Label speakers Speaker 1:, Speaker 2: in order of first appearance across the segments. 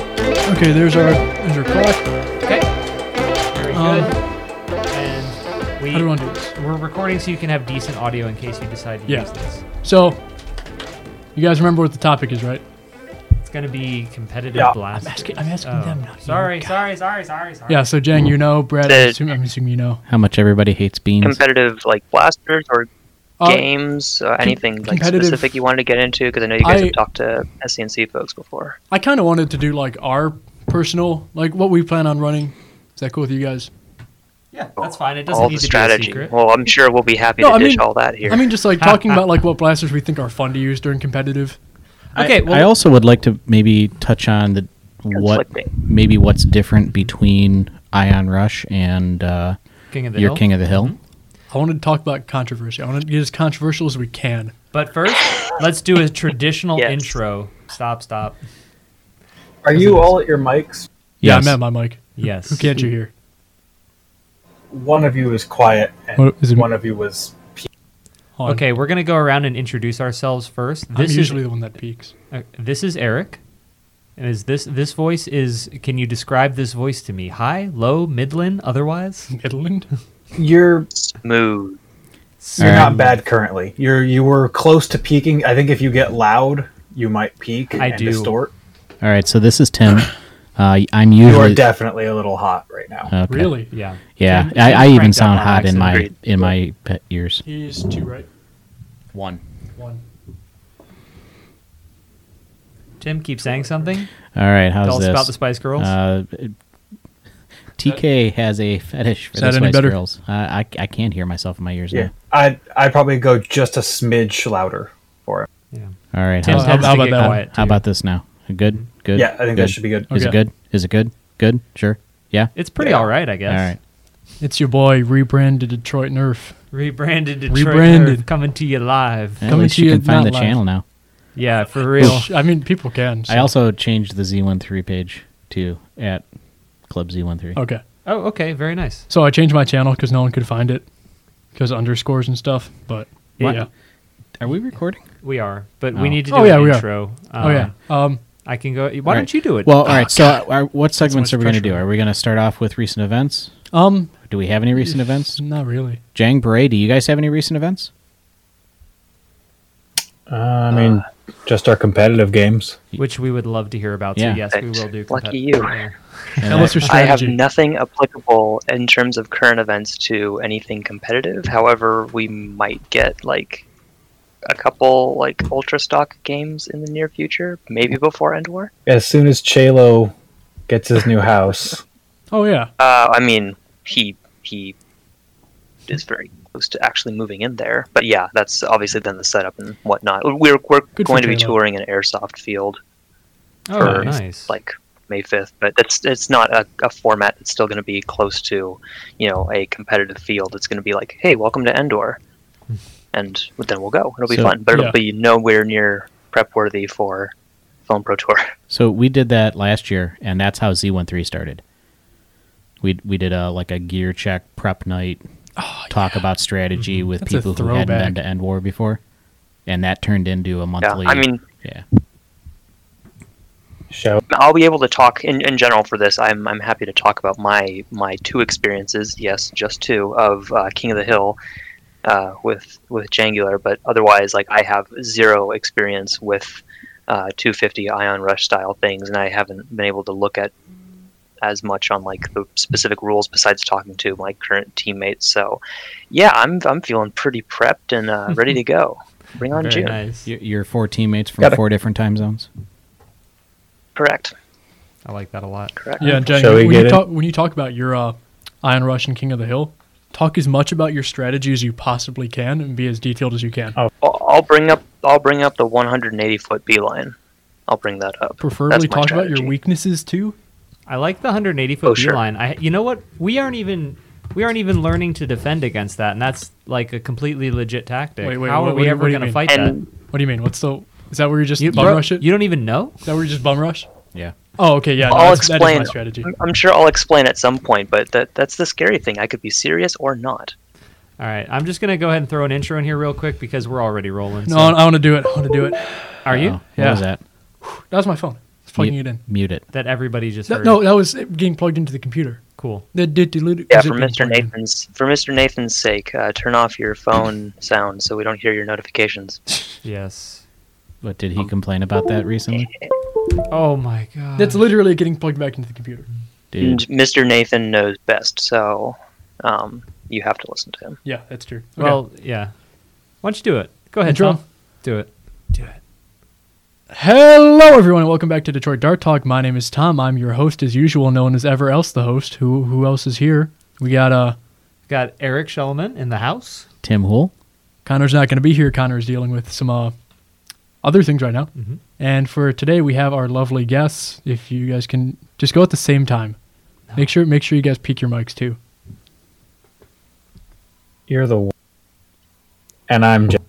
Speaker 1: Okay, there's our there's our clock.
Speaker 2: Okay. Very
Speaker 1: Um,
Speaker 2: good. And we,
Speaker 1: How do we want to do this?
Speaker 2: we're recording so you can have decent audio in case you decide to
Speaker 1: Yeah.
Speaker 2: use this.
Speaker 1: So, you guys remember what the topic is, right?
Speaker 2: It's going to be competitive
Speaker 3: Yeah.
Speaker 2: blast.
Speaker 1: asking, I'm asking
Speaker 2: Oh, sorry, sorry, sorry, sorry, sorry.
Speaker 1: Yeah. So Jang, you know, Brad, I'm
Speaker 4: The-
Speaker 1: assuming, I'm assuming you know.
Speaker 5: How much everybody hates beans.
Speaker 4: competitive like blasters or
Speaker 1: Mm-hmm. Uh,
Speaker 4: games, uh, anything like
Speaker 1: competitive-
Speaker 4: specific you wanted to get into? Because I know you guys
Speaker 1: I-
Speaker 4: have talked to SCNC folks before.
Speaker 1: I kind of wanted to do like our personal, like what we plan on running. Is that cool with you guys?
Speaker 2: Yeah, that's fine. It doesn't
Speaker 4: All
Speaker 2: need
Speaker 4: the
Speaker 2: to be a
Speaker 4: strategy.
Speaker 2: secret.
Speaker 4: Well, I'm sure we'll be happy
Speaker 1: No,
Speaker 4: to
Speaker 1: I
Speaker 4: dish
Speaker 1: mean-
Speaker 4: all that here.
Speaker 1: I mean, just like talking about like what blasters we think are fun to use during competitive.
Speaker 2: okay, well,
Speaker 5: I also would like to maybe touch on the what
Speaker 4: Conflicting.
Speaker 5: maybe what's different between Ion Rush and uh,
Speaker 2: King of the
Speaker 5: your
Speaker 2: Hill. Mm-hmm.
Speaker 5: King of the Hill.
Speaker 1: I wanted to talk about controversy. I wanted to get as controversial as we can.
Speaker 2: But first, let's do a traditional
Speaker 4: Yes.
Speaker 2: intro. Stop, stop.
Speaker 3: Are you all at your mics?
Speaker 1: Yeah,
Speaker 5: Yes.
Speaker 1: I'm at my mic.
Speaker 2: Yes.
Speaker 1: Who can't you hear?
Speaker 3: One of you is quiet, and
Speaker 1: What- is it-
Speaker 3: one of you was.
Speaker 1: Hold on.
Speaker 2: Okay, we're going to go around and introduce ourselves first.
Speaker 1: I'm
Speaker 2: This is
Speaker 1: usually the one that peaks.
Speaker 2: uh, this is Eric. And is this this voice is can you describe this voice to me? High, low, midland, otherwise?
Speaker 1: Midland.
Speaker 3: You're
Speaker 4: Smooth.
Speaker 3: you're
Speaker 5: Alright.
Speaker 2: Um,
Speaker 3: not bad currently. You're you were close to peaking. I think if you get loud, you might peak
Speaker 2: I
Speaker 3: and
Speaker 2: do.
Speaker 3: distort.
Speaker 5: All right, so this is Tim. Uh, I'm
Speaker 3: You
Speaker 5: usually
Speaker 3: are definitely a little hot right now.
Speaker 5: okay.
Speaker 1: Really?
Speaker 2: Yeah.
Speaker 5: Yeah,
Speaker 2: Tim-
Speaker 5: I, I
Speaker 2: Tim's
Speaker 5: even
Speaker 2: cranked up
Speaker 5: sound
Speaker 2: on
Speaker 5: hot in
Speaker 2: accident.
Speaker 5: my
Speaker 4: Great.
Speaker 5: in my pet ears.
Speaker 1: He's two right.
Speaker 5: One.
Speaker 1: One.
Speaker 2: Tim keeps saying something.
Speaker 5: All right, how's
Speaker 2: Tell us
Speaker 5: this?
Speaker 2: about the Spice Girls.
Speaker 5: Uh, TK has a fetish for
Speaker 1: Is
Speaker 5: the
Speaker 1: that any
Speaker 5: Spice
Speaker 1: better?
Speaker 5: Girls. Uh, I I can't hear myself in my ears
Speaker 3: Yeah, I I probably go just a smidge louder for him.
Speaker 2: yeah.
Speaker 5: now. All right,
Speaker 2: Tim
Speaker 5: how's,
Speaker 1: how-
Speaker 2: tends
Speaker 1: how
Speaker 2: to
Speaker 1: about
Speaker 2: get
Speaker 1: that?
Speaker 2: quiet.
Speaker 5: how
Speaker 2: too.
Speaker 5: about this now? Good, good.
Speaker 3: Yeah, I think that
Speaker 5: good?
Speaker 3: should be good.
Speaker 5: Is it
Speaker 1: Okay.
Speaker 5: good? Is it good? Good. Sure. Yeah.
Speaker 2: It's pretty
Speaker 3: Yeah.
Speaker 2: all right, I guess.
Speaker 5: All right.
Speaker 1: It's your boy, rebranded Detroit Nerf.
Speaker 2: Rebranded Detroit
Speaker 1: Rebranded.
Speaker 2: Nerve coming to you live.
Speaker 5: At
Speaker 1: Coming
Speaker 5: least
Speaker 1: to
Speaker 5: you
Speaker 1: you
Speaker 5: can find
Speaker 1: not
Speaker 5: the
Speaker 1: live.
Speaker 5: channel now.
Speaker 2: Yeah, for real.
Speaker 1: Sh- I mean, people can. so-
Speaker 5: I also changed the Z13 page to at Club Z13.
Speaker 1: okay.
Speaker 2: oh, okay, very nice.
Speaker 1: So I changed my channel because no one could find it because underscores and stuff. But
Speaker 5: What?
Speaker 1: yeah.
Speaker 5: Are we recording?
Speaker 2: We are, but
Speaker 5: Oh.
Speaker 2: we need to do
Speaker 1: Oh, yeah,
Speaker 2: an
Speaker 1: we are.
Speaker 2: intro. Um,
Speaker 1: oh yeah. Um,
Speaker 2: I can go. Why don't
Speaker 5: right.
Speaker 2: you do it?
Speaker 5: Well,
Speaker 3: ah,
Speaker 5: all right. So, are, what segments
Speaker 1: much
Speaker 5: are we going to
Speaker 1: pressure.
Speaker 5: do? Are we going to start off with recent events?
Speaker 1: um,
Speaker 5: Do we have any recent events?
Speaker 1: not really.
Speaker 5: Jang Bray, do you guys have any recent events?
Speaker 3: Uh, I mean, just our competitive games.
Speaker 2: which we would love to hear about.
Speaker 5: Yeah.
Speaker 2: So yes, we will do.
Speaker 4: Lucky
Speaker 2: compet-
Speaker 4: you.
Speaker 2: yeah.
Speaker 5: And
Speaker 1: Tell us
Speaker 5: that-
Speaker 1: your
Speaker 4: I have
Speaker 1: strategy.
Speaker 4: nothing applicable in terms of current events to anything competitive. However, we might get like a couple like ultra stock games in the near future, maybe before End War.
Speaker 3: As soon as Chalo gets his new house,
Speaker 1: Oh yeah.
Speaker 4: Uh, I mean, he he is very close to actually moving in there. But yeah, that's obviously then the setup and whatnot. We're we're
Speaker 1: for
Speaker 4: going to be
Speaker 1: J-Lo.
Speaker 4: touring an airsoft field
Speaker 2: Oh,
Speaker 4: For,
Speaker 2: nice.
Speaker 4: like May fifth, but it's it's not a, a format that's still going to be close to, you know, a competitive field. It's going to be like, hey, welcome to Endor, and then we'll go. It'll be
Speaker 5: So-
Speaker 4: fun, but
Speaker 1: yeah.
Speaker 4: it'll be nowhere near prep worthy for Film Pro Tour.
Speaker 5: so we did that last year, and that's how Z13 started. We we did a like a gear check prep night, talk about strategy with
Speaker 1: Mm-hmm. That's a
Speaker 5: people who hadn't been
Speaker 1: throwback.
Speaker 5: to End War before, and that turned into
Speaker 4: Yeah,
Speaker 5: a monthly.
Speaker 4: I mean,
Speaker 5: yeah.
Speaker 3: shout
Speaker 4: I'll be able to talk in, in general for this. I'm, I'm happy to talk about my my two experiences. Yes, just two of uh, King of the Hill uh, with with Jangular, but otherwise, like I have zero experience with uh, 250 ion rush style things, and I haven't been able to look at as much on like the specific rules besides talking to my current teammates. So, yeah, I'm I'm feeling pretty prepped and uh, ready to go. Bring on
Speaker 2: very
Speaker 4: June,
Speaker 2: nice.
Speaker 5: Your, your four teammates from
Speaker 3: Got it.
Speaker 5: four different time zones.
Speaker 4: correct?
Speaker 2: I like that a lot.
Speaker 4: Correct.
Speaker 1: Yeah, Jang,
Speaker 3: Shall we
Speaker 1: when
Speaker 3: get
Speaker 1: you
Speaker 3: in?
Speaker 1: talk when you talk about your uh, Iron Rush and King of the Hill, talk as much about your strategy as you possibly can and be as detailed as you can.
Speaker 3: Oh.
Speaker 4: I'll I'll bring up I'll bring up the 180 foot beeline. I'll bring that up.
Speaker 1: Preferably
Speaker 4: That's my
Speaker 1: talk about your
Speaker 4: strategy.
Speaker 1: weaknesses too.
Speaker 2: I like the 180 foot
Speaker 4: Oh, sure.
Speaker 2: line. I, you know what? We aren't even we aren't even learning to defend against that, and that's like a completely legit tactic.
Speaker 1: Wait, wait,
Speaker 2: How
Speaker 1: what-
Speaker 2: are
Speaker 1: what
Speaker 2: we
Speaker 1: do you- what
Speaker 2: ever
Speaker 1: do you
Speaker 2: going to
Speaker 1: mean?
Speaker 2: fight
Speaker 4: And
Speaker 1: What do you mean? What's the? Is that where you just
Speaker 2: that? You,
Speaker 1: bum
Speaker 2: bro,
Speaker 1: rush it?
Speaker 2: you don't even know.
Speaker 1: is that where you just bum rush?
Speaker 5: Yeah.
Speaker 1: Oh, okay, yeah. No,
Speaker 4: I'll
Speaker 1: that's, that is my
Speaker 4: explain.
Speaker 1: strategy.
Speaker 4: I'm- I'm sure I'll explain at some point, but that that's the scary thing. I could be serious or not.
Speaker 2: All right, I'm just going to go ahead and throw an intro in here real quick because we're already rolling.
Speaker 1: No,
Speaker 2: so-
Speaker 1: I want to do it. I want to do it.
Speaker 2: are you?
Speaker 5: What
Speaker 1: Yeah.
Speaker 5: was that?
Speaker 1: That was my phone. plugging
Speaker 5: Mute-
Speaker 1: it in.
Speaker 5: Mute it.
Speaker 2: that everybody just
Speaker 1: That,
Speaker 2: heard.
Speaker 1: no, that was it getting plugged into the computer.
Speaker 2: cool.
Speaker 1: That did dilute.
Speaker 4: Yeah,
Speaker 1: was it
Speaker 4: for
Speaker 1: being
Speaker 4: Mr.
Speaker 1: plugged in?
Speaker 4: Nathan's for Mr. Nathan's sake, uh, turn off your phone sound so we don't hear your notifications.
Speaker 2: Yes.
Speaker 5: What did he complain about that recently?
Speaker 2: Oh my god.
Speaker 1: That's literally getting plugged back into the computer.
Speaker 4: And
Speaker 5: Dude,
Speaker 4: Mr. Nathan knows best, so um, you have to listen to him.
Speaker 1: Yeah, that's true. Okay.
Speaker 2: well, yeah. Why don't you do it? Go ahead,
Speaker 1: Intro.
Speaker 2: Tom. Do it. Do it.
Speaker 1: Hello, everyone, and welcome back to Detroit Dart Talk. My name is Tom. I'm your host, as usual, known as ever else the host. Who who else is here? We got uh
Speaker 2: Got Eric Shellman in the house.
Speaker 5: Tim Hool.
Speaker 1: Connor's not going to be here. Connor is dealing with some uh other things right now.
Speaker 2: Mhm.
Speaker 1: And for today, we have our lovely guests. If you guys can just go at the same time, make
Speaker 2: Ah.
Speaker 1: sure make sure you guys peek your mics too.
Speaker 3: You're the one. And I'm just.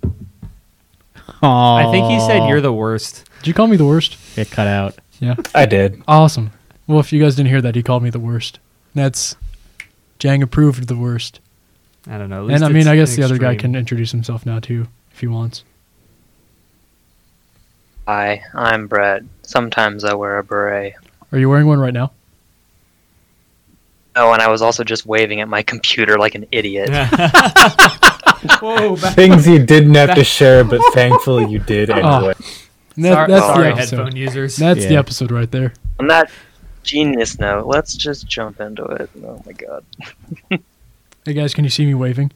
Speaker 5: Aww.
Speaker 2: I think he said you're the worst.
Speaker 1: Did you call me the worst?
Speaker 5: It cut out.
Speaker 1: Yeah.
Speaker 3: I did.
Speaker 1: Awesome. Well, if you guys didn't hear that, he called me the worst. That's Jang approved the worst.
Speaker 2: I don't know. At least
Speaker 1: And I mean,
Speaker 2: it's
Speaker 1: I guess
Speaker 2: an
Speaker 1: the other guy
Speaker 2: extreme.
Speaker 1: can introduce himself now too, if he wants.
Speaker 4: Hi, I'm Brett. Sometimes I wear a beret.
Speaker 1: Are you wearing one right now?
Speaker 4: Oh, and I was also just waving at my computer like an idiot.
Speaker 2: Whoa, back.
Speaker 3: Things you didn't have to share, but thankfully you did
Speaker 4: Oh.
Speaker 3: anyway.
Speaker 1: That-
Speaker 2: sorry,
Speaker 1: that's
Speaker 2: sorry
Speaker 1: the episode.
Speaker 2: headphone users.
Speaker 1: That's the
Speaker 5: Yeah.
Speaker 1: episode right there.
Speaker 4: On that genius note, let's just jump into it. Oh my god.
Speaker 1: Hey guys, can you see me waving?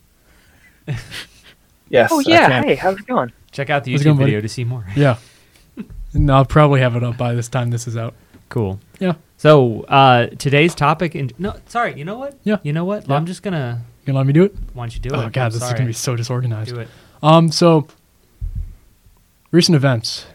Speaker 3: Yes.
Speaker 4: Oh
Speaker 3: I
Speaker 4: yeah.
Speaker 3: can.
Speaker 4: Hey, how's it going?
Speaker 2: Check out the
Speaker 1: How's
Speaker 2: YouTube
Speaker 1: it going, buddy?
Speaker 2: video to see more.
Speaker 1: Yeah. and I'll probably have it up by this time this is out.
Speaker 2: Cool.
Speaker 1: Yeah.
Speaker 2: So uh, today's topic, in no, sorry, you know what?
Speaker 1: Yeah.
Speaker 2: You know what?
Speaker 1: Yeah.
Speaker 2: I'm just gonna.
Speaker 1: You gonna let me do it?
Speaker 2: Why don't you do it?
Speaker 1: Oh
Speaker 2: I'm
Speaker 1: god, this is
Speaker 2: sorry.
Speaker 1: gonna be so disorganized.
Speaker 2: Do it.
Speaker 1: Um, so recent events.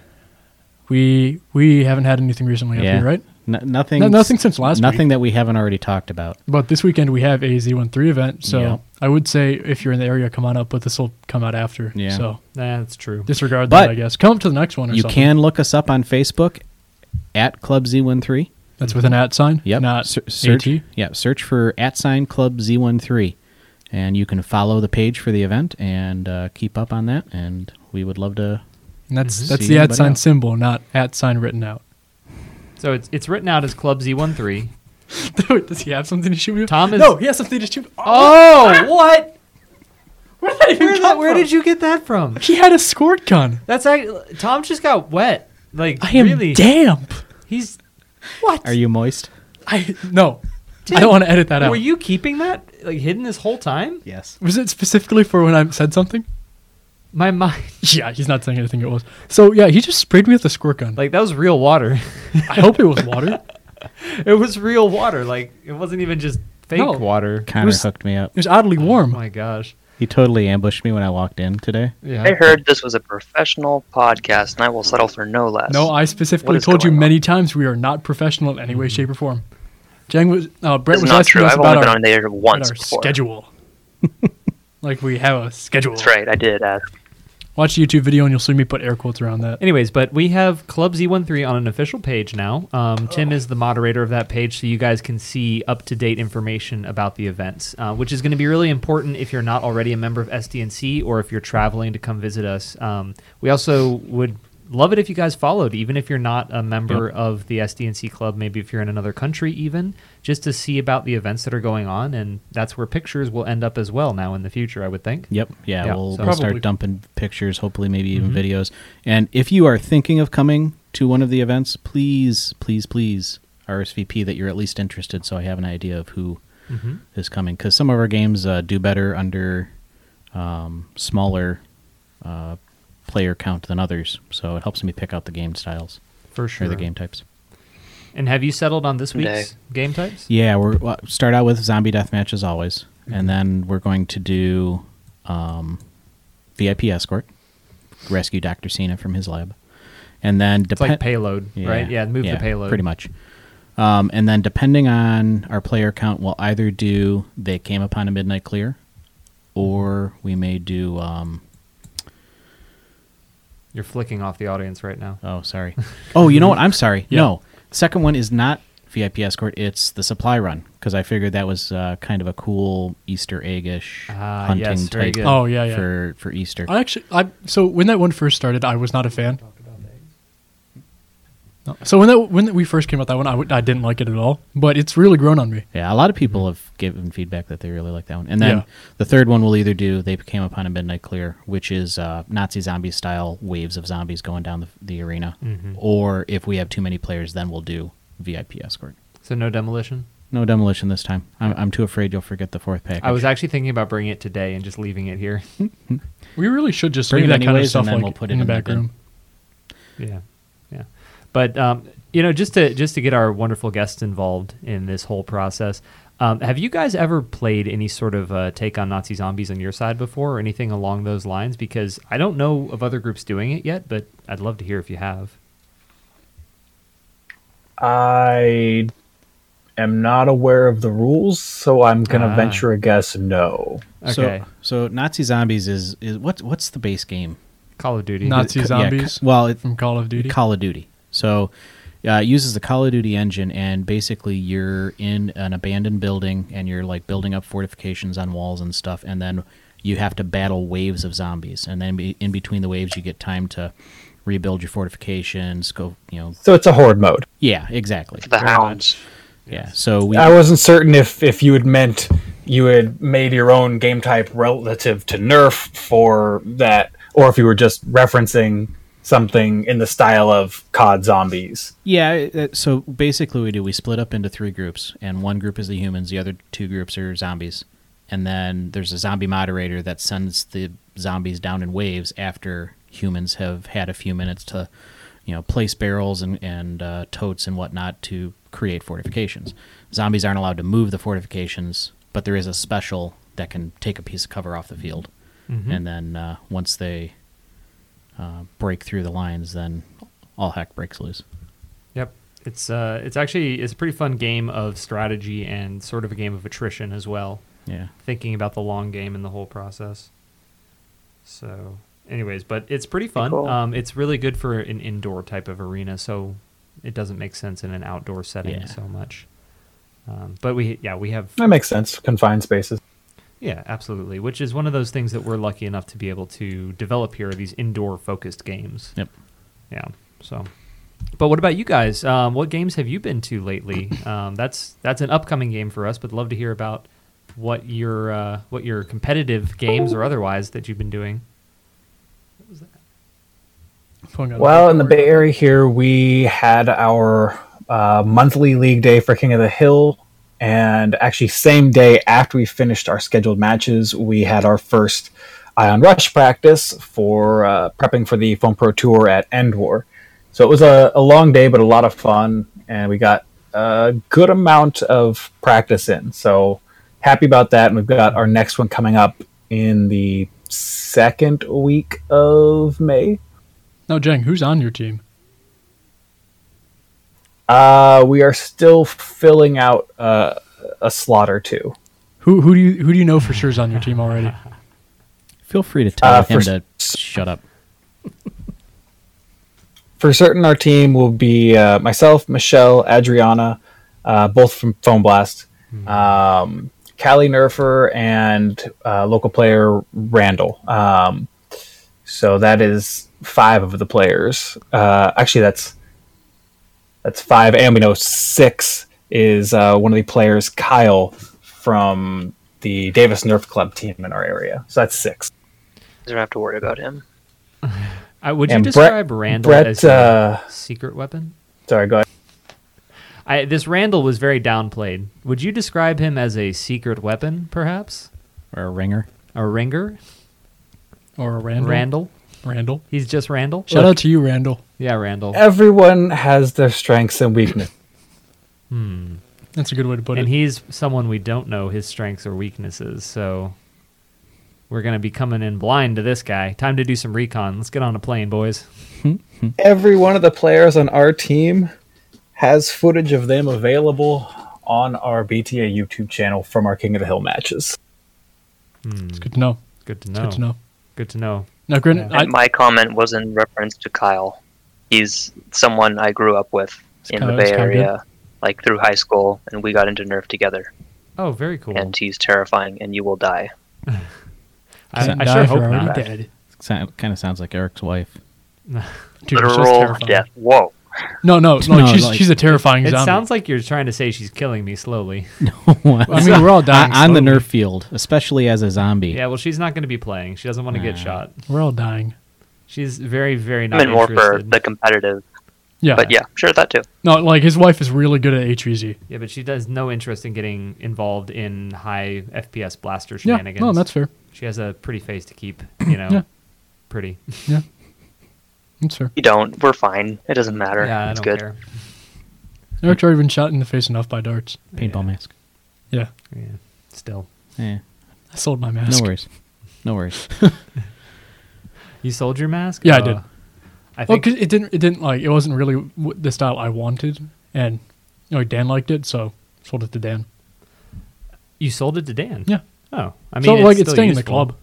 Speaker 1: We we haven't had anything recently up
Speaker 5: Yeah.
Speaker 1: here, right?
Speaker 5: N- nothing.
Speaker 1: No- nothing since last
Speaker 5: Nothing that we haven't already talked about.
Speaker 1: But this weekend we have a Z13 event, so
Speaker 5: Yeah.
Speaker 1: I would say if you're in the area, come on up. But this will come out after,
Speaker 5: Yeah.
Speaker 1: so
Speaker 2: Nah, that's true.
Speaker 1: disregard
Speaker 5: But
Speaker 1: that. I guess come up to the next one or
Speaker 5: You
Speaker 1: something.
Speaker 5: can look us up on Facebook at Club Z13.
Speaker 1: That's with an at sign.
Speaker 5: Yep.
Speaker 1: Not
Speaker 5: Ser-
Speaker 1: search.
Speaker 5: search, Yeah, search for at sign Club Z13, and you can follow the page for the event and uh, keep up on that. And we would love to.
Speaker 1: And that's
Speaker 5: Mhm.
Speaker 1: that's
Speaker 5: See
Speaker 1: the at
Speaker 5: anybody
Speaker 1: sign
Speaker 5: out.
Speaker 1: symbol, not at sign written out.
Speaker 2: So it's it's written out as Club Z13.
Speaker 1: Dude, does he have something to shoot me? with?
Speaker 2: Tom is-
Speaker 1: no, he has something to shoot. me- Oh,
Speaker 2: Oh, what?
Speaker 1: where did that even
Speaker 2: Where,
Speaker 1: come
Speaker 2: where
Speaker 1: from?
Speaker 2: did you get that from?
Speaker 1: He had a squirt gun.
Speaker 2: That's actually, Tom just got wet. Like
Speaker 1: I am
Speaker 2: really,
Speaker 1: damp.
Speaker 2: he's.
Speaker 5: Are you moist?
Speaker 1: I no. I
Speaker 2: Dude,
Speaker 1: don't want to edit that out.
Speaker 2: Were you keeping that like hidden this whole time?
Speaker 5: Yes.
Speaker 1: Was it specifically for when I said something?
Speaker 2: My mind,
Speaker 1: Yeah, he's not saying anything. It was so. Yeah, he just sprayed me with a squirt gun.
Speaker 2: like that was real water.
Speaker 1: I hope it was water.
Speaker 2: it was real water. Like it wasn't even just fake
Speaker 1: No.
Speaker 2: water.
Speaker 5: Connor
Speaker 1: Was-
Speaker 5: hooked me up.
Speaker 1: It was oddly
Speaker 2: Oh
Speaker 1: warm.
Speaker 2: my gosh.
Speaker 5: He totally ambushed me when I walked in today.
Speaker 2: Yeah.
Speaker 4: I heard this was a professional podcast, and I will settle for no less.
Speaker 1: No, I
Speaker 4: What
Speaker 1: specifically
Speaker 4: is
Speaker 1: told you
Speaker 4: going on?
Speaker 1: many times we are not professional in any
Speaker 5: Mm-hmm.
Speaker 1: way, shape, or form. Jang was uh, Brett
Speaker 4: This is
Speaker 1: was
Speaker 4: not
Speaker 1: asking
Speaker 4: true.
Speaker 1: us
Speaker 4: I've
Speaker 1: about
Speaker 4: only
Speaker 1: our,
Speaker 4: been on there
Speaker 1: about
Speaker 4: once
Speaker 1: our
Speaker 4: before.
Speaker 1: schedule. like we have a schedule.
Speaker 4: That's right. I did ask.
Speaker 1: Watch the YouTube video and you'll see me put air quotes around that.
Speaker 2: Anyways, but we have Club Z13 on an official page now. Um, Tim is the moderator of that page, so you guys can see up to date information about the events, uh, which is going to be really important if you're not already a member of SDNC or if you're traveling to come visit us. Um, we also would love it if you guys followed, even if you're not a member of the SDNC club, maybe if you're in another country, even just to see about the events that are going on. And that's where pictures will end up as well now in the future, I would think.
Speaker 5: Yep. Yeah, Mm-hmm.
Speaker 2: Yeah,
Speaker 5: we'll,
Speaker 2: so-
Speaker 5: we'll
Speaker 1: Probably.
Speaker 5: start dumping pictures, hopefully, maybe even videos. And if you are thinking of coming to one of the events, please, please, please RSVP that you're at least interested so I have an idea of who is coming. Because some of our games uh, do better under um, smaller uh, player count than others. So it helps me pick out the game styles
Speaker 2: For
Speaker 5: or
Speaker 2: sure.
Speaker 5: the game types.
Speaker 2: And have you settled on this
Speaker 4: No.
Speaker 2: week's game types?
Speaker 5: Yeah, we're well, start out with zombie deathmatch as always,
Speaker 2: Mm-hmm.
Speaker 5: and then we're going to do um, VIP escort, rescue Doctor Cena from his lab, and then
Speaker 2: It's like
Speaker 5: depend
Speaker 2: payload, right? Yeah, move the payload.
Speaker 5: pretty much. Um, and then depending on our player count, we'll either do they came upon a midnight clear, or we may do um,
Speaker 2: You're flicking off the audience right now.
Speaker 5: oh sorry, oh you know what I'm sorry no second one is not VIP escort it's the supply run because I figured that was uh, kind of a cool Easter egg ish
Speaker 2: Ah,
Speaker 5: hunting
Speaker 2: yes, very
Speaker 5: type
Speaker 2: good.
Speaker 1: Oh, yeah, yeah.
Speaker 5: for for Easter.
Speaker 1: I actually, I so when that one first started, I was not a fan. So when that when we first came out that one, I w- I didn't like it at all, but it's really grown on me.
Speaker 5: Yeah, a lot of people have given feedback that they really like that one. And then
Speaker 1: Yeah.
Speaker 5: the third one will either do They Came Upon a Midnight Clear, which is uh, Nazi zombie style waves of zombies going down the, the arena,
Speaker 2: Mm-hmm.
Speaker 5: or if we have too many players, then we'll do VIP escort.
Speaker 2: So no demolition.
Speaker 5: No demolition this time. I'm, I'm too afraid you'll forget the fourth pack.
Speaker 2: I was actually thinking about bringing it today and just leaving it here.
Speaker 1: We really should just
Speaker 5: Bring
Speaker 1: leave
Speaker 5: it
Speaker 1: that kind of
Speaker 5: anyways,
Speaker 1: stuff
Speaker 5: and then
Speaker 1: like
Speaker 5: we'll put it
Speaker 1: in the
Speaker 5: in the
Speaker 1: back
Speaker 5: bin.
Speaker 1: room.
Speaker 2: Yeah, yeah. But um, you know, just to just to get our wonderful guests involved in this whole process, um, have you guys ever played any sort of uh, take on Nazi zombies on your side before, or anything along those lines? Because I don't know of other groups doing it yet, but I'd love to hear if you have.
Speaker 3: I am not aware of the rules, so I'm gonna
Speaker 2: Ah.
Speaker 3: venture a guess. No,
Speaker 2: Okay,
Speaker 5: So, so Nazi zombies is is what what's the base game?
Speaker 2: Call of Duty.
Speaker 1: Nazi
Speaker 5: Yeah,
Speaker 1: zombies
Speaker 5: ca- well, it,
Speaker 1: from Call of Duty.
Speaker 5: Call of Duty. So uh, it uses the Call of Duty engine, and basically you're in an abandoned building, and you're like building up fortifications on walls and stuff, and then you have to battle waves of zombies, and then be, in between the waves you get time to rebuild your fortifications. Go, you know,
Speaker 3: so it's a horde mode.
Speaker 5: yeah, exactly,
Speaker 4: The hounds.
Speaker 5: yeah. So we,
Speaker 3: I wasn't certain if if you had meant you had made your own game type relative to Nerf for that, or if you were just referencing something in the style of COD Zombies.
Speaker 5: yeah. it- So basically, we do we split up into three groups, and one group is the humans, the other two groups are zombies, and then there's a zombie moderator that sends the zombies down in waves after humans have had a few minutes to, you know, place barrels and and uh, totes and whatnot to create fortifications. Zombies aren't allowed to move the fortifications, but there is a special that can take a piece of cover off the field,
Speaker 2: Mm-hmm.
Speaker 5: and then uh, once they uh, break through the lines, then all heck breaks loose.
Speaker 2: Yep. It's uh, it's actually it's a pretty fun game of strategy and sort of a game of attrition as well.
Speaker 5: Yeah.
Speaker 2: thinking about the long game and the whole process. So, anyways, but it's pretty fun.
Speaker 4: Cool.
Speaker 2: Um, it's really good for an indoor type of arena, so it doesn't make sense in an outdoor setting
Speaker 5: Yeah.
Speaker 2: so much. Um, but we, yeah, we have,
Speaker 3: That makes sense. Confined spaces.
Speaker 2: yeah, absolutely. Which is one of those things that we're lucky enough to be able to develop here these indoor focused games.
Speaker 5: Yep.
Speaker 2: Yeah. So, but what about you guys? Um, what games have you been to lately? Um, that's that's an upcoming game for us, but love to hear about what your uh, what your competitive games or otherwise that you've been doing.
Speaker 1: Phone got
Speaker 3: Well,
Speaker 1: out.
Speaker 3: in the Bay Area here, we had our uh, monthly league day for King of the Hill, and actually, same day after we finished our scheduled matches, we had our first Ion Rush practice for uh, prepping for the Foam Pro Tour at End War. So it was a, a long day, but a lot of fun, and we got a good amount of practice in. So happy about that, and we've got our next one coming up in the second week of May.
Speaker 1: now, Jeng, who's on your team?
Speaker 3: Uh, we are still filling out uh, a slot or two.
Speaker 1: Who who do you who do you know for sure is on your team already?
Speaker 5: Feel free to tell
Speaker 3: Uh,
Speaker 5: him
Speaker 3: for
Speaker 5: to shut up.
Speaker 3: For certain, our team will be uh, myself, Michelle, Adriana, uh, both from Phone Blast, um, Callie Nerfer, and uh, local player Randall. Um, so that is five of the players. Uh, actually, that's that's five, and we know six is uh, one of the players, Kyle, from the Davis Nerf Club team in our area. So that's six.
Speaker 4: You don't have to worry about him.
Speaker 2: Uh, would you
Speaker 3: And Brett-
Speaker 2: describe Randall
Speaker 3: Brett,
Speaker 2: as your
Speaker 3: uh,
Speaker 2: secret weapon?
Speaker 3: Sorry, go ahead.
Speaker 2: I, this Randall was very downplayed. Would you describe him as a secret weapon, perhaps?
Speaker 5: Or a ringer.
Speaker 2: A ringer?
Speaker 1: Or Randall?
Speaker 2: Randall?
Speaker 1: Randall.
Speaker 2: He's just Randall?
Speaker 1: Shout out to you, Randall.
Speaker 2: Yeah, Randall.
Speaker 3: Everyone has their strengths and weaknesses.
Speaker 1: That's a good way to put
Speaker 2: and
Speaker 1: it.
Speaker 2: he's someone we don't know his strengths or weaknesses. So we're going to be coming in blind to this guy. Time to do some recon. Let's get on a plane, boys.
Speaker 3: Every one of the players on our team has footage of them available on our BTA YouTube channel from our King of the Hill matches.
Speaker 1: it's good to know.
Speaker 2: Hmm, Good to
Speaker 1: It's
Speaker 2: know.
Speaker 1: good to know.
Speaker 2: Good to know.
Speaker 1: Now, granted,
Speaker 4: And my comment was in reference to Kyle. He's someone I grew up with
Speaker 1: Is
Speaker 4: in
Speaker 1: Kyle-
Speaker 4: the
Speaker 1: is
Speaker 4: Bay
Speaker 1: Kyle good?
Speaker 4: Area, like through high school, and we got into Nerf together.
Speaker 2: Oh, very cool.
Speaker 4: And he's terrifying, and you will die.
Speaker 2: I,
Speaker 1: Doesn't
Speaker 2: I
Speaker 1: die
Speaker 2: sure
Speaker 1: if
Speaker 2: hope
Speaker 1: you're already
Speaker 2: not.
Speaker 1: dead.
Speaker 5: kind of sounds like Eric's wife.
Speaker 1: Dude, it's just
Speaker 4: Literal
Speaker 1: terrifying.
Speaker 4: death. Whoa.
Speaker 1: No, no, no.
Speaker 5: No,
Speaker 1: she's
Speaker 5: like-
Speaker 1: she's a terrifying
Speaker 2: It
Speaker 1: zombie.
Speaker 2: sounds like you're trying to say she's killing me slowly.
Speaker 1: I mean, we're all dying.
Speaker 5: on the
Speaker 1: slowly.
Speaker 5: nerf field, especially as a zombie.
Speaker 2: yeah, well, she's not going to be playing. She doesn't want to get shot.
Speaker 1: We're all dying.
Speaker 2: She's very, very
Speaker 4: I'm
Speaker 2: not
Speaker 4: in more for
Speaker 2: interested.
Speaker 4: the competitive,
Speaker 1: Yeah.
Speaker 4: but yeah, sure that too.
Speaker 1: No, like his wife is really good at HVZ.
Speaker 2: yeah, but she does no interest in getting involved in high FPS blaster
Speaker 1: Yeah.
Speaker 2: shenanigans.
Speaker 1: No, that's fair.
Speaker 2: She has a pretty face to keep, you know,
Speaker 1: Yeah.
Speaker 2: pretty.
Speaker 1: That's fair.
Speaker 4: You don't. We're fine. It doesn't matter.
Speaker 2: Yeah, I
Speaker 4: it's
Speaker 2: don't
Speaker 4: good.
Speaker 2: care.
Speaker 1: Eric's already been shot in the face enough by darts.
Speaker 5: Paintball mask.
Speaker 1: Yeah.
Speaker 2: Yeah, still.
Speaker 5: Yeah.
Speaker 1: I sold my
Speaker 5: No
Speaker 1: mask.
Speaker 5: worries. No worries.
Speaker 2: You sold your mask?
Speaker 1: Yeah, I
Speaker 2: Uh,
Speaker 1: did.
Speaker 2: I
Speaker 1: Well,
Speaker 2: think
Speaker 1: 'cause it didn't. It didn't like. It wasn't really w- the style I wanted, and you know, Dan liked it, so sold it to Dan.
Speaker 2: you sold it to Dan.
Speaker 1: Yeah.
Speaker 2: Oh, I mean,
Speaker 1: so like, it's
Speaker 2: still
Speaker 1: staying in the
Speaker 2: useful.
Speaker 1: club.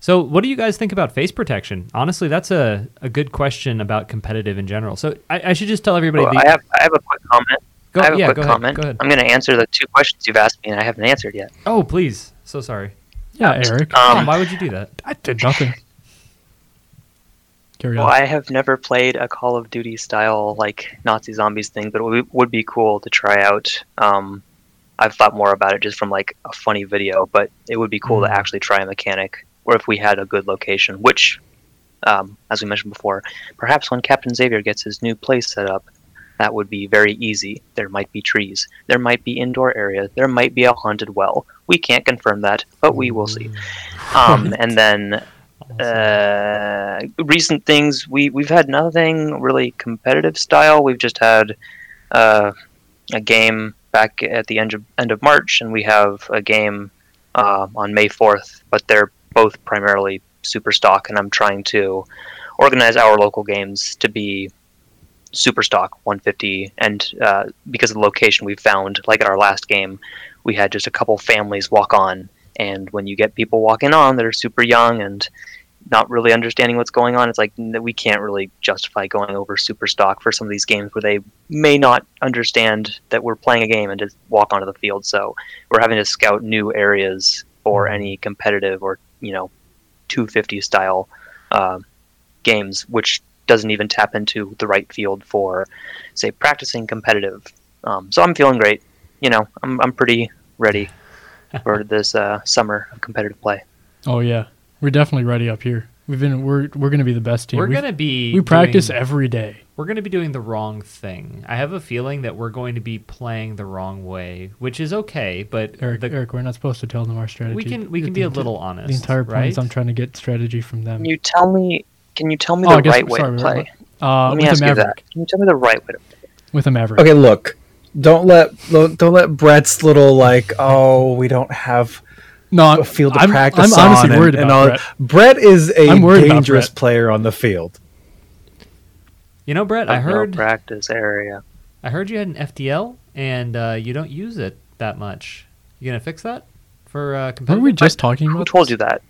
Speaker 2: So, what do you guys think about face protection? Honestly, that's a, a good question about competitive in general. So, I, I should just tell everybody.
Speaker 4: Well,
Speaker 2: the-
Speaker 4: I have I have a quick comment.
Speaker 2: Go-
Speaker 4: I have a
Speaker 2: yeah,
Speaker 4: quick
Speaker 2: go ahead,
Speaker 4: comment.
Speaker 2: go ahead.
Speaker 4: I'm going to answer the two questions you've asked me, and I haven't answered yet.
Speaker 2: oh, please. So sorry.
Speaker 1: Yeah, Eric.
Speaker 2: Tom,
Speaker 4: Um,
Speaker 2: why would you do that?
Speaker 1: I did nothing. Carry
Speaker 4: well,
Speaker 1: on.
Speaker 4: I have never played a Call of Duty style like Nazi zombies thing, but it would- would be cool to try out. Um, I've thought more about it just from like a funny video, but it would be cool to actually try a mechanic, or if we had a good location, which, um, as we mentioned before, perhaps when Captain Xavier gets his new place set up, that would be very easy. There might be trees, there might be indoor areas, there might be a haunted well. We can't confirm that, but we will see. Um, and then uh, recent things we we've had nothing really competitive style. We've just had uh, a game back at the end of end of March, and we have a game uh, on May fourth. But they're both primarily super stock, and I'm trying to organize our local games to be super stock 150 and uh, because of the location we found like at our last game we had just a couple families walk on and when you get people walking on that are super young and not really understanding what's going on, it's like n- we can't really justify going over super stock for some of these games where they may not understand that we're playing a game and just walk onto the field. So we're having to scout new areas for any competitive or you know 250 style uh, games, which doesn't even tap into the right field for say practicing competitive. Um, so I'm feeling great. You know, I'm I'm pretty ready for this uh, summer of competitive play.
Speaker 1: oh yeah, we're definitely ready up here. We've been. We're we're gonna be the best team.
Speaker 2: We're
Speaker 1: We've-
Speaker 2: gonna be
Speaker 1: We practice
Speaker 2: doing-
Speaker 1: every day.
Speaker 2: we're going to be doing the wrong thing. I have a feeling that we're going to be playing the wrong way, which is okay, but
Speaker 1: Eric,
Speaker 2: the,
Speaker 1: Eric, we're not supposed to tell them our strategy.
Speaker 2: we can we
Speaker 1: The-
Speaker 2: can be a
Speaker 1: the-
Speaker 2: little honest.
Speaker 1: The entire point
Speaker 2: right?
Speaker 1: is I'm trying to get strategy from them.
Speaker 4: Can you tell me? Can you tell me
Speaker 1: Oh, I
Speaker 4: the
Speaker 1: guess-
Speaker 4: right way
Speaker 1: sorry,
Speaker 4: to
Speaker 1: we're-
Speaker 4: play?
Speaker 1: Uh,
Speaker 4: Let me
Speaker 1: with
Speaker 4: ask
Speaker 1: a
Speaker 4: you
Speaker 1: maverick.
Speaker 4: that. Can you tell me the right way to play?
Speaker 1: With a maverick.
Speaker 3: Okay, look, don't let lo- don't let Brett's little like, oh, we don't have
Speaker 1: No, I'm,
Speaker 3: a field to
Speaker 1: I'm,
Speaker 3: practice
Speaker 1: I'm honestly
Speaker 3: on
Speaker 1: worried
Speaker 3: and,
Speaker 1: about
Speaker 3: and all. Brett. is a
Speaker 1: I'm worried about
Speaker 3: dangerous
Speaker 1: Brett.
Speaker 3: player on the field.
Speaker 2: You know, Brett, I
Speaker 4: Like, no
Speaker 2: heard
Speaker 4: practice area.
Speaker 2: I heard you had an FDL and uh, you don't use it that much. You gonna fix that for uh,
Speaker 1: that. Were
Speaker 2: competitive?
Speaker 1: we just talking
Speaker 4: Who
Speaker 1: about?
Speaker 4: told you that?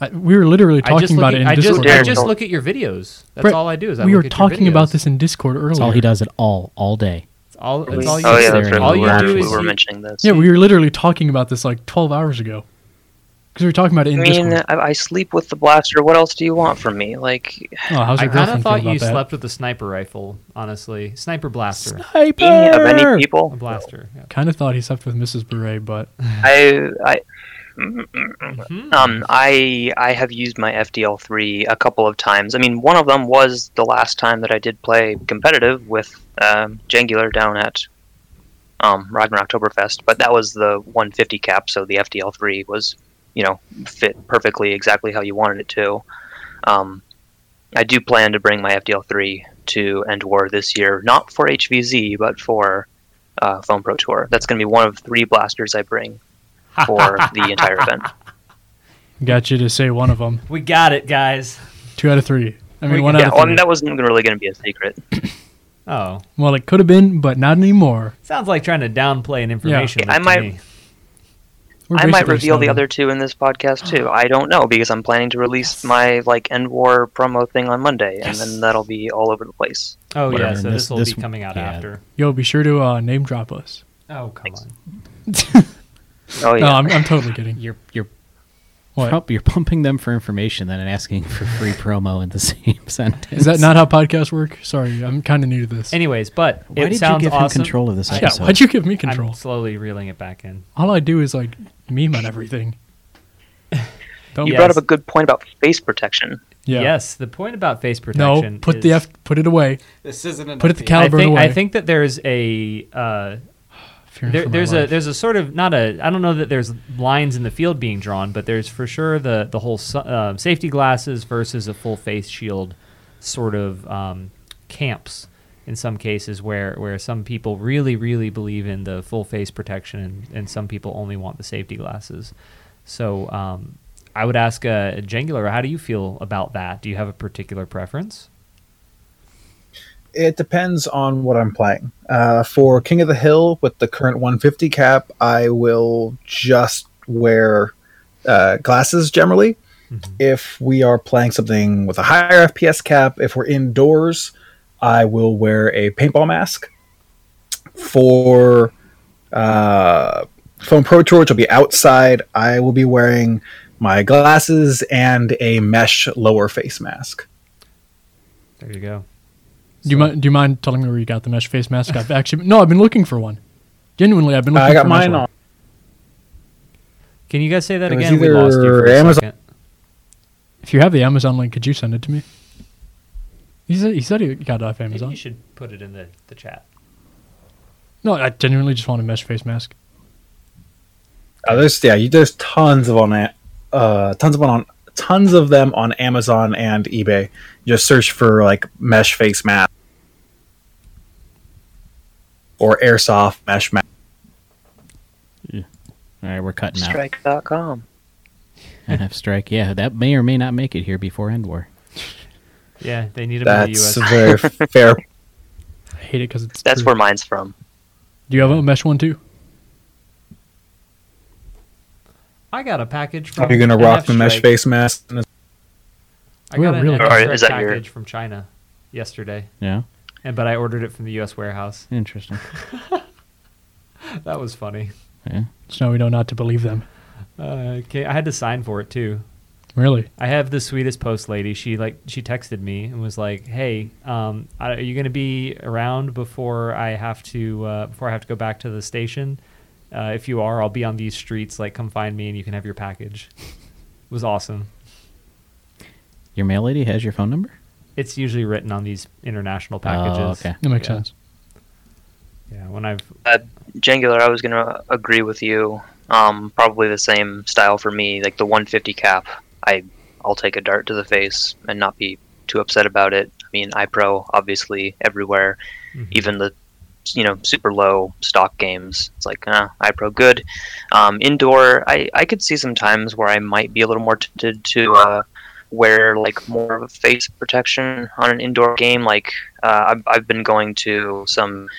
Speaker 1: I, we were literally
Speaker 2: I just
Speaker 1: talking
Speaker 2: look
Speaker 1: about
Speaker 2: at-
Speaker 1: it in
Speaker 2: I just,
Speaker 1: Discord.
Speaker 2: I
Speaker 4: Darren,
Speaker 2: just
Speaker 4: don't-
Speaker 2: look at your videos. That's
Speaker 1: Brett,
Speaker 2: all I do. Is I
Speaker 1: we
Speaker 2: look
Speaker 1: were
Speaker 2: at your
Speaker 1: talking about
Speaker 2: videos.
Speaker 1: this in Discord earlier.
Speaker 5: That's all he does at all, all day.
Speaker 2: It's all, it's all you
Speaker 4: Oh yeah,
Speaker 2: do.
Speaker 4: that's right.
Speaker 5: All
Speaker 4: we
Speaker 5: you
Speaker 4: were,
Speaker 5: do
Speaker 4: actually-
Speaker 5: is
Speaker 4: we were
Speaker 2: you-
Speaker 4: mentioning this.
Speaker 1: Yeah, we were literally talking about this like 12 hours ago. Because we were talking about it
Speaker 4: I
Speaker 1: in
Speaker 4: mean, uh,
Speaker 1: Discord.
Speaker 4: I, I sleep with the blaster. What else do you want from me? Like,
Speaker 1: Oh, how's
Speaker 2: I
Speaker 1: your
Speaker 2: kind of
Speaker 1: girlfriend feel
Speaker 2: thought
Speaker 1: about
Speaker 2: you
Speaker 1: that?
Speaker 2: slept with a sniper rifle. Honestly, sniper blaster,
Speaker 4: any of any people?
Speaker 2: a blaster. Yeah.
Speaker 1: Kind of thought he slept with Mrs. Beret, but
Speaker 4: I, I,
Speaker 2: Mm. Hmm.
Speaker 4: um, I, I have used my FDL three a couple of times. I mean, one of them was the last time that I did play competitive with um, Jangular down at um, Ragnar Oktoberfest, but that was the 150 cap, so the FDL three was, you know, fit perfectly exactly how you wanted it to. Um, I do plan to bring my FDL three to End War this year, not for HVZ, but for uh, Foam Pro Tour. That's going to be one of three blasters I bring for the entire event.
Speaker 1: got you to say one of them.
Speaker 2: We got it, guys.
Speaker 1: Two out of three. I mean,
Speaker 2: We-
Speaker 1: one
Speaker 4: Yeah,
Speaker 1: out
Speaker 4: well, I
Speaker 1: of
Speaker 4: mean,
Speaker 1: three.
Speaker 4: that wasn't really going to be a secret.
Speaker 2: Oh,
Speaker 1: Well, it could have been, but not anymore.
Speaker 2: sounds like trying to downplay an information.
Speaker 4: I
Speaker 2: leak to
Speaker 4: might-
Speaker 2: me.
Speaker 1: We're
Speaker 4: I might
Speaker 1: basically
Speaker 4: reveal the
Speaker 1: snowed
Speaker 4: other two in this podcast too. I don't know because I'm planning to release my like end war promo thing on Monday, and then that'll be all over the place.
Speaker 2: Oh
Speaker 5: Whatever,
Speaker 2: yeah, so
Speaker 5: this-
Speaker 2: this will
Speaker 5: this-
Speaker 2: be coming out
Speaker 5: yeah.
Speaker 2: after.
Speaker 1: in. Yo, be sure to uh, name drop us.
Speaker 2: Oh come on,
Speaker 4: Oh yeah, Oh,
Speaker 1: No, I'm, I'm totally kidding.
Speaker 2: you're
Speaker 5: You're
Speaker 1: What?
Speaker 5: Pump- you're pumping them for information then and asking for free promo in the same sentence.
Speaker 1: Is that not how podcasts work? Sorry, I'm kind of new to this.
Speaker 2: Anyways, but it
Speaker 5: Why did you
Speaker 2: sounds
Speaker 5: give him
Speaker 2: awesome.
Speaker 5: control of this
Speaker 2: I-
Speaker 1: yeah,
Speaker 5: episode?
Speaker 1: why'd you give me control?
Speaker 2: I'm slowly reeling it back in.
Speaker 1: All I do is like meme on everything. Don't
Speaker 4: You
Speaker 2: Yes.
Speaker 4: brought up a good point about face protection.
Speaker 1: yeah.
Speaker 2: Yes, the point about face
Speaker 1: No,
Speaker 2: protection.
Speaker 1: put the
Speaker 2: is-
Speaker 1: F, put it away.
Speaker 6: This isn't an
Speaker 1: Put it the
Speaker 6: update.
Speaker 1: cal-
Speaker 2: I
Speaker 1: Albert
Speaker 2: think, I
Speaker 1: away.
Speaker 2: think that there's a uh,
Speaker 1: Fear
Speaker 2: there,
Speaker 1: for my
Speaker 2: there's a
Speaker 1: life.
Speaker 2: there's a sort of not a I don't know that there's lines in the field being drawn, but there's for sure the the whole su- uh, safety glasses versus a full face shield sort of um, camps in some cases where where some people really really believe in the full face protection and, and some people only want the safety glasses. So um, I would ask uh, Jengular, how do you feel about that? Do you have a particular preference?
Speaker 3: It depends on what I'm playing. Uh, for King of the Hill with the current 150 cap, I will just wear uh, glasses generally.
Speaker 1: Mm-hmm.
Speaker 3: If we are playing something with a higher FPS cap, if we're indoors, I will wear a paintball mask. For uh, Phone Pro Tour, which will be outside, I will be wearing my glasses and a mesh lower face mask.
Speaker 2: There you go.
Speaker 1: Do you mind? Do you mind telling me where you got the mesh face mask? I've actually no. I've been looking for one. Genuinely, I've been. looking
Speaker 3: I got
Speaker 1: for a mesh
Speaker 3: mine
Speaker 1: one.
Speaker 3: on.
Speaker 2: Can you guys say that
Speaker 3: It was
Speaker 2: again? We lost you
Speaker 3: either
Speaker 2: for a
Speaker 3: Amazon-
Speaker 2: second.
Speaker 1: If you have the Amazon link, could you send it to me? He said he said he got it off
Speaker 2: Maybe
Speaker 1: Amazon.
Speaker 2: you should put it in the, the chat.
Speaker 1: No, I genuinely just want a mesh face mask.
Speaker 3: Oh, there's yeah, you, there's tons of on a- uh tons of on, on tons of them on Amazon and eBay. Just search for like mesh face mask or airsoft mesh mask.
Speaker 5: All right, we're cutting out.
Speaker 4: Strike.com.
Speaker 5: And have strike. Yeah, that may or may not make it here before End War.
Speaker 2: Yeah, they need them in the
Speaker 3: That's
Speaker 2: U.S.
Speaker 3: very fair.
Speaker 1: I hate it because it's.
Speaker 4: That's
Speaker 1: true.
Speaker 4: where mine's from.
Speaker 1: Do you have a mesh one too?
Speaker 2: I got a package from.
Speaker 3: Are you gonna
Speaker 2: NF
Speaker 3: rock the mesh
Speaker 2: Strike.
Speaker 3: face mask? And
Speaker 2: I got
Speaker 1: Yeah,
Speaker 2: an
Speaker 1: really.
Speaker 2: NF
Speaker 4: Or
Speaker 2: Strike
Speaker 4: is that your-
Speaker 2: package from China yesterday,
Speaker 5: Yeah,
Speaker 2: and but I ordered it from the U.S. warehouse.
Speaker 5: interesting.
Speaker 2: That was funny.
Speaker 5: Yeah.
Speaker 1: So now we know not to believe them.
Speaker 2: Uh, okay, I had to sign for it too.
Speaker 1: Really?
Speaker 2: I have the sweetest post lady. She like she texted me and was like, "Hey, um, I- are you gonna be around before I have to uh, before I have to go back to the station? Uh, if you are, I'll be on these streets. Like, come find me and you can have your package." it was awesome.
Speaker 5: Your mail lady has your phone number.
Speaker 2: It's usually written on these international packages.
Speaker 5: Oh, okay.
Speaker 1: That makes
Speaker 2: Yeah.
Speaker 1: sense.
Speaker 2: Yeah, when I've
Speaker 4: Jangular, I was going to agree with you. Um, probably the same style for me, like the 150 cap. I, I'll take a dart to the face and not be too upset about it. I mean, iPro, obviously, everywhere.
Speaker 2: Mhm.
Speaker 4: Even the, you know, super low stock games. It's like, uh, iPro, good. Um, indoor, I, I could see some times where I might be a little more tempted to uh, wear, like, more of a face protection on an indoor game. Like, uh, I've, I've been going to some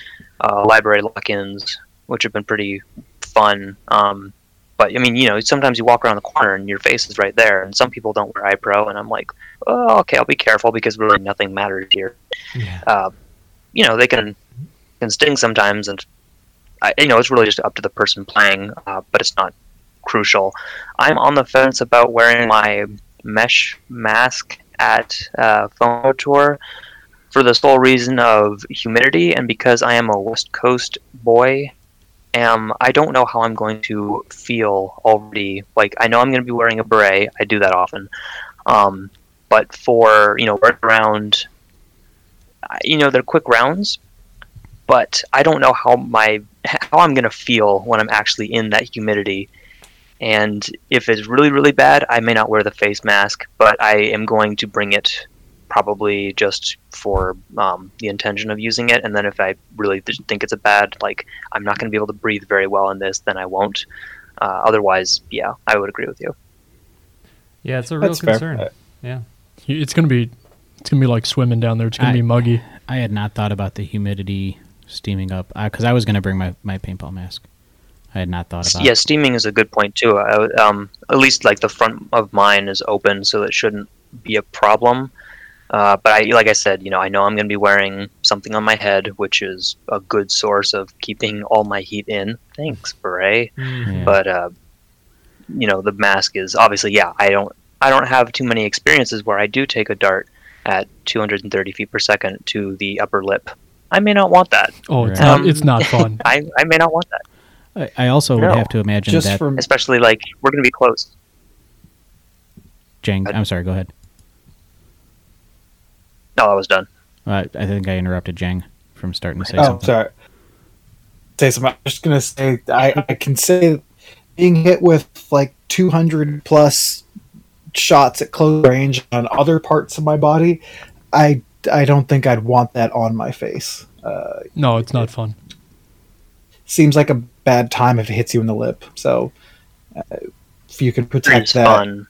Speaker 4: uh, library lock-ins, which have been pretty fun. Um, but I mean, you know, sometimes you walk around the corner and your face is right there, and some people don't wear iPro, and I'm like, oh, okay, I'll be careful because really nothing matters here.
Speaker 2: yeah.
Speaker 4: Uh, you know, they can can sting sometimes, and I, you know, it's really just up to the person playing, uh, but it's not crucial. I'm on the fence about wearing my mesh mask at uh, Phone Tour for the sole reason of humidity and because I am a West Coast boy. Um, I don't know how I'm going to feel already. Like I know I'm going to be wearing a beret. I do that often, um, but for you know right around, I- you know they're quick rounds, but I don't know how my how I'm going to feel when I'm actually in that humidity. And if it's really really bad, I may not wear the face mask, but I am going to bring it probably just for um, the intention of using it. And then if I really th- think it's a bad, like I'm not going to be able to breathe very well in this, then I won't. Uh, otherwise, yeah, I would agree with you.
Speaker 2: yeah, it's a real
Speaker 3: That's fair.
Speaker 2: concern.
Speaker 3: Uh,
Speaker 2: Yeah.
Speaker 1: You- It's gonna be, it's gonna be like swimming down there. It's gonna
Speaker 5: I-
Speaker 1: be muggy.
Speaker 5: I had not thought about the humidity steaming up because I, was going to bring my, my paintball mask. I had not thought
Speaker 4: S-
Speaker 5: about.
Speaker 4: Yeah, steaming is a good point too. I, would- um, at least like the front of mine is open, so it shouldn't be a problem. Uh, but I, like I said, you know, I know I'm going to be wearing something on my head, which is a good
Speaker 2: Mm-hmm.
Speaker 4: source of keeping all my heat in. Thanks, beret.
Speaker 5: Yeah.
Speaker 4: But uh, you know the mask is obviously yeah i don't i don't have too many experiences where i do take a dart at 230 feet per second to the upper lip i may not want that
Speaker 1: Oh, it's
Speaker 5: Right.
Speaker 1: not,
Speaker 4: Um,
Speaker 1: it's not fun.
Speaker 4: i, I may not want that
Speaker 5: I, I also
Speaker 4: No,
Speaker 5: would have to imagine
Speaker 3: Just
Speaker 5: that.
Speaker 3: for
Speaker 4: especially like we're going to be close
Speaker 5: Jang, I'm sorry. Go ahead.
Speaker 4: no that was done
Speaker 5: Uh, I think I interrupted Jang from starting to say
Speaker 3: oh,
Speaker 5: something.
Speaker 3: sorry. Say something. I'm just gonna say I, I can say being hit with like 200 plus shots at close range on other parts of my body, I I don't think I'd want that on my face. Uh,
Speaker 1: No, it's not fun.
Speaker 3: seems like a bad time if it hits you in the lip. So uh, if you can protect
Speaker 4: it's
Speaker 3: that,
Speaker 4: fun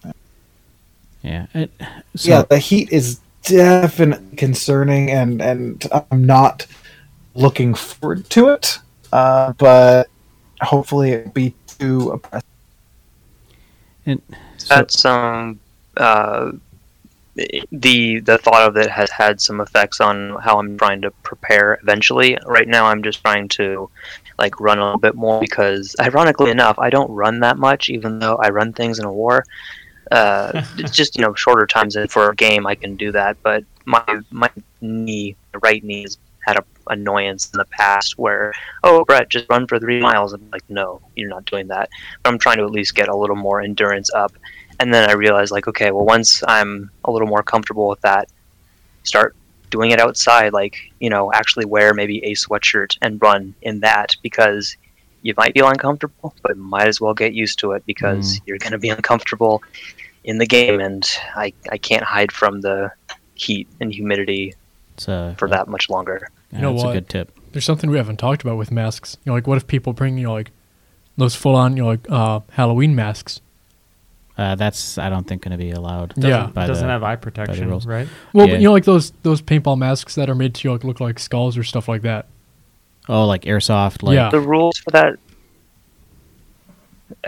Speaker 5: Yeah. It- so,
Speaker 3: yeah, the heat is definitely concerning, and and I'm not looking forward to it. Uh, but hopefully, it be too oppressive.
Speaker 5: so-
Speaker 4: that's um uh the the thought of it has had some effects on how I'm trying to prepare eventually. Right now I'm just trying to like run a little bit more because ironically enough I don't run that much even though I run things in a war. Uh, it's just you know shorter times and for a game I can do that, but my my knee, the right knee, has had a annoyance in the past where oh Brett just run for three miles. I'm like no, you're not doing that. But I'm trying to at least get a little more endurance up and then I realized like, okay, well, once I'm a little more comfortable with that, start doing it outside. Like, you know, actually wear maybe a sweatshirt and run in that because you might feel uncomfortable, but might as well get used to it because you're going to be uncomfortable in the game, and I I can't hide from the heat and humidity
Speaker 5: it's, uh,
Speaker 4: for that much longer.
Speaker 5: yeah,
Speaker 1: You know
Speaker 5: that's
Speaker 1: what?
Speaker 5: a good tip.
Speaker 1: There's something we haven't talked about with masks. You know, like what if people bring you know like those full on you know like uh, Halloween masks?
Speaker 5: Uh, that's I don't think going to be allowed.
Speaker 1: Yeah.
Speaker 2: Doesn't,
Speaker 5: by
Speaker 2: doesn't
Speaker 5: the-
Speaker 2: have eye protection,
Speaker 5: rules.
Speaker 2: right?
Speaker 1: Well,
Speaker 5: Yeah.
Speaker 1: you know like those those paintball masks that are made to like, look like skulls or stuff like that.
Speaker 5: Oh, like airsoft. Like,
Speaker 1: Yeah.
Speaker 4: The rules for that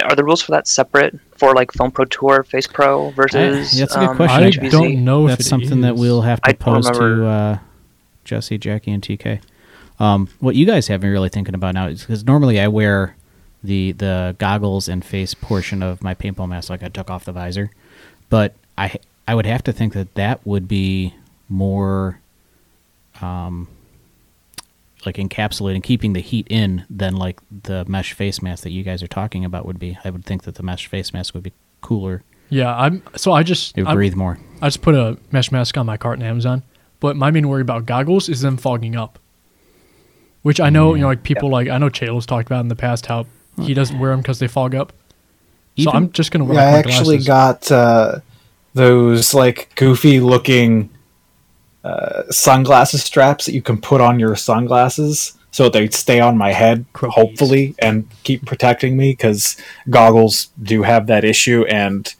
Speaker 4: are the rules for that separate for like Film Pro Tour, Face Pro versus.
Speaker 5: that's a good
Speaker 4: um,
Speaker 5: question.
Speaker 1: I
Speaker 5: Jack.
Speaker 4: HBZ?
Speaker 1: don't know if
Speaker 5: that's
Speaker 1: it
Speaker 5: something that
Speaker 1: is.
Speaker 5: we'll have to
Speaker 4: I don't
Speaker 5: post to
Speaker 4: remember.
Speaker 5: uh, Jesse, Jackie, and TK. Um, what you guys have me really thinking about now is because normally I wear the the goggles and face portion of my paintball mask, like I took off the visor, but I I would have to think that that would be more, um, like encapsulating, keeping the heat in than like the mesh face mask that you guys are talking about would be. I would think that the mesh face mask would be cooler.
Speaker 1: Yeah, I'm. So I just
Speaker 5: It would
Speaker 1: I'm-
Speaker 5: breathe more.
Speaker 1: I just put a mesh mask on my cart in Amazon. But my main worry about goggles is them fogging up. Which I know, you know, like people like I know Chalo's talked about in the past how he doesn't wear them because they fog up.
Speaker 5: Even-
Speaker 1: so I'm just gonna wear
Speaker 3: I
Speaker 1: like, my
Speaker 3: actually
Speaker 1: glasses.
Speaker 3: got uh, those like goofy looking uh, sunglasses straps that you can put on your sunglasses so they stay on my head,
Speaker 1: Crookies.
Speaker 3: hopefully, and keep protecting me because goggles do have that issue. And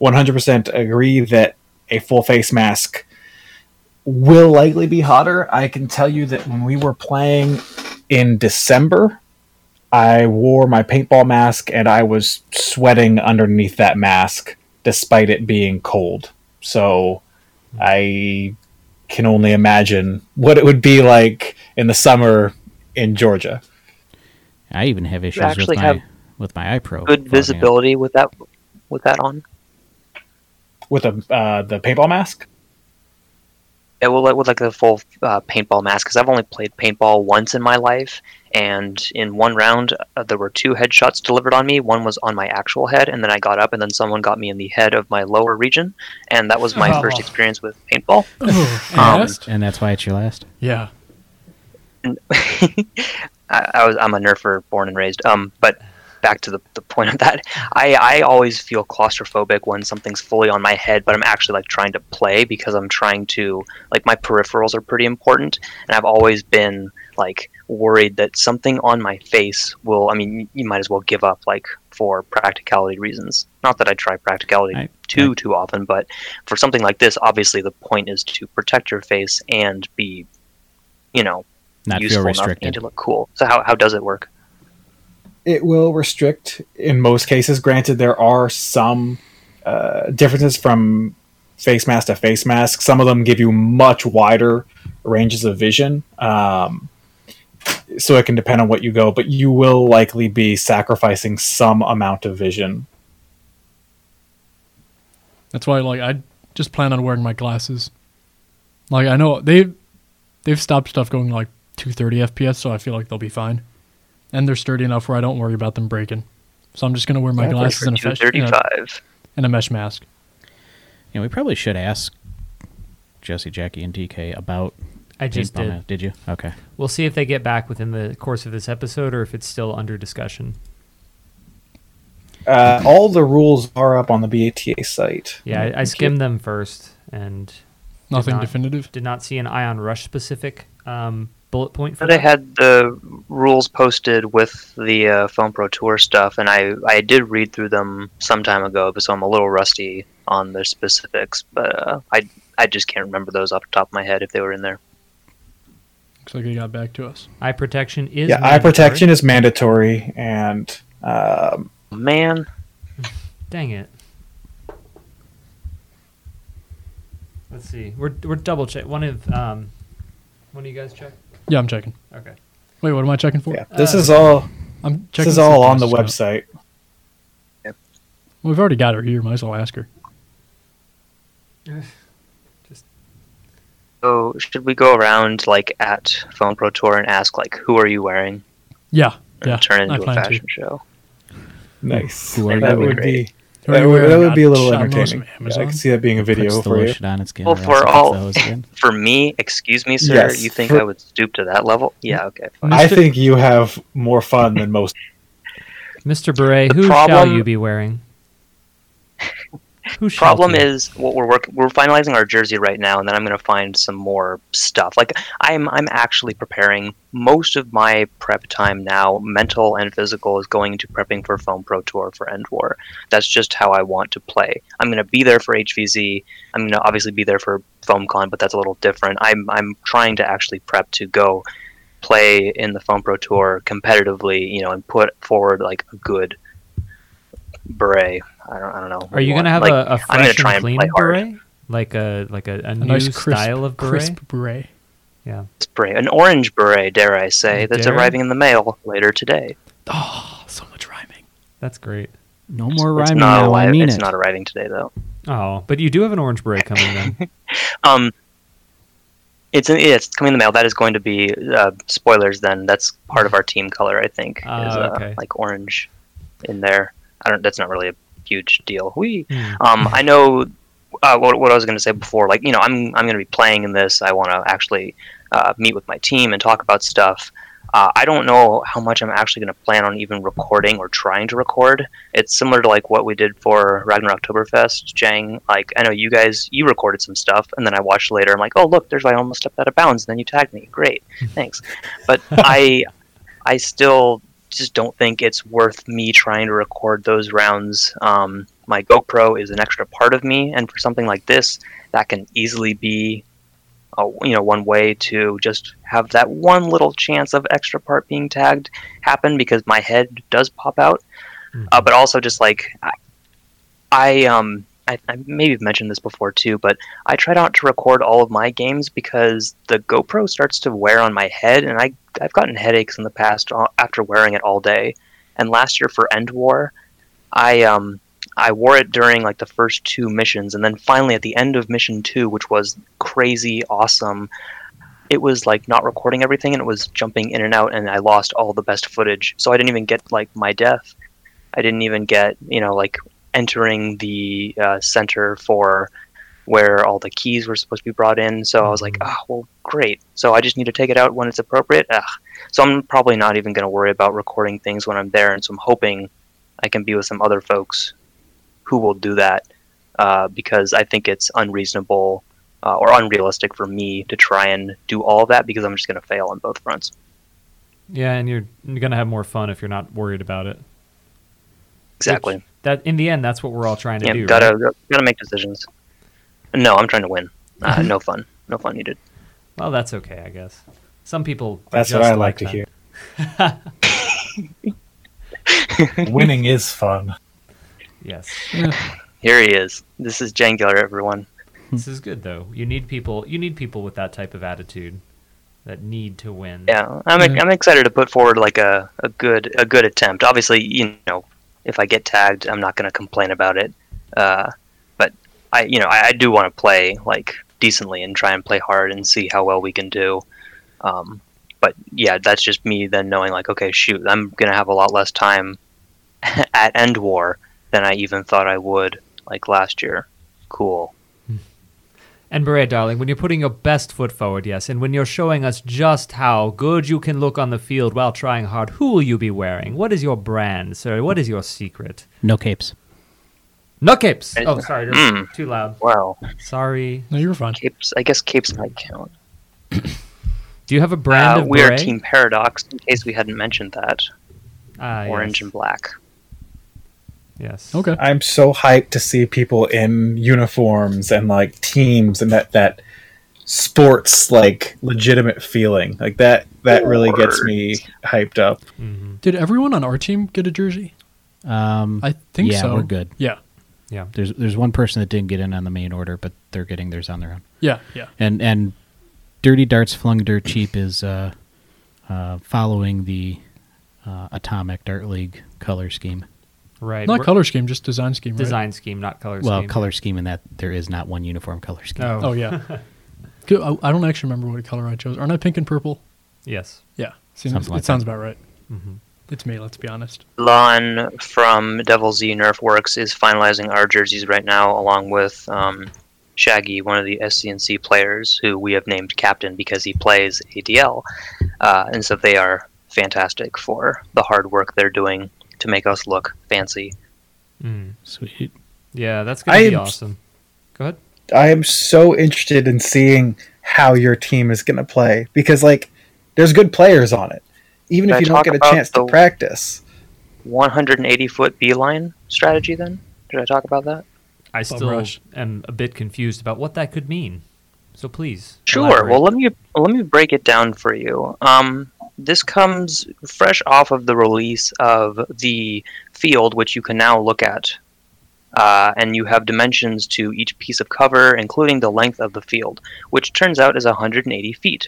Speaker 3: 100% agree that a full face mask will likely be hotter. I can tell you that when we were playing in December, I wore my paintball mask and I was sweating underneath that mask despite it being cold. So I can only imagine what it would be like in the summer in Georgia.
Speaker 5: I even have issues with
Speaker 4: actually
Speaker 5: my
Speaker 4: have
Speaker 5: with my eye pro.
Speaker 4: good visibility with that with that on.
Speaker 3: With a uh, the paintball mask,
Speaker 4: It will like with like the full uh, paintball mask because I've only played paintball once in my life, and in one round uh, there were two headshots delivered on me. One was on my actual head, and then I got up, and then someone got me in the head of my lower region, and that was my
Speaker 2: Oh.
Speaker 4: first experience with paintball.
Speaker 1: Oh,
Speaker 4: Um,
Speaker 1: last?
Speaker 5: and that's why it's your last.
Speaker 1: yeah.
Speaker 4: I, I was I'm a nerfer born and raised. Um, but back to the, the point of that, I I always feel claustrophobic when something's fully on my head, but I'm actually like trying to play because I'm trying to like my peripherals are pretty important, and I've always been like worried that something on my face will. I mean, you- you might as well give up like for practicality reasons. Not that I try practicality
Speaker 5: I-
Speaker 4: too too often, but for something like this, obviously the point is to protect your face and be, you know
Speaker 5: Not
Speaker 4: useful
Speaker 5: feel
Speaker 4: enough
Speaker 5: restricted.
Speaker 4: and to look cool. So how, how does it work?
Speaker 3: it will restrict in most cases. Granted, there are some uh, differences from face mask to face mask. Some of them give you much wider ranges of vision. Um, so it can depend on what you go, but you will likely be sacrificing some amount of vision
Speaker 1: That's why like I just plan on wearing my glasses. Like I know they they've stopped stuff going like 230 FPS, so I feel like they'll be fine. And they're sturdy enough where I don't worry about them breaking. So I'm just gonna wear my
Speaker 3: Yeah,
Speaker 1: glasses and a, fesh, and, a,
Speaker 4: 235.
Speaker 1: and a mesh mask.
Speaker 5: Yeah, we probably should ask Jesse, Jackie, and DK about.
Speaker 2: I just
Speaker 5: paintball
Speaker 2: did.
Speaker 5: now. Did you? Okay.
Speaker 2: We'll see if they get back within the course of this episode or if it's still under discussion.
Speaker 3: Uh, all the rules are up on the BATA site.
Speaker 2: Yeah, I, I skimmed them first and
Speaker 1: Nothing
Speaker 2: not.
Speaker 1: definitive.
Speaker 2: did not see an Ion Rush specific um, bullet point for
Speaker 4: They
Speaker 2: that.
Speaker 4: had the rules posted with the uh, Film Pro Tour stuff, and I, I did read through them some time ago, but so I'm a little rusty on the specifics. But uh, I I just can't remember those off the top of my head if they were in there.
Speaker 1: Looks like they got back to us.
Speaker 2: Eye protection is
Speaker 3: yeah, eye
Speaker 2: mandatory.
Speaker 3: protection is mandatory, and um,
Speaker 4: Man,
Speaker 2: Dang it. Let's see. We're we're double check. One of um, one of you guys check.
Speaker 1: Yeah, I'm checking.
Speaker 2: Okay.
Speaker 1: Wait, what am I checking for?
Speaker 3: yeah, this
Speaker 2: Uh,
Speaker 3: is all
Speaker 1: I'm
Speaker 3: this
Speaker 1: checking.
Speaker 3: is
Speaker 1: for
Speaker 3: all on the
Speaker 1: glasses now.
Speaker 3: website.
Speaker 1: Well, we've already got her here. Might as well ask her.
Speaker 4: so should we go around like at Film Pro Tour and ask like who are you wearing?
Speaker 1: Yeah,
Speaker 4: And
Speaker 1: yeah.
Speaker 4: turn it
Speaker 1: I
Speaker 4: into a
Speaker 1: plan to.
Speaker 4: fashion show.
Speaker 3: Nice.
Speaker 5: Who are
Speaker 3: that
Speaker 5: you?
Speaker 3: would be
Speaker 1: Who are
Speaker 3: that
Speaker 1: you
Speaker 3: would, that
Speaker 1: wearing?
Speaker 3: would be a little
Speaker 1: Got shot most
Speaker 3: entertaining.
Speaker 1: from
Speaker 3: I
Speaker 1: Amazon.
Speaker 3: can see that being a video
Speaker 5: Puts the
Speaker 3: for you.
Speaker 5: lotion on its skin.
Speaker 4: Well,
Speaker 5: or
Speaker 4: for
Speaker 5: else it
Speaker 4: all-
Speaker 5: puts those in.
Speaker 4: For me, excuse me, sir,
Speaker 3: Yes.
Speaker 4: you think
Speaker 3: For-
Speaker 4: I would stoop to that level? Yeah, okay. Fine.
Speaker 3: I
Speaker 1: Mr.
Speaker 3: think you have more fun than most.
Speaker 2: Mr. Beret,
Speaker 4: The
Speaker 2: who shall
Speaker 4: problem-
Speaker 2: you be wearing? Who shall
Speaker 4: problem
Speaker 2: you?
Speaker 4: is what we're working we're finalizing our jersey right now and then i'm going to find some more stuff like i'm i'm actually preparing most of my prep time now mental and physical is going to prepping for foam pro tour for end war that's just how i want to play i'm going to be there for hvz i'm going to obviously be there for foam con but that's a little different i'm i'm trying to actually prep to go play in the foam pro tour competitively you know and put forward like a good beret I don't, I don't know.
Speaker 2: Are you
Speaker 4: Like,
Speaker 2: gonna have a, a
Speaker 4: I'm gonna
Speaker 2: fresh
Speaker 4: try
Speaker 2: and
Speaker 4: and
Speaker 2: clean
Speaker 4: play hard.
Speaker 2: beret? Like a like a, a,
Speaker 1: A
Speaker 2: new
Speaker 1: nice crisp,
Speaker 2: style of beret?
Speaker 1: crisp beret.
Speaker 2: Yeah.
Speaker 4: beret, an orange beret, dare I say, that's
Speaker 2: Dare?
Speaker 4: arriving in the mail later today.
Speaker 1: Oh, so much rhyming.
Speaker 2: That's great.
Speaker 5: No more
Speaker 4: it's
Speaker 5: rhyming
Speaker 4: not
Speaker 5: now.
Speaker 4: arriving.
Speaker 5: I mean
Speaker 4: it's
Speaker 5: it.
Speaker 4: not arriving today though.
Speaker 2: Oh, but you do have an orange beret coming then.
Speaker 4: Um, it's in, yeah, it's coming in the mail. That is going to be uh, spoilers. Then that's part of our team color, I think, is
Speaker 2: Ah,
Speaker 4: uh,
Speaker 2: okay.
Speaker 4: like orange in there. I don't. That's not really a huge deal. We.
Speaker 2: Hmm.
Speaker 4: Um, I know uh, what, what I was going to say before. Like, you know, I'm I'm going to be playing in this. I want to actually uh, meet with my team and talk about stuff. Uh, I don't know how much I'm actually going to plan on even recording or trying to record. It's similar to like what we did for Ragnar Oktoberfest, Jang. Like, I know you guys you recorded some stuff, and then I watched later. I'm like, oh look, there's I almost stepped out of bounds, and then you tagged me. Great, thanks. But I, I still just don't think it's worth me trying to record those rounds. Um, my GoPro is an extra part of me, and for something like this, that can easily be, a, you know, one way to just have that one little chance of extra part being tagged happen because my head does pop out.
Speaker 2: hmm.
Speaker 4: Uh, but also just like I, I um I, I maybe have mentioned this before too, but I try not to record all of my games because the GoPro starts to wear on my head, and I I've gotten headaches in the past a- after wearing it all day. And last year for End War, I um I wore it during like the first two missions, and then finally at the end of mission two, which was crazy awesome. It was like not recording everything, and it was jumping in and out, and I lost all the best footage. So I didn't even get like my death. I didn't even get you know like entering the uh, center for where all the keys were supposed to be brought in. So I was like, oh well, great. So I just need to take it out when it's appropriate. Ugh. So I'm probably not even going to worry about recording things when I'm there, and so I'm hoping I can be with some other folks who will do that uh, because I think it's unreasonable. Uh, or unrealistic for me to try and do all that because I'm just going to fail on both fronts.
Speaker 2: Yeah, and you're, you're gonna have more fun if you're not worried about it.
Speaker 4: Exactly.
Speaker 2: Which- that in the end, that's what we're all trying to
Speaker 4: yeah,
Speaker 2: do.
Speaker 4: gotta
Speaker 2: right?
Speaker 4: gotta make decisions. No, I'm trying to win. Uh, no fun, no fun needed.
Speaker 2: Well, that's okay, I guess. Some people. are
Speaker 3: That's what
Speaker 2: just
Speaker 3: I like to
Speaker 2: that.
Speaker 3: hear. Winning is fun.
Speaker 2: Yes,
Speaker 4: Here he is. This is Jangular, everyone.
Speaker 2: this is good though. You need people. You need people with that type of attitude, that need to win.
Speaker 4: Yeah, I'm
Speaker 1: Yeah.
Speaker 4: I'm excited to put forward like a, a good a good attempt. Obviously, you know, if I get tagged, I'm not going to complain about it. Uh, but I you know I, I do want to play like decently and try and play hard and see how well we can do. Um, but yeah, that's just me then knowing like, okay, shoot, I'm gonna have a lot less time at End War than I even thought I would like last year. Cool.
Speaker 2: And Beret, darling, when you're putting your best foot forward, yes, and when you're showing us just how good you can look on the field while trying hard, who will you be wearing? What is your brand, sir? What is your secret?
Speaker 5: No capes.
Speaker 2: No capes. Oh,
Speaker 4: Uh,
Speaker 2: sorry, that's
Speaker 4: mm.
Speaker 2: too loud.
Speaker 4: Wow.
Speaker 2: Sorry.
Speaker 1: No, you were fine.
Speaker 4: Capes. I guess capes might count.
Speaker 2: Do you have a brand
Speaker 4: uh,
Speaker 2: of
Speaker 4: we are
Speaker 2: beret?
Speaker 4: Team Paradox. In case we hadn't mentioned that,
Speaker 2: Ah,
Speaker 4: orange
Speaker 2: yes.
Speaker 4: and black.
Speaker 2: Yes.
Speaker 1: Okay.
Speaker 3: I'm so hyped to see people in uniforms and like teams and that that sports like legitimate feeling. Like that that really gets me hyped up.
Speaker 2: hmm
Speaker 1: Did everyone on our team get a jersey?
Speaker 5: Um,
Speaker 1: I think
Speaker 5: yeah,
Speaker 1: so.
Speaker 5: we're good.
Speaker 1: Yeah.
Speaker 2: Yeah.
Speaker 5: There's there's one person that didn't get in on the main order, but they're getting theirs on their own.
Speaker 1: Yeah. Yeah.
Speaker 5: And and dirty darts flung dirt cheap is uh, uh, following the uh, atomic dart league color scheme.
Speaker 2: Right.
Speaker 1: Not
Speaker 2: We're-
Speaker 1: color scheme, just design scheme. right?
Speaker 2: Design scheme, not color
Speaker 5: well,
Speaker 2: scheme.
Speaker 5: color scheme in that there is not one uniform color scheme.
Speaker 2: Oh.
Speaker 1: Oh yeah. Good, I, I don't actually remember what color I chose. Aren't I pink and purple?
Speaker 2: Yes.
Speaker 1: Yeah. Seems,
Speaker 5: Something like
Speaker 1: it sounds about right.
Speaker 2: hmm
Speaker 1: It's me. Let's be honest.
Speaker 4: Lon from Devil Z Nerf Works is finalizing our jerseys right now, along with um, Shaggy, one of the SCNC players who we have named captain because he plays ADL, uh, and so they are fantastic for the hard work they're doing to make us look fancy.
Speaker 2: Mm.
Speaker 5: Sweet.
Speaker 2: Yeah, that's gonna be
Speaker 3: I'm-
Speaker 2: awesome. Go ahead.
Speaker 3: I am so interested in seeing how your team is going to play because like there's good players on it even
Speaker 4: Can
Speaker 3: if
Speaker 4: I
Speaker 3: you don't
Speaker 4: talk
Speaker 3: get a
Speaker 4: about
Speaker 3: chance to
Speaker 4: the-
Speaker 3: practice.
Speaker 4: 180 foot beeline strategy. Then did I talk about that?
Speaker 2: I still
Speaker 1: rush.
Speaker 2: am a bit confused about what that could mean. So please.
Speaker 4: Sure.
Speaker 2: elaborate.
Speaker 4: Well, let me let me break it down for you. Um, this comes fresh off of the release of the field, which you can now look at, uh, and you have dimensions to each piece of cover, including the length of the field, which turns out is 180 feet.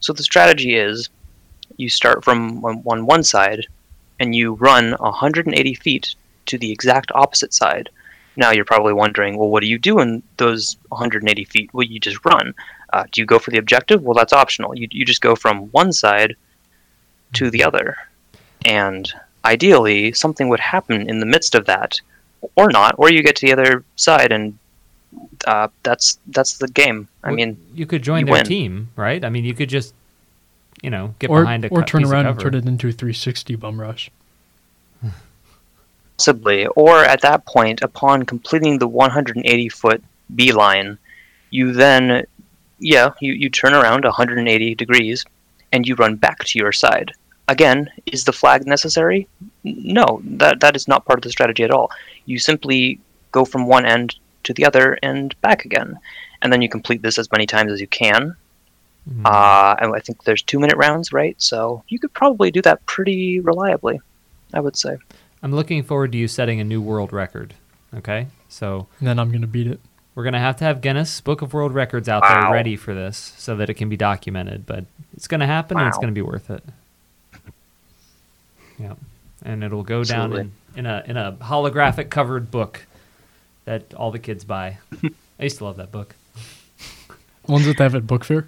Speaker 4: So the strategy is, you start from on, on one side, and you run 180 feet to the exact opposite side. Now you're probably wondering, well, what do you do in those 180 feet? Well, you just run. Uh, do you go for the objective? Well, that's optional. You, you just go from one side to the other. And ideally, something would happen in the midst of that, or not, or you get to the other side, and uh, that's that's the game. I
Speaker 2: Well,
Speaker 4: mean,
Speaker 2: you could join
Speaker 4: you
Speaker 2: their
Speaker 4: win.
Speaker 2: team, right? I mean, you could just, you know, get
Speaker 1: or
Speaker 2: behind a
Speaker 1: or
Speaker 2: cut-
Speaker 1: turn
Speaker 2: piece of
Speaker 1: around and
Speaker 2: cover.
Speaker 1: turn it into a 360 bum rush.
Speaker 4: Possibly, or at that point, upon completing the 180 foot beeline, you then, yeah, you, you turn around 180 degrees and you run back to your side. Again, is the flag necessary? N- No, that, that is not part of the strategy at all. You simply go from one end to the other and back again. And then you complete this as many times as you can.
Speaker 2: Mhm.
Speaker 4: Uh, and I think there's two minute rounds, right? So you could probably do that pretty reliably, I would say.
Speaker 2: I'm looking forward to you setting a new world record. Okay, so
Speaker 1: And then I'm gonna beat it.
Speaker 2: we're gonna have to have Guinness Book of World Records out there
Speaker 4: Wow.
Speaker 2: ready for this, so that it can be documented. But it's gonna happen, and it's
Speaker 4: Wow.
Speaker 2: gonna be worth it. Yeah, and it'll go down
Speaker 4: Absolutely.
Speaker 2: in, in a in a holographic covered book that all the kids buy. I used to love that book.
Speaker 1: Ones that they have at book fair.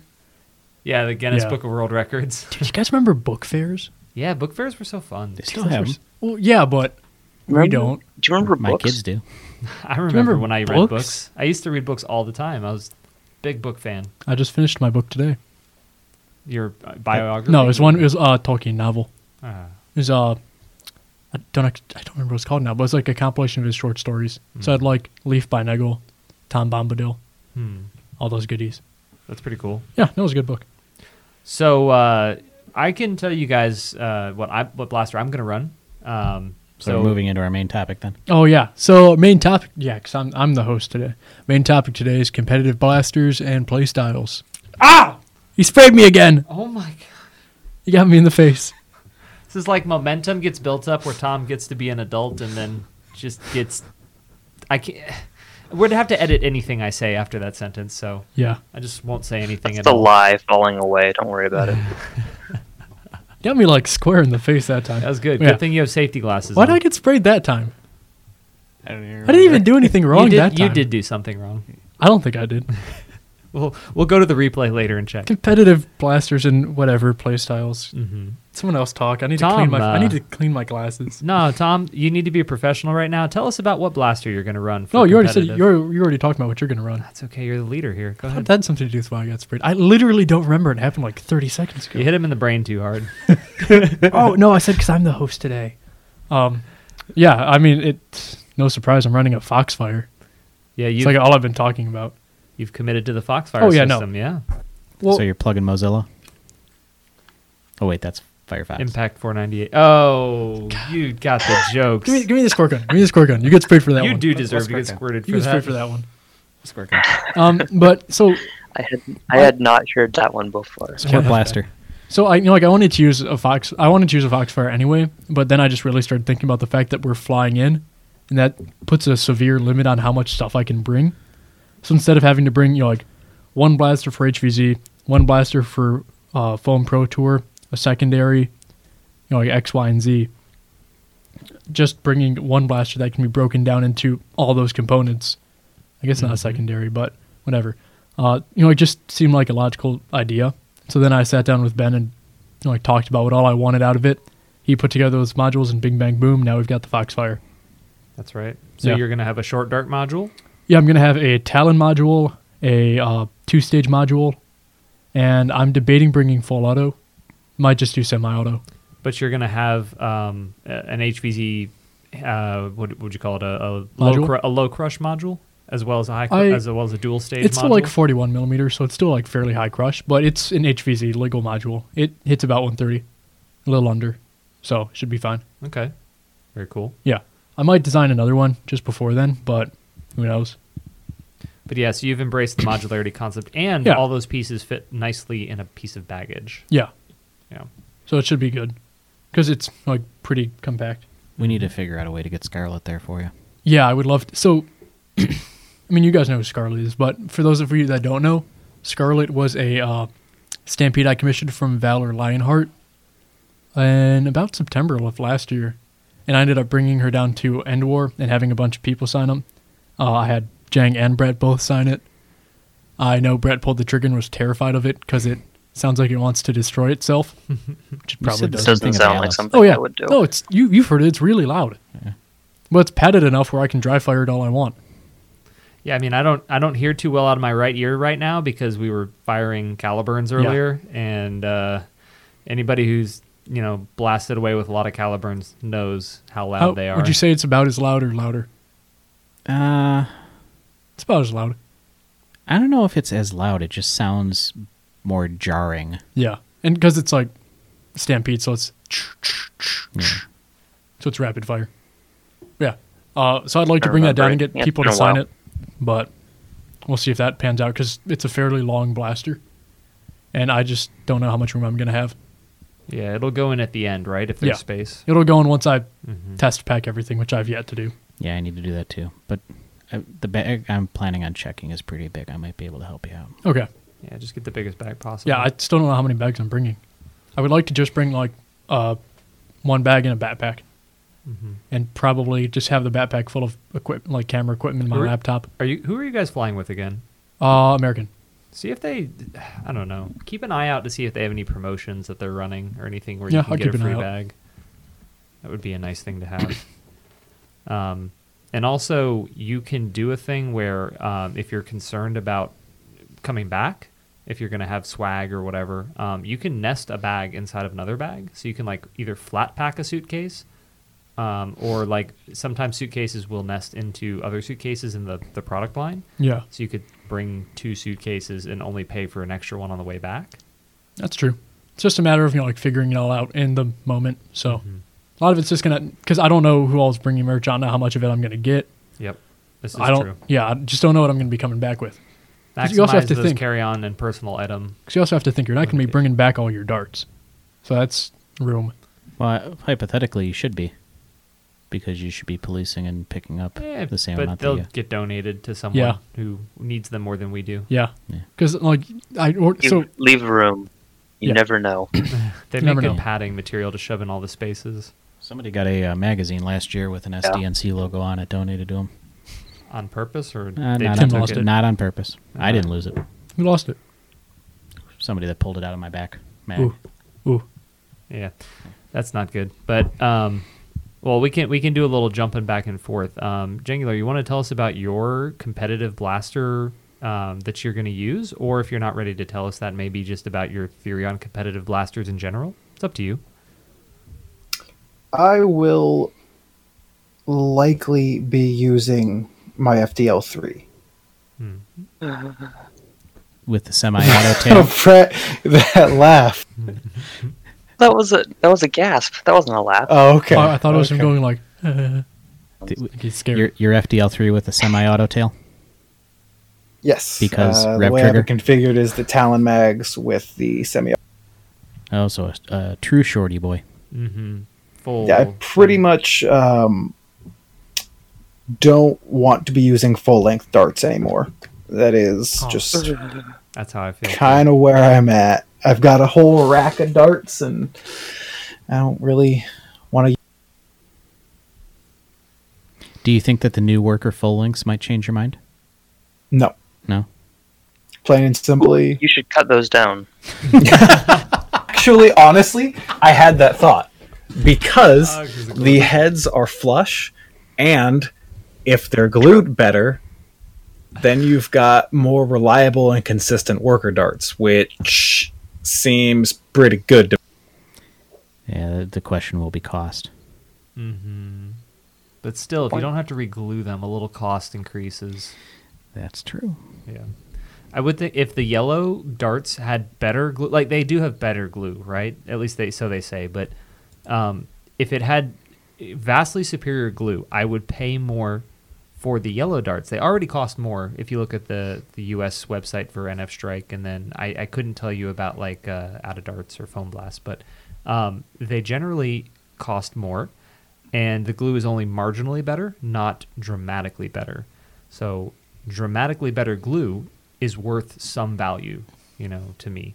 Speaker 2: Yeah, the Guinness
Speaker 1: Yeah.
Speaker 2: Book of World Records.
Speaker 1: Dude, you guys remember book fairs?
Speaker 2: yeah, book fairs were so fun.
Speaker 5: They still have 'em.
Speaker 1: Well, yeah, but we
Speaker 4: Remember-
Speaker 1: don't.
Speaker 4: Do you remember
Speaker 5: My
Speaker 4: books?
Speaker 5: kids do.
Speaker 2: I remember,
Speaker 1: remember
Speaker 2: when I read
Speaker 1: books?
Speaker 2: books? I used to read books all the time. I was a big book fan.
Speaker 1: I just finished my book today.
Speaker 2: Your uh, biography?
Speaker 1: No, it was one. It was a uh, Tolkien novel.
Speaker 2: Ah,
Speaker 1: It was uh, I don't act- I don't remember what it's called now, but it's like a compilation of his short stories. So I had like Leaf by Nagel, Tom Bombadil,
Speaker 2: hmm.
Speaker 1: all those goodies.
Speaker 2: That's pretty cool.
Speaker 1: Yeah, that was a good book.
Speaker 2: So uh, I can tell you guys uh, what I what blaster I'm going to run. Um,
Speaker 5: So,
Speaker 2: so
Speaker 5: we're moving into our main topic then.
Speaker 1: Oh yeah. So main topic. Yeah, because I'm I'm the host today. Main topic today is competitive blasters and playstyles.
Speaker 2: Ah!
Speaker 1: He sprayed me again.
Speaker 2: Oh my god!
Speaker 1: He got me in the face.
Speaker 2: This is like momentum gets built up where Tom gets to be an adult and then just gets. I can't. We'd have to edit anything I say after that sentence, so
Speaker 1: Yeah,
Speaker 2: I just won't say anything
Speaker 4: It's
Speaker 2: at
Speaker 4: the
Speaker 2: all.
Speaker 4: lie falling away. Don't worry about it.
Speaker 1: got me like square in the face that time.
Speaker 2: That was good.
Speaker 1: Yeah.
Speaker 2: Good thing you have safety glasses.
Speaker 1: Why
Speaker 2: on.
Speaker 1: did I get sprayed that time?
Speaker 6: I don't even.
Speaker 1: I didn't even do anything wrong
Speaker 2: you did,
Speaker 1: that time.
Speaker 2: You did do something wrong.
Speaker 1: I don't think I did.
Speaker 2: We'll we'll go to the replay later and check.
Speaker 1: Competitive blasters and whatever playstyles.
Speaker 2: hmm
Speaker 1: Someone else talk. I need to
Speaker 2: Tom,
Speaker 1: clean my. I
Speaker 2: uh,
Speaker 1: need to clean my glasses.
Speaker 2: No, Tom, you need to be a professional right now. Tell us about what blaster you're going to run. For
Speaker 1: No, Oh, you already said
Speaker 2: competitive.
Speaker 1: you are you already talked about what you're gonna run.
Speaker 2: That's okay. You're the leader here.
Speaker 1: That
Speaker 2: Go ahead.
Speaker 1: had something to do with why I got sprayed. I literally don't remember. It happened like 30 seconds ago.
Speaker 2: You hit him in the brain too hard.
Speaker 1: oh no, I said because I'm the host today. Um, yeah, I mean it's no surprise I'm running a Foxfire.
Speaker 2: Yeah,
Speaker 1: It's
Speaker 2: you've,
Speaker 1: like all I've been talking about.
Speaker 2: you've committed to the Foxfire
Speaker 1: Oh, yeah, no.
Speaker 2: system. Yeah,
Speaker 1: Well,
Speaker 5: so you're plugging Mozilla. Oh wait, that's Firefox.
Speaker 2: Impact 498. Oh, you got the jokes.
Speaker 1: give me give me the squirt gun. Give me the squirt gun. You get sprayed for that
Speaker 2: you
Speaker 1: one.
Speaker 2: do
Speaker 5: Let's-
Speaker 2: deserve
Speaker 5: let's
Speaker 2: to get
Speaker 5: work on-
Speaker 2: squirted
Speaker 1: You
Speaker 2: for
Speaker 1: get sprayed
Speaker 2: that.
Speaker 1: for that one.
Speaker 5: Squirt gun.
Speaker 1: Um, but so
Speaker 4: I had I had not heard that one before.
Speaker 5: Squirt blaster.
Speaker 1: So I you know like I wanted to use a fox. I wanted to use a foxfire anyway, but then I just really started thinking about the fact that we're flying in, and that puts a severe limit on how much stuff I can bring. So instead of having to bring you know like one blaster for HVZ, one blaster for uh, foam pro tour, a secondary, you know like X, Y, and Z. Just bringing one blaster that can be broken down into all those components. I guess not a secondary, but whatever. Uh, you know, it just seemed like a logical idea. So then I sat down with Ben and you know, like talked about what all I wanted out of it. He put together those modules and Bing Bang Boom. Now we've got the Foxfire.
Speaker 2: That's right. So
Speaker 1: Yeah.
Speaker 2: you're going to have a short dart module.
Speaker 1: Yeah, I'm gonna have a Talon module, a uh, two-stage module, and I'm debating bringing full auto. Might just do semi-auto.
Speaker 2: but you're going to have um, a- an HVZ. Uh, what would you call it? A, a low
Speaker 1: Module?
Speaker 2: cru- a low crush module, as well as a high cru-
Speaker 1: I-
Speaker 2: as well as a dual stage.
Speaker 1: It's
Speaker 2: module.
Speaker 1: still like 41 millimeters, so it's still like fairly high crush, but it's an HVZ legal module. It hits about 130, a little under, so should be fine.
Speaker 2: okay, very cool.
Speaker 1: Yeah, I might design another one just before then, but who knows?
Speaker 2: But yeah, so you've embraced the modularity concept, and
Speaker 1: Yeah.
Speaker 2: all those pieces fit nicely in a piece of baggage.
Speaker 1: Yeah,
Speaker 2: Yeah,
Speaker 1: so it should be good because it's like pretty compact.
Speaker 5: We need to figure out a way to get Scarlet there for you.
Speaker 1: Yeah, I would love to. So, I mean, you guys know who Scarlet is, but for those of you that don't know, Scarlet was a uh, stampede I commissioned from Valor Lionheart in about September of last year. And I ended up bringing her down to End War and having a bunch of people sign them. Uh, I had Jang and Brett both sign it. I know Brett pulled the trigger and was terrified of it because it sounds like it wants to destroy itself, which it probably
Speaker 5: said
Speaker 1: does.
Speaker 4: It
Speaker 5: this Something
Speaker 4: doesn't sound
Speaker 5: about
Speaker 4: like
Speaker 5: us.
Speaker 4: something
Speaker 1: Oh yeah.
Speaker 4: I would do.
Speaker 1: No, it's you. You've heard it. It's really loud. Well, it's padded enough where I can dry fire it all I want.
Speaker 2: yeah. I mean, I don't I don't hear too well out of my right ear right now because we were firing caliburns earlier, and uh, anybody who's you know blasted away with a lot of caliburns knows how loud
Speaker 1: How-
Speaker 2: Uh, they are.
Speaker 1: Would Oh, you say it's about as loud or louder?
Speaker 5: Uh,
Speaker 1: It's about as loud.
Speaker 5: I don't know if it's as loud. It just sounds more jarring.
Speaker 1: Yeah, and because it's like stampede, so it's so it's rapid fire. Yeah. Uh, so I'd like to
Speaker 4: I
Speaker 1: bring that down
Speaker 4: remember
Speaker 1: and
Speaker 4: it.
Speaker 1: get
Speaker 4: Yeah,
Speaker 1: people
Speaker 4: it's
Speaker 1: to
Speaker 4: been a
Speaker 1: sign
Speaker 4: while.
Speaker 1: it, but we'll see if that pans out because it's a fairly long blaster, and I just don't know how much room I'm gonna have.
Speaker 2: Yeah, it'll go in at the end, right? If there's
Speaker 1: Yeah.
Speaker 2: space.
Speaker 1: It'll go in once I
Speaker 2: Mm-hmm.
Speaker 1: test pack everything, which I've yet to do.
Speaker 5: Yeah, I need to do that too. But I, the bag I'm planning on checking is pretty big. I might be able to help you out.
Speaker 1: Okay.
Speaker 2: Yeah, just get the biggest bag possible.
Speaker 1: Yeah, I still don't know how many bags I'm bringing. I would like to just bring like uh, one bag and a backpack,
Speaker 2: Mm-hmm.
Speaker 1: and probably just have the backpack full of equip like camera equipment, my
Speaker 2: Are we-
Speaker 1: laptop.
Speaker 2: are you? Who are you guys flying with again?
Speaker 1: Uh, American.
Speaker 2: See if they, I don't know. Keep an eye out to see if they have any promotions that they're running or anything where
Speaker 1: Yeah,
Speaker 2: you can
Speaker 1: I'll
Speaker 2: get a
Speaker 1: keep an eye
Speaker 2: free
Speaker 1: out.
Speaker 2: bag. That would be a nice thing to have. um, and also, you can do a thing where um, if you're concerned about coming back, if you're going to have swag or whatever, um, you can nest a bag inside of another bag. So you can like either flat pack a suitcase. Um, or like sometimes suitcases will nest into other suitcases in the, the product line.
Speaker 1: Yeah,
Speaker 2: So you could bring two suitcases and only pay for an extra one on the way back.
Speaker 1: that's true. It's just a matter of you know like figuring it all out in the moment. So
Speaker 2: Mm-hmm.
Speaker 1: a lot of it's just gonna because I don't know who all's bringing merch. I don't know how much of it I'm gonna get.
Speaker 2: Yep. This is
Speaker 1: I don't.
Speaker 2: true.
Speaker 1: Yeah, I just don't know what I'm gonna be coming back with.
Speaker 2: Maximize
Speaker 1: 'Cause you also have to
Speaker 2: those
Speaker 1: think-
Speaker 2: carry on and personal item.
Speaker 1: Because you also have to think you're not gonna be
Speaker 2: Okay.
Speaker 1: bringing back all your darts, so that's room.
Speaker 5: Well, hypothetically, you should be, because you should be policing and picking up
Speaker 2: Eh,
Speaker 5: the same
Speaker 2: but
Speaker 5: amount
Speaker 2: they'll
Speaker 5: that you.
Speaker 2: get donated to someone
Speaker 1: Yeah.
Speaker 2: who needs them more than we do.
Speaker 1: Yeah,
Speaker 5: Yeah.
Speaker 1: because like I or,
Speaker 4: You
Speaker 1: so
Speaker 4: leave room. You
Speaker 1: Yeah.
Speaker 4: never know.
Speaker 2: They
Speaker 1: Never
Speaker 2: make
Speaker 1: know.
Speaker 2: good padding material to shove in all the spaces.
Speaker 5: Somebody got a uh, magazine last year with an SDNC logo on it donated to them.
Speaker 2: on purpose or
Speaker 5: Uh,
Speaker 2: they
Speaker 5: not,
Speaker 2: took
Speaker 5: on
Speaker 1: Tim lost
Speaker 5: purpose.
Speaker 1: it.
Speaker 5: not on purpose. I
Speaker 2: Ah.
Speaker 5: didn't lose it.
Speaker 1: Who lost it?
Speaker 5: Somebody that pulled it out of my back. Mag.
Speaker 1: Ooh, ooh.
Speaker 2: Yeah, that's not good. But um, well, we can we can do a little jumping back and forth. Um, Jangular, you want to tell us about your competitive blaster um, that you're going to use, or if you're not ready to tell us that, maybe just about your theory on competitive blasters in general. It's up to you.
Speaker 6: I will likely be using my FDL three.
Speaker 5: With the semi-auto
Speaker 2: Oh,
Speaker 5: tail.
Speaker 6: Fred, that laugh.
Speaker 4: That was a that was a gasp. That wasn't a laugh.
Speaker 6: Oh, okay.
Speaker 1: I, I thought it was
Speaker 6: okay.
Speaker 1: him going like, "Uh,
Speaker 5: Th-
Speaker 1: like he's scared.
Speaker 5: your, your FDL3 with a semi-auto tail.
Speaker 6: Yes,
Speaker 5: Because
Speaker 6: uh, the
Speaker 5: rev
Speaker 6: way
Speaker 5: trigger?
Speaker 6: I've it configured is the Talon mags with the semi.
Speaker 5: Oh, so a, a true shorty boy.
Speaker 2: Mm-hmm. Full.
Speaker 6: Yeah, I pretty much um, don't want to be using full length darts anymore. That is
Speaker 1: Oh.
Speaker 6: just
Speaker 2: That's how I feel. too.
Speaker 6: kind of where I'm at. I've got a whole rack of darts, and I don't really want to.
Speaker 5: Do you think that the new worker full links might change your mind?
Speaker 6: No,
Speaker 5: No.
Speaker 6: plain and simply.
Speaker 4: You should cut those down.
Speaker 3: Actually, honestly, I had that thought because
Speaker 2: Oh, 'cause of
Speaker 3: the heads are flush, and if they're glued better, then you've got more reliable and consistent worker darts, which seems pretty good to
Speaker 5: Yeah, the- the question will be cost.
Speaker 2: Mm-hmm. But still, if you don't have to reglue them, a little cost increases.
Speaker 5: That's true.
Speaker 2: Yeah. I would think if the yellow darts had better glue, like they do have better glue, right? At least they so they say. But um, if it had vastly superior glue, I would pay more for the yellow darts. They already cost more if you look at the the U.S. website for NF Strike, and then I, I couldn't tell you about like uh, out of darts or foam blast, but um, they generally cost more, and the glue is only marginally better, not dramatically better. So dramatically better glue is worth some value, you know, to me.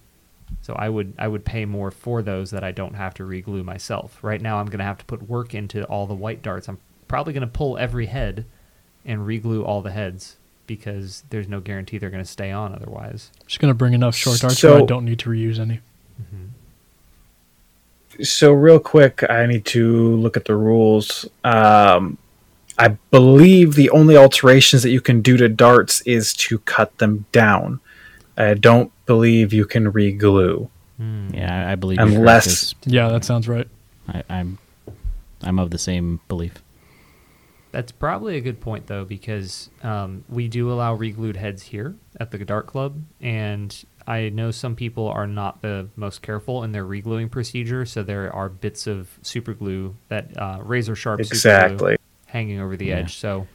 Speaker 2: So I would I would pay more for those that I don't have to reglue myself. Right now I'm going to have to put work into all the white darts. I'm probably going to pull every head and reglue all the heads because there's no guarantee they're going to stay on otherwise.
Speaker 1: Just gonna bring enough short darts
Speaker 3: So-
Speaker 1: where I don't need to reuse any.
Speaker 3: so real quick i need to look at the rules um i believe the only alterations that you can do to darts is to cut them down i don't believe you can re-glue
Speaker 2: Hmm.
Speaker 5: Yeah, I, I believe. you're correct,
Speaker 3: Unless-
Speaker 5: is-
Speaker 1: Yeah, that sounds right.
Speaker 5: I, I'm, I'm of the same belief.
Speaker 2: That's probably a good point though, because um, we do allow reglued heads here at the Dart Club, and I know some people are not the most careful in their regluing procedure, so there are bits of super glue that uh, razor sharp super glue
Speaker 3: exactly
Speaker 2: hanging over the
Speaker 5: Yeah.
Speaker 2: edge. So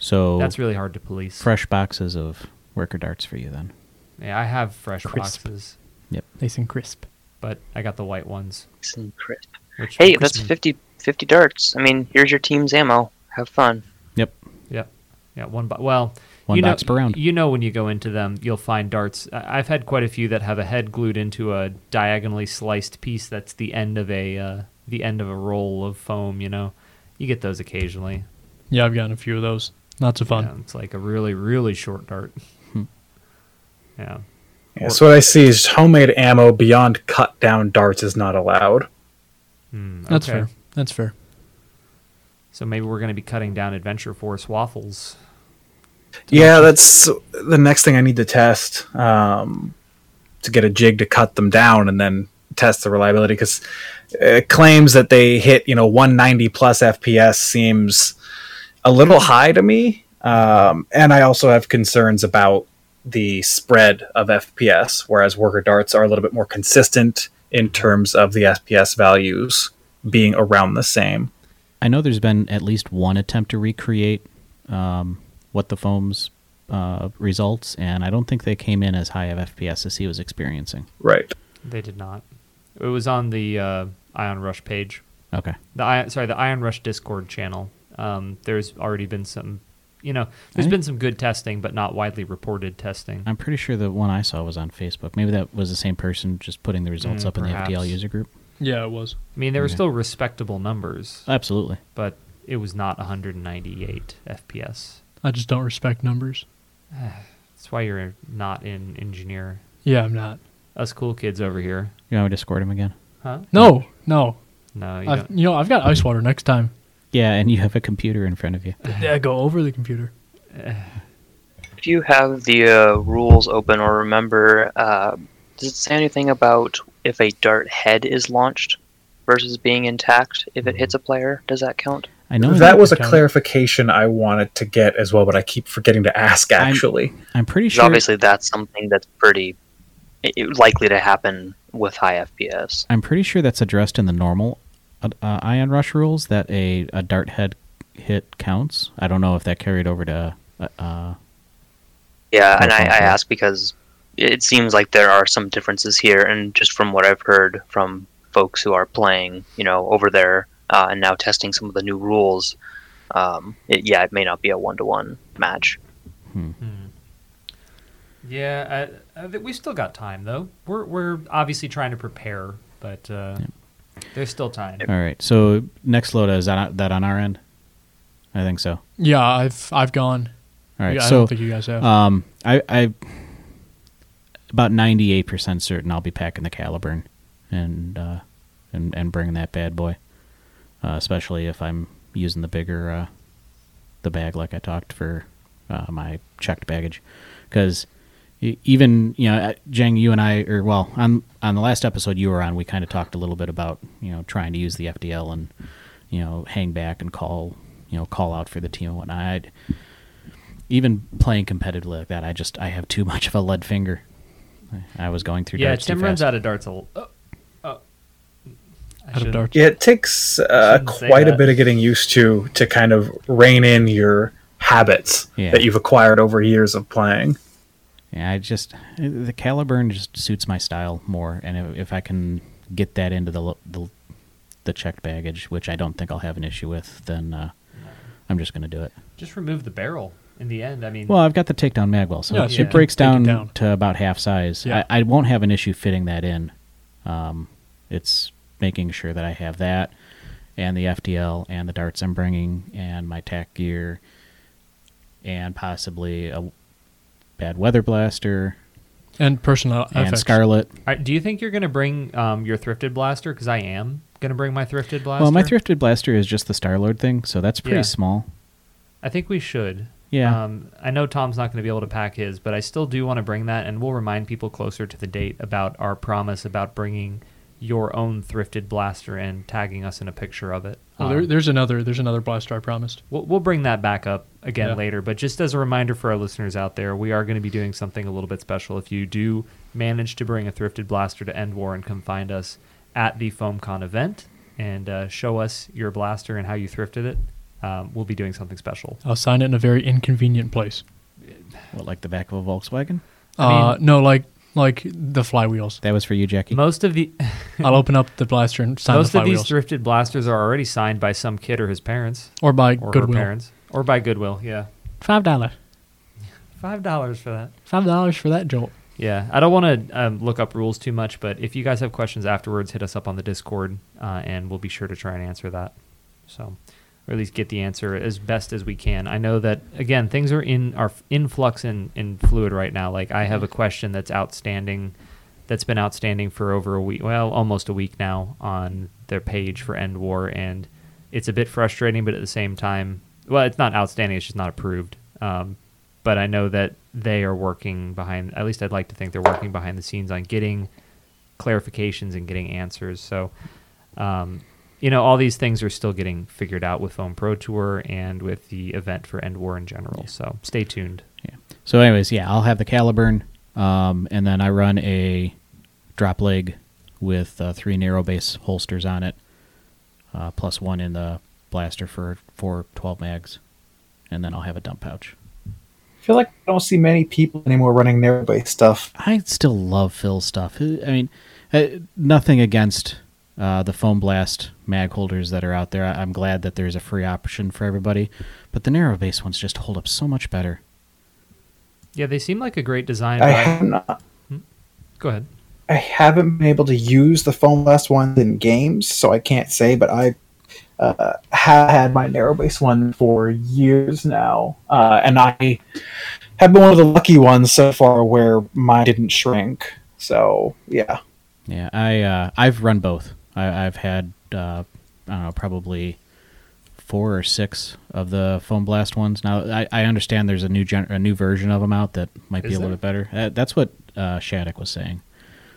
Speaker 5: So
Speaker 2: that's really hard to police.
Speaker 5: fresh boxes of worker darts for you then.
Speaker 2: yeah, I have fresh
Speaker 1: Crisp.
Speaker 2: boxes,
Speaker 1: Nice and crisp.
Speaker 2: but I got the white ones.
Speaker 4: Nice and crisp.
Speaker 2: Which
Speaker 4: Hey,
Speaker 2: crisp
Speaker 4: that's
Speaker 2: and-
Speaker 4: 50, 50 darts. I mean, here's your team's ammo. Have fun.
Speaker 5: Yep.
Speaker 2: Yep. Yeah, one bo- well,
Speaker 5: One
Speaker 2: you know-
Speaker 5: box per round.
Speaker 2: You know when you go into them, you'll find darts. I- I've had quite a few that have a head glued into a diagonally sliced piece that's the end of a uh, the end of a roll of foam, you know. You get those occasionally.
Speaker 1: Yeah, I've gotten a few of those. Not so fun.
Speaker 2: Yeah, it's like a really really short dart. yeah.
Speaker 3: yeah, so what i see is homemade ammo beyond cut down darts is not allowed
Speaker 2: Hmm,
Speaker 1: That's
Speaker 2: okay.
Speaker 1: fair. That's fair.
Speaker 2: So maybe we're going to be cutting down Adventure Force waffles.
Speaker 3: yeah that's the next thing i need to test um, to get a jig to cut them down and then test the reliability because it claims that they hit you know 190 plus fps seems a little high to me um, and i also have concerns about the spread of fps whereas worker darts are a little bit more consistent in terms of the fps values being around the same
Speaker 5: I know there's been at least one attempt to recreate um, what the foam's uh, results, and I don't think they came in as high of FPS as he was experiencing.
Speaker 3: right
Speaker 2: They did not. It was on the uh, Ion Rush page.
Speaker 5: Okay.
Speaker 2: the I, sorry the Iron Rush Discord channel. Um, there's already been some, you know, there's
Speaker 5: Right.
Speaker 2: been some good testing, but not widely reported testing.
Speaker 5: I'm pretty sure the one I saw was on Facebook. Maybe that was the same person just putting the results
Speaker 2: Mm,
Speaker 5: up in the FDL
Speaker 2: perhaps.
Speaker 5: user group.
Speaker 1: Yeah, it was.
Speaker 2: I mean, they were
Speaker 5: Yeah.
Speaker 2: still respectable numbers,
Speaker 5: Absolutely.
Speaker 2: but it was not 198 FPS.
Speaker 1: I just don't respect numbers.
Speaker 2: That's why you're not in engineer.
Speaker 1: Yeah, I'm not.
Speaker 2: Us cool kids over here,
Speaker 5: You want me to squirt him again?
Speaker 2: huh?
Speaker 1: No, no.
Speaker 2: No, you
Speaker 1: I've,
Speaker 2: don't.
Speaker 1: you know, I've got ice water next time.
Speaker 5: Yeah, and you have a computer in front of you.
Speaker 1: Yeah, go over the computer.
Speaker 4: If you have the uh, rules open or remember, uh, does it say anything about if a dart head is launched versus being intact? If it hits a player, does that count?
Speaker 5: I know
Speaker 3: that was a
Speaker 1: John.
Speaker 3: clarification I wanted to get as well, but I keep forgetting to ask.
Speaker 5: I'm-
Speaker 3: Actually,
Speaker 5: I'm pretty
Speaker 4: 'Cause
Speaker 5: sure.
Speaker 4: obviously that's something that's pretty i- i- likely to happen with high FPS.
Speaker 5: I'm pretty sure that's addressed in the normal uh, uh, ion rush rules that a, a dart head hit counts. I don't know if that carried over to. Uh, uh,
Speaker 4: Yeah, and I, I
Speaker 5: Okay.
Speaker 4: ask because it seems like there are some differences here, and just from what I've heard from folks who are playing, you know, over there uh, and now testing some of the new rules, um, it, yeah, it may not be a one-to-one match.
Speaker 2: Yeah, I, I think we still got time though. We're we're obviously trying to prepare, but uh, there's still time.
Speaker 5: all right. So next Loda is that that on our end? I think so. All
Speaker 1: Yeah, I've I've gone.
Speaker 5: right.
Speaker 1: Yeah, I
Speaker 5: so
Speaker 1: don't think you guys have.
Speaker 5: um, I I about ninety eight percent certain I'll be packing the Caliburn and uh, and and bringing that bad boy, uh, especially if I'm using the bigger uh, the bag like I talked for uh, my checked baggage, because even you know uh, Jang, you and I, or well, on on the last episode you were on, we kind of talked a little bit about you know trying to use the FDL and you know hang back and call you know call out for the team and whatnot. I'd, even playing competitively like that, I just I have too much of a lead finger. I- I was going through
Speaker 2: Yeah,
Speaker 5: darts too
Speaker 2: Tim runs
Speaker 5: fast.
Speaker 2: out of darts a. l- Oh, oh. I
Speaker 1: out of
Speaker 2: shouldn't-
Speaker 1: darts.
Speaker 3: yeah, it takes uh,
Speaker 2: Shouldn't say
Speaker 3: quite a
Speaker 2: that.
Speaker 3: bit of getting used to to kind of rein in your habits
Speaker 5: Yeah.
Speaker 3: that you've acquired over years of playing.
Speaker 5: Yeah, I just the Caliburn just suits my style more, and if, if I can get that into the, lo- the the checked baggage, which I don't think I'll have an issue with, then uh, I'm just going to do it.
Speaker 2: Just remove the barrel in the end. I mean,
Speaker 5: Well, I've got the takedown magwell, so
Speaker 1: Yeah,
Speaker 5: it
Speaker 1: so you can
Speaker 5: breaks
Speaker 1: take it
Speaker 5: down,
Speaker 1: down.
Speaker 5: to about half size.
Speaker 1: Yeah.
Speaker 5: I, I won't have an issue fitting that in. Um, it's making sure that I have that and the FDL and the darts I'm bringing and my tack gear and possibly a bad weather blaster
Speaker 1: and personal
Speaker 5: and
Speaker 1: effects.
Speaker 5: Scarlet.
Speaker 2: I- do you think you're going to bring um, your thrifted blaster? Because I am going to bring my thrifted blaster.
Speaker 5: Well, my thrifted blaster is just the Starlord thing, so that's pretty
Speaker 2: Yeah.
Speaker 5: small.
Speaker 2: I think we should.
Speaker 5: Yeah.
Speaker 2: Um, I know Tom's not going to be able to pack his, but I still do want to bring that, and we'll remind people closer to the date about our promise about bringing your own thrifted blaster and tagging us in a picture of it.
Speaker 1: Well, there,
Speaker 2: Um,
Speaker 1: there's another. There's another blaster I promised.
Speaker 2: We'll, we'll bring that back up again
Speaker 1: Yeah.
Speaker 2: later, but just as a reminder for our listeners out there, we are going to be doing something a little bit special. If you do manage to bring a thrifted blaster to End War and come find us at the FoamCon event and uh, show us your blaster and how you thrifted it, um, we'll be doing something special.
Speaker 1: I'll sign it in a very inconvenient place.
Speaker 5: What, like the back of a Volkswagen?
Speaker 1: uh, no, like like the flywheels.
Speaker 5: That was for you, Jackie.
Speaker 2: Most of the
Speaker 1: I'll open up the blaster and sign
Speaker 2: most
Speaker 1: the
Speaker 2: of these
Speaker 1: flywheels,
Speaker 2: thrifted blasters are already signed by some kid or his parents
Speaker 1: or by
Speaker 2: or
Speaker 1: Goodwill.
Speaker 2: her parents or by Goodwill. Yeah,
Speaker 1: Five dollar.
Speaker 2: five dollars for that.
Speaker 1: Five dollars for that jolt.
Speaker 2: Yeah, I don't want to um, look up rules too much, but if you guys have questions afterwards, hit us up on the Discord, uh, and we'll be sure to try and answer that. So, or at least get the answer as best as we can. I know that again, things are in are in flux and in fluid right now. Like I have a question that's outstanding, that's been outstanding for over a week, well, almost a week now on their page for End War, and it's a bit frustrating, but at the same time, well, it's not outstanding; it's just not approved. Um, but I know that they are working behind. At least I'd like to think they're working behind the scenes on getting clarifications and getting answers. So, um, you know, all these things are still getting figured out with Foam Pro Tour and with the event for End War in general. So, stay tuned.
Speaker 5: Yeah. So, anyways, yeah, I'll have the Caliburn, um, and then I run a drop leg with uh, three narrow base holsters on it, uh, plus one in the blaster for for 12 mags, and then I'll have a dump pouch.
Speaker 6: I feel like I don't see many people anymore running narrow base stuff.
Speaker 5: I still love Phil's stuff. I mean, uh, nothing against uh, the foam blast mag holders that are out there. I- I'm glad that there's a free option for everybody, but the narrow base ones just hold up so much better.
Speaker 2: Yeah, they seem like a great design.
Speaker 6: I
Speaker 2: but-
Speaker 6: have not.
Speaker 2: Go ahead.
Speaker 3: I haven't been able to use the foam last ones in games, so I can't say. But I uh, have had my narrow base one for years now, uh, and I have been one of the lucky ones so far where mine didn't shrink. So yeah,
Speaker 5: Yeah, I uh, I've run both. I, I've had uh, I don't know probably four or six of the foam blast ones. Now I, I understand there's a new gen- a new version of them out that might be
Speaker 2: Is
Speaker 5: a little bit better. Uh, that's what uh, Shattuck was saying.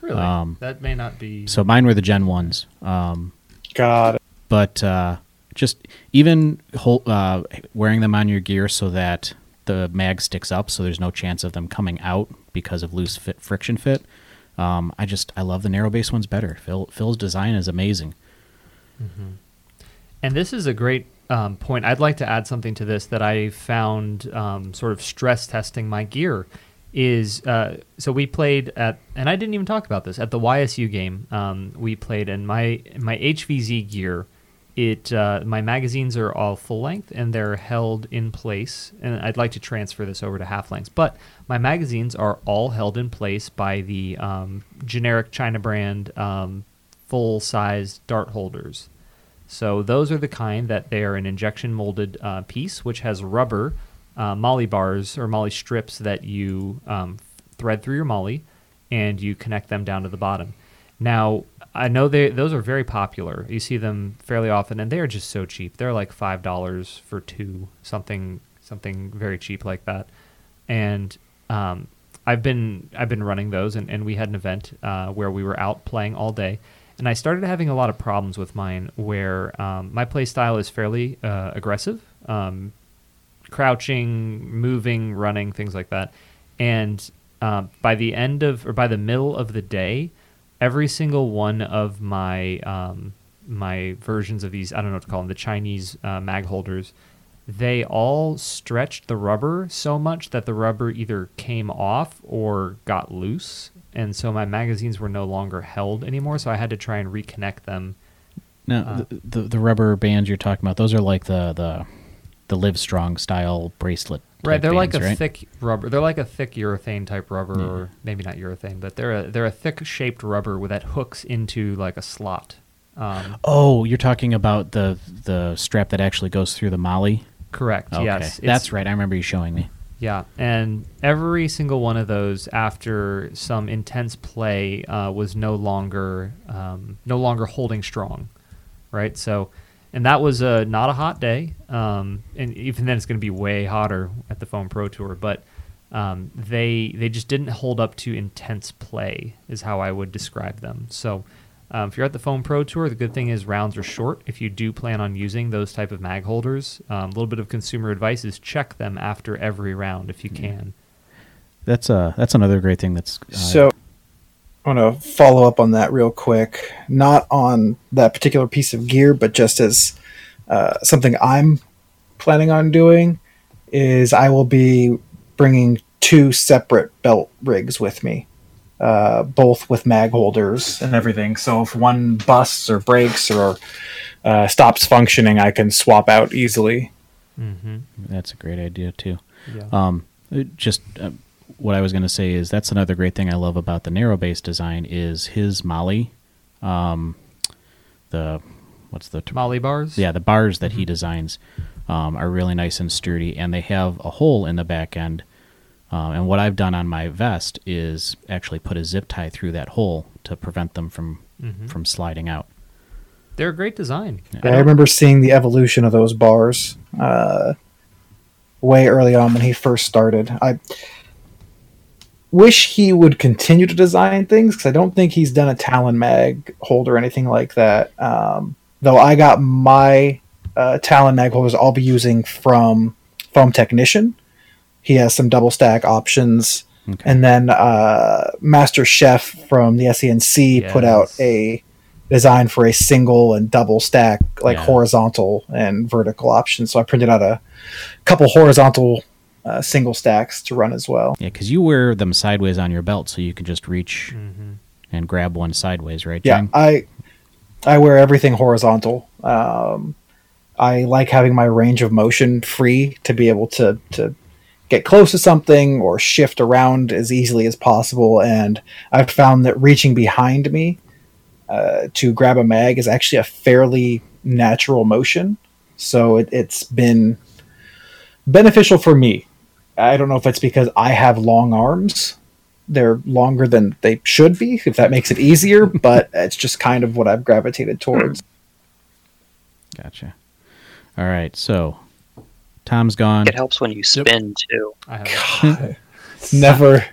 Speaker 2: Really,
Speaker 5: Um,
Speaker 2: that may not be.
Speaker 5: So mine were the Gen ones. Um,
Speaker 3: God,
Speaker 5: but uh, just even hol- uh, wearing them on your gear so that the mag sticks up, so there's no chance of them coming out because of loose fit friction fit. Um, I just I love the narrow base ones better. Phil Phil's design is amazing.
Speaker 2: And this is a great um, point. I'd like to add something to this that I found um, sort of stress testing my gear is uh, so we played at and I didn't even talk about this at the YSU game um, we played and my my HVZ gear it uh, my magazines are all full length and they're held in place and I'd like to transfer this over to half lengths but my magazines are all held in place by the um, generic China brand um, full size dart holders so those are the kind that they are an injection molded uh, piece, which has rubber uh, molly bars or molly strips that you um, thread through your molly, and you connect them down to the bottom. Now I know they those are very popular. You see them fairly often, and they are just so cheap. They're like five dollars for two, something something very cheap like that. And um, I've been I've been running those, and, and we had an event uh, where we were out playing all day, and I started having a lot of problems with mine. Where um, my play style is fairly uh, aggressive, um, crouching, moving, running, things like that. And um, by the end of or by the middle of the day, every single one of my um, my versions of these I don't know what to call them the Chinese uh, mag holders, they all stretched the rubber so much that the rubber either came off or got loose, and so my magazines were no longer held anymore. So I had to try and reconnect them.
Speaker 5: Now
Speaker 2: Uh,
Speaker 5: the, the the rubber bands you're talking about, those are like the the the Livestrong style bracelet.
Speaker 2: Right,
Speaker 5: type
Speaker 2: they're like a
Speaker 5: bands, right?
Speaker 2: thick rubber. They're like a thick urethane type rubber, or maybe not urethane, but they're a they're a thick shaped rubber with- that hooks into like a slot. Um,
Speaker 5: Oh, you're talking about the the strap that actually goes through the molly.
Speaker 2: correct.
Speaker 5: Okay,
Speaker 2: Yes, it's-
Speaker 5: that's right. I remember you showing me.
Speaker 2: Yeah, and every single one of those, after some intense play, uh, was no longer um, no longer holding strong, right? So, and that was uh not a hot day, um, and even then, it's going to be way hotter at the Foam Pro Tour. But um, they they just didn't hold up to intense play, is how I would describe them. So. Um, if you're at the Foam Pro Tour, the good thing is rounds are short. If you do plan on using those type of mag holders, um, a little bit of consumer advice is check them after every round if you can.
Speaker 5: That's uh that's another great thing. That's uh,
Speaker 3: So I want to follow up on that real quick, not on that particular piece of gear, but just as uh, something I'm planning on doing is I will be bringing two separate belt rigs with me, uh, both with mag holders and everything. So if one busts or breaks or uh, stops functioning, I can swap out easily.
Speaker 2: Mm-hmm.
Speaker 5: that's a great idea too.
Speaker 2: Yeah.
Speaker 5: Um, it just uh, what I was going to say is that's another great thing I love about the narrow base design is his molly, um, the what's the t-
Speaker 2: Molly bars. Mm-hmm.
Speaker 5: yeah the bars that he designs um, are really nice and sturdy, and they have a hole in the back end. Um, and what I've done on my vest is actually put a zip tie through that hole to prevent them from
Speaker 2: Mhm.
Speaker 5: from sliding out.
Speaker 2: they're a great design.
Speaker 3: I remember seeing the evolution of those bars uh, way early on when he first started. I wish he would continue to design things because I don't think he's done a Talon Mag hold or anything like that. Um, though I got my uh, Talon Mag holders I'll be using from Foam Technician. He has some double stack options.
Speaker 5: Okay.
Speaker 3: And then uh, Master Chef from the SENC put out
Speaker 2: Yes.
Speaker 3: a design for a single and double stack, like
Speaker 5: Yeah.
Speaker 3: horizontal and vertical options. So I printed out a couple horizontal uh, single stacks to run as well.
Speaker 5: Yeah, because you wear them sideways on your belt, so you can just reach
Speaker 2: Mhm.
Speaker 5: and grab one sideways, right?
Speaker 3: Yeah,
Speaker 5: Jang?
Speaker 3: I I wear everything horizontal. Um, I like having my range of motion free to be able to to
Speaker 6: get close to something or shift around as easily as possible. And I've found that reaching behind me uh, to grab a mag is actually a fairly natural motion. So it, it's been beneficial for me. I don't know if it's because I have long arms. They're longer than they should be, if that makes it easier, but it's just kind of what I've gravitated towards.
Speaker 5: Gotcha. All right, so Tom's gone.
Speaker 4: It helps when you spin too.
Speaker 2: I have
Speaker 6: Never,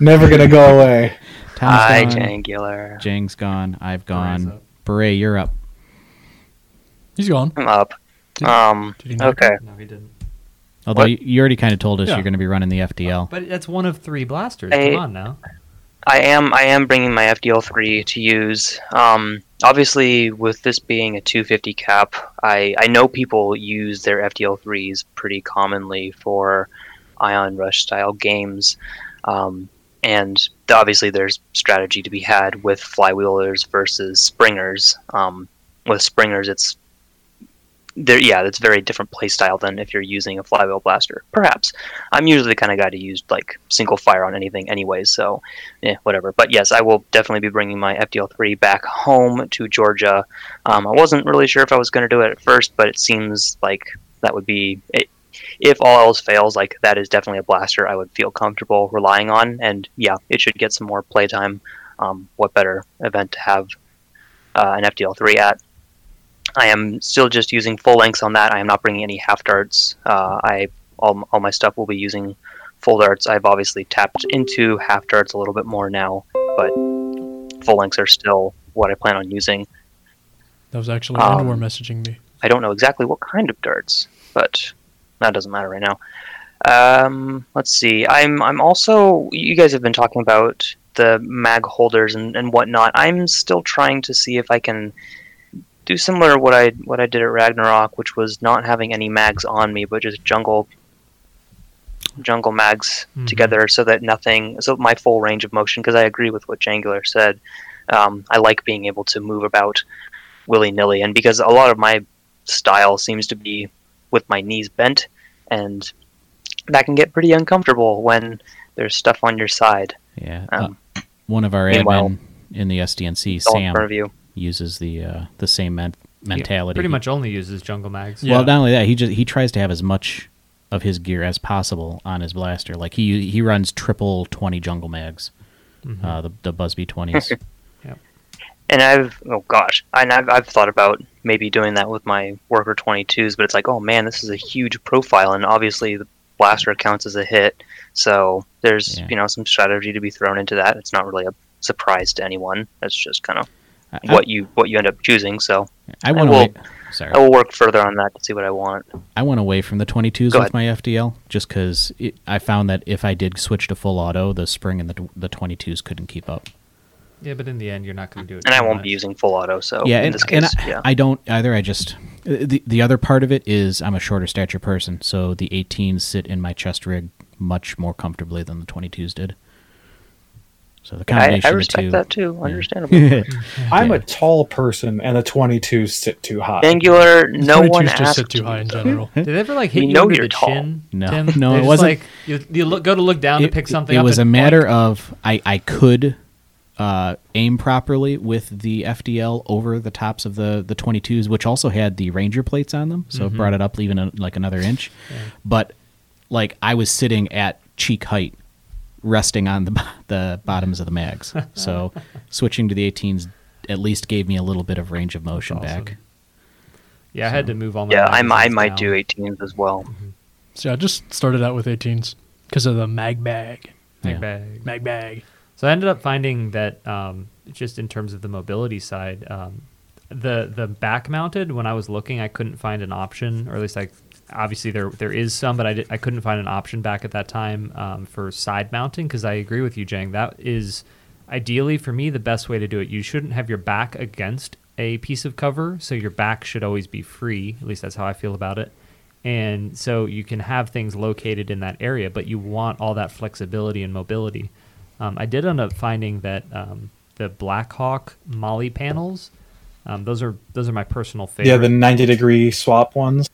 Speaker 6: never gonna go away.
Speaker 5: Tom's
Speaker 4: Hi,
Speaker 5: gone.
Speaker 4: Jangular.
Speaker 5: Jang's gone. I've
Speaker 2: Bray's
Speaker 5: gone.
Speaker 2: up.
Speaker 5: Bray, you're up.
Speaker 1: He's gone.
Speaker 4: I'm up.
Speaker 1: Did-
Speaker 4: Um,
Speaker 1: did he not?
Speaker 4: okay.
Speaker 2: No, he didn't.
Speaker 5: Although
Speaker 4: What?
Speaker 5: you, you already kind of told us
Speaker 1: Yeah.
Speaker 5: you're going to be running the FDL.
Speaker 2: But that's one of three blasters.
Speaker 4: I-
Speaker 2: Come on now.
Speaker 4: I am I am bringing my FDL three to use. Um, obviously, with this being a 250 cap, I I know people use their FDL threes pretty commonly for ion rush style games, um, and obviously there's strategy to be had with flywheelers versus springers. Um, with springers, it's there. Yeah, it's very different play style than if you're using a flywheel blaster. Perhaps I'm usually the kind of guy to use like single fire on anything, anyway. So eh, whatever. But yes, I will definitely be bringing my FDL3 back home to Georgia. Um, I wasn't really sure if I was going to do it at first, but it seems like that would be it. If all else fails, like that is definitely a blaster I would feel comfortable relying on, and yeah, it should get some more playtime. Um, what better event to have uh, an FDL3 at? I am still just using full lengths on that. I am not bringing any half darts. Uh, I all, all my stuff will be using full darts. I've obviously tapped into half darts a little bit more now, but full lengths are still what I plan on using.
Speaker 1: That was actually
Speaker 4: Um,
Speaker 1: Endor messaging me.
Speaker 4: I don't know exactly what kind of darts, but that doesn't matter right now. Um, let's see. I'm I'm also you guys have been talking about the mag holders and, and whatnot. I'm still trying to see if I can do similar to what I what I did at Ragnarok, which was not having any mags on me, but just jungle jungle mags
Speaker 2: Mhm.
Speaker 4: together so that nothing so my full range of motion because I agree with what Jangular said. Um, I like being able to move about willy nilly, and because a lot of my style seems to be with my knees bent, and that can get pretty uncomfortable when there's stuff on your side
Speaker 5: Yeah.
Speaker 4: Um,
Speaker 5: uh, one of our
Speaker 4: meanwhile-
Speaker 5: admin in the SDNC,
Speaker 4: all in
Speaker 5: Sam,
Speaker 4: front of you.
Speaker 5: uses the uh, the same men- mentality.
Speaker 2: Pretty much only uses jungle mags.
Speaker 1: Yeah.
Speaker 5: Well, not only that, he just he tries to have as much of his gear as possible on his blaster. Like he he runs triple twenty jungle mags,
Speaker 2: Mhm.
Speaker 5: uh, the the Busby twenties.
Speaker 4: and I've oh gosh, and I've I've thought about maybe doing that with my worker 22s, but it's like oh man, this is a huge profile, and obviously the blaster counts as a hit, so there's
Speaker 5: Yeah.
Speaker 4: you know some strategy to be thrown into that. It's not really a surprise to anyone. That's just kind of
Speaker 5: I, I-
Speaker 4: what you what you end up choosing. So
Speaker 5: I went
Speaker 4: will-
Speaker 5: away. Sorry,
Speaker 4: I will work further on that to see what I want.
Speaker 5: I went away from the twenty twos
Speaker 4: Go
Speaker 5: with
Speaker 4: ahead.
Speaker 5: my FDL just because I found that if I did switch to full auto, the spring and the the twenty twos couldn't keep up.
Speaker 2: Yeah, but in the end, you're not going to do it.
Speaker 4: And I
Speaker 2: too
Speaker 4: won't
Speaker 2: much.
Speaker 4: be using full auto, so Oh,
Speaker 5: yeah,
Speaker 4: in
Speaker 5: and,
Speaker 4: this case,
Speaker 5: and I,
Speaker 4: yeah.
Speaker 5: I don't either. I just the the other part of it is I'm a shorter stature person, so the 18s sit in my chest rig much more comfortably than the 22s did. So the
Speaker 4: I,
Speaker 5: combination
Speaker 4: I
Speaker 5: of
Speaker 4: respect
Speaker 5: the
Speaker 4: that too. Understandable.
Speaker 5: two.
Speaker 6: I'm
Speaker 5: Yeah.
Speaker 6: a tall person, and the 22s sit too high.
Speaker 4: Angular, no
Speaker 1: Twenty
Speaker 4: one
Speaker 1: twos just
Speaker 4: asked.
Speaker 1: sit too high in general.
Speaker 2: Did it ever like hit
Speaker 4: We
Speaker 2: you
Speaker 4: know
Speaker 2: under
Speaker 4: you're
Speaker 2: the
Speaker 4: tall.
Speaker 2: chin?
Speaker 5: No.
Speaker 2: Tim?
Speaker 5: No, it
Speaker 2: They're just
Speaker 5: wasn't-
Speaker 2: Like, you, you look, go to look down to pick something.
Speaker 5: it
Speaker 2: up
Speaker 5: was a
Speaker 2: and,
Speaker 5: matter
Speaker 2: like,
Speaker 5: of I, I could uh, aim properly with the FDL over the tops of the, the 22s, which also had the Ranger plates on them.
Speaker 2: Mm-hmm.
Speaker 5: So it brought it up even a, like another inch. But like I was sitting at cheek height, resting on the, bo- the bottoms of the mags. so switching to the 18s at least gave me a little bit of range of motion
Speaker 2: awesome.
Speaker 5: back.
Speaker 2: yeah, I had to move all my.
Speaker 4: Yeah, I, I
Speaker 2: magazines
Speaker 4: might
Speaker 2: down.
Speaker 4: do 18s as well.
Speaker 1: So yeah, I just started out with 18s because of the mag bag.
Speaker 2: Big
Speaker 5: Yeah.
Speaker 2: bag.
Speaker 1: Mag bag.
Speaker 2: So I ended up finding that um, just in terms of the mobility side, um, the the back mounted. When I was looking, I couldn't find an option, or at least I obviously there there is some, but I did, I couldn't find an option back at that time um, for side mounting because I agree with you, Jang. That is ideally for me the best way to do it. You shouldn't have your back against a piece of cover, so your back should always be free. At least that's how I feel about it. And so you can have things located in that area, but you want all that flexibility and mobility. Um, I did end up finding that um, the Blackhawk Molly panels, um, those are those are my personal favorite.
Speaker 6: yeah, the 90 degree swap ones.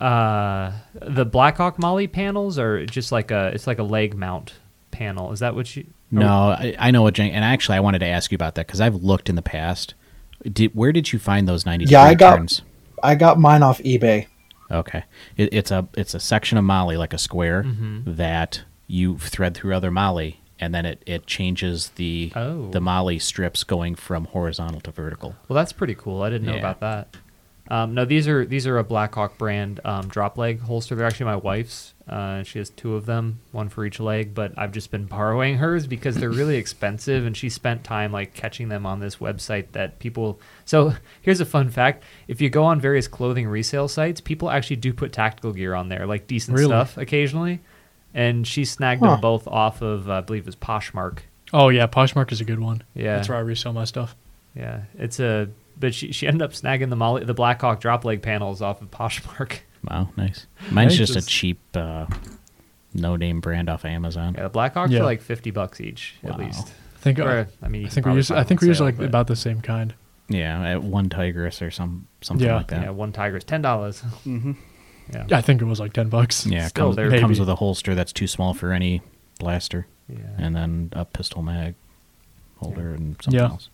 Speaker 2: uh, the Blackhawk Molly panels are just like a it's like a leg mount panel. Is that what you?
Speaker 5: No, I, I know what. Jan- and actually, I wanted to ask you about that because I've looked in the past. Did, where did you find those ninety?
Speaker 6: Yeah, I
Speaker 5: degree
Speaker 6: got-
Speaker 5: turns?
Speaker 6: I got mine off eBay.
Speaker 5: Okay, it, it's a it's a section of Molly like a square
Speaker 2: Mm-hmm.
Speaker 5: that you thread through other Molly, and then it, it changes the
Speaker 2: Oh.
Speaker 5: the Molly strips going from horizontal to vertical.
Speaker 2: Well, that's pretty cool. I didn't know
Speaker 5: Yeah.
Speaker 2: about that. Um, no, these are these are a Blackhawk brand um, drop leg holster. They're actually my wife's. Uh, she has two of them, one for each leg. But I've just been borrowing hers because they're really expensive, and she spent time like catching them on this website that people. So here's a fun fact: if you go on various clothing resale sites, people actually do put tactical gear on there, like decent
Speaker 1: Really?
Speaker 2: stuff occasionally. And she snagged them both off of, uh, I believe, it was Poshmark.
Speaker 1: Oh yeah, Poshmark is a good one.
Speaker 2: Yeah.
Speaker 1: that's where I resell my stuff.
Speaker 2: Yeah, it's a. But she, she ended up snagging the Molly, the Blackhawk drop leg panels off of Poshmark.
Speaker 5: Wow, nice. Mine's
Speaker 2: Nice.
Speaker 5: just a cheap uh, no name brand off of Amazon.
Speaker 2: Yeah, the Blackhawks
Speaker 1: Yeah.
Speaker 2: are like fifty bucks each at
Speaker 5: Wow.
Speaker 2: least.
Speaker 1: I think uh,
Speaker 2: Or, I mean, you
Speaker 1: I think
Speaker 2: can
Speaker 1: we
Speaker 2: probably
Speaker 1: use
Speaker 2: find
Speaker 1: I
Speaker 2: them
Speaker 1: think
Speaker 2: on
Speaker 1: we use
Speaker 2: sale,
Speaker 1: like
Speaker 2: but-
Speaker 1: about the same kind.
Speaker 5: Yeah, at one tigress or some something
Speaker 1: Yeah.
Speaker 5: like that.
Speaker 2: yeah, one tiger's ten dollars.
Speaker 1: Yeah, I think it was like ten bucks.
Speaker 5: Yeah, it
Speaker 2: Still,
Speaker 5: comes,
Speaker 2: they're-
Speaker 5: it comes
Speaker 1: Maybe.
Speaker 5: with a holster that's too small for any blaster,
Speaker 2: Yeah.
Speaker 5: and then a pistol mag holder and something
Speaker 1: Yeah.
Speaker 5: else.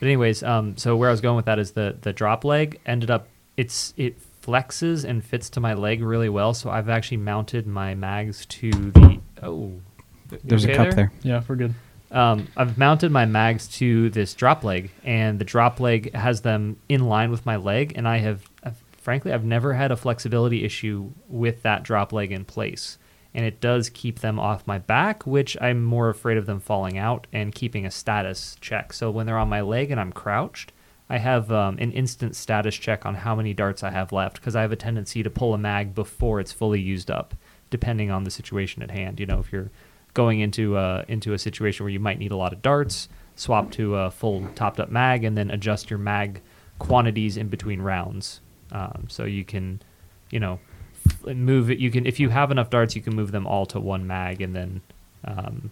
Speaker 2: But anyways, um, so where I was going with that is the the drop leg ended up it's it flexes and fits to my leg really well. So I've actually mounted my mags to the oh. you
Speaker 5: There's
Speaker 2: okay
Speaker 5: a cup there.
Speaker 1: Yeah, we're good.
Speaker 2: um, I've mounted my mags to this drop leg, and the drop leg has them in line with my leg, and I have, I've, frankly, I've never had a flexibility issue with that drop leg in place, and it does keep them off my back, which I'm more afraid of them falling out and keeping a status check. So when they're on my leg and I'm crouched, I have um, an instant status check on how many darts I have left because I have a tendency to pull a mag before it's fully used up, depending on the situation at hand. You know, if you're going into uh, into a situation where you might need a lot of darts, swap to a full topped up mag, and then adjust your mag quantities in between rounds. Um, so you can, you know, f- move it. You can if you have enough darts, you can move them all to one mag, and then um,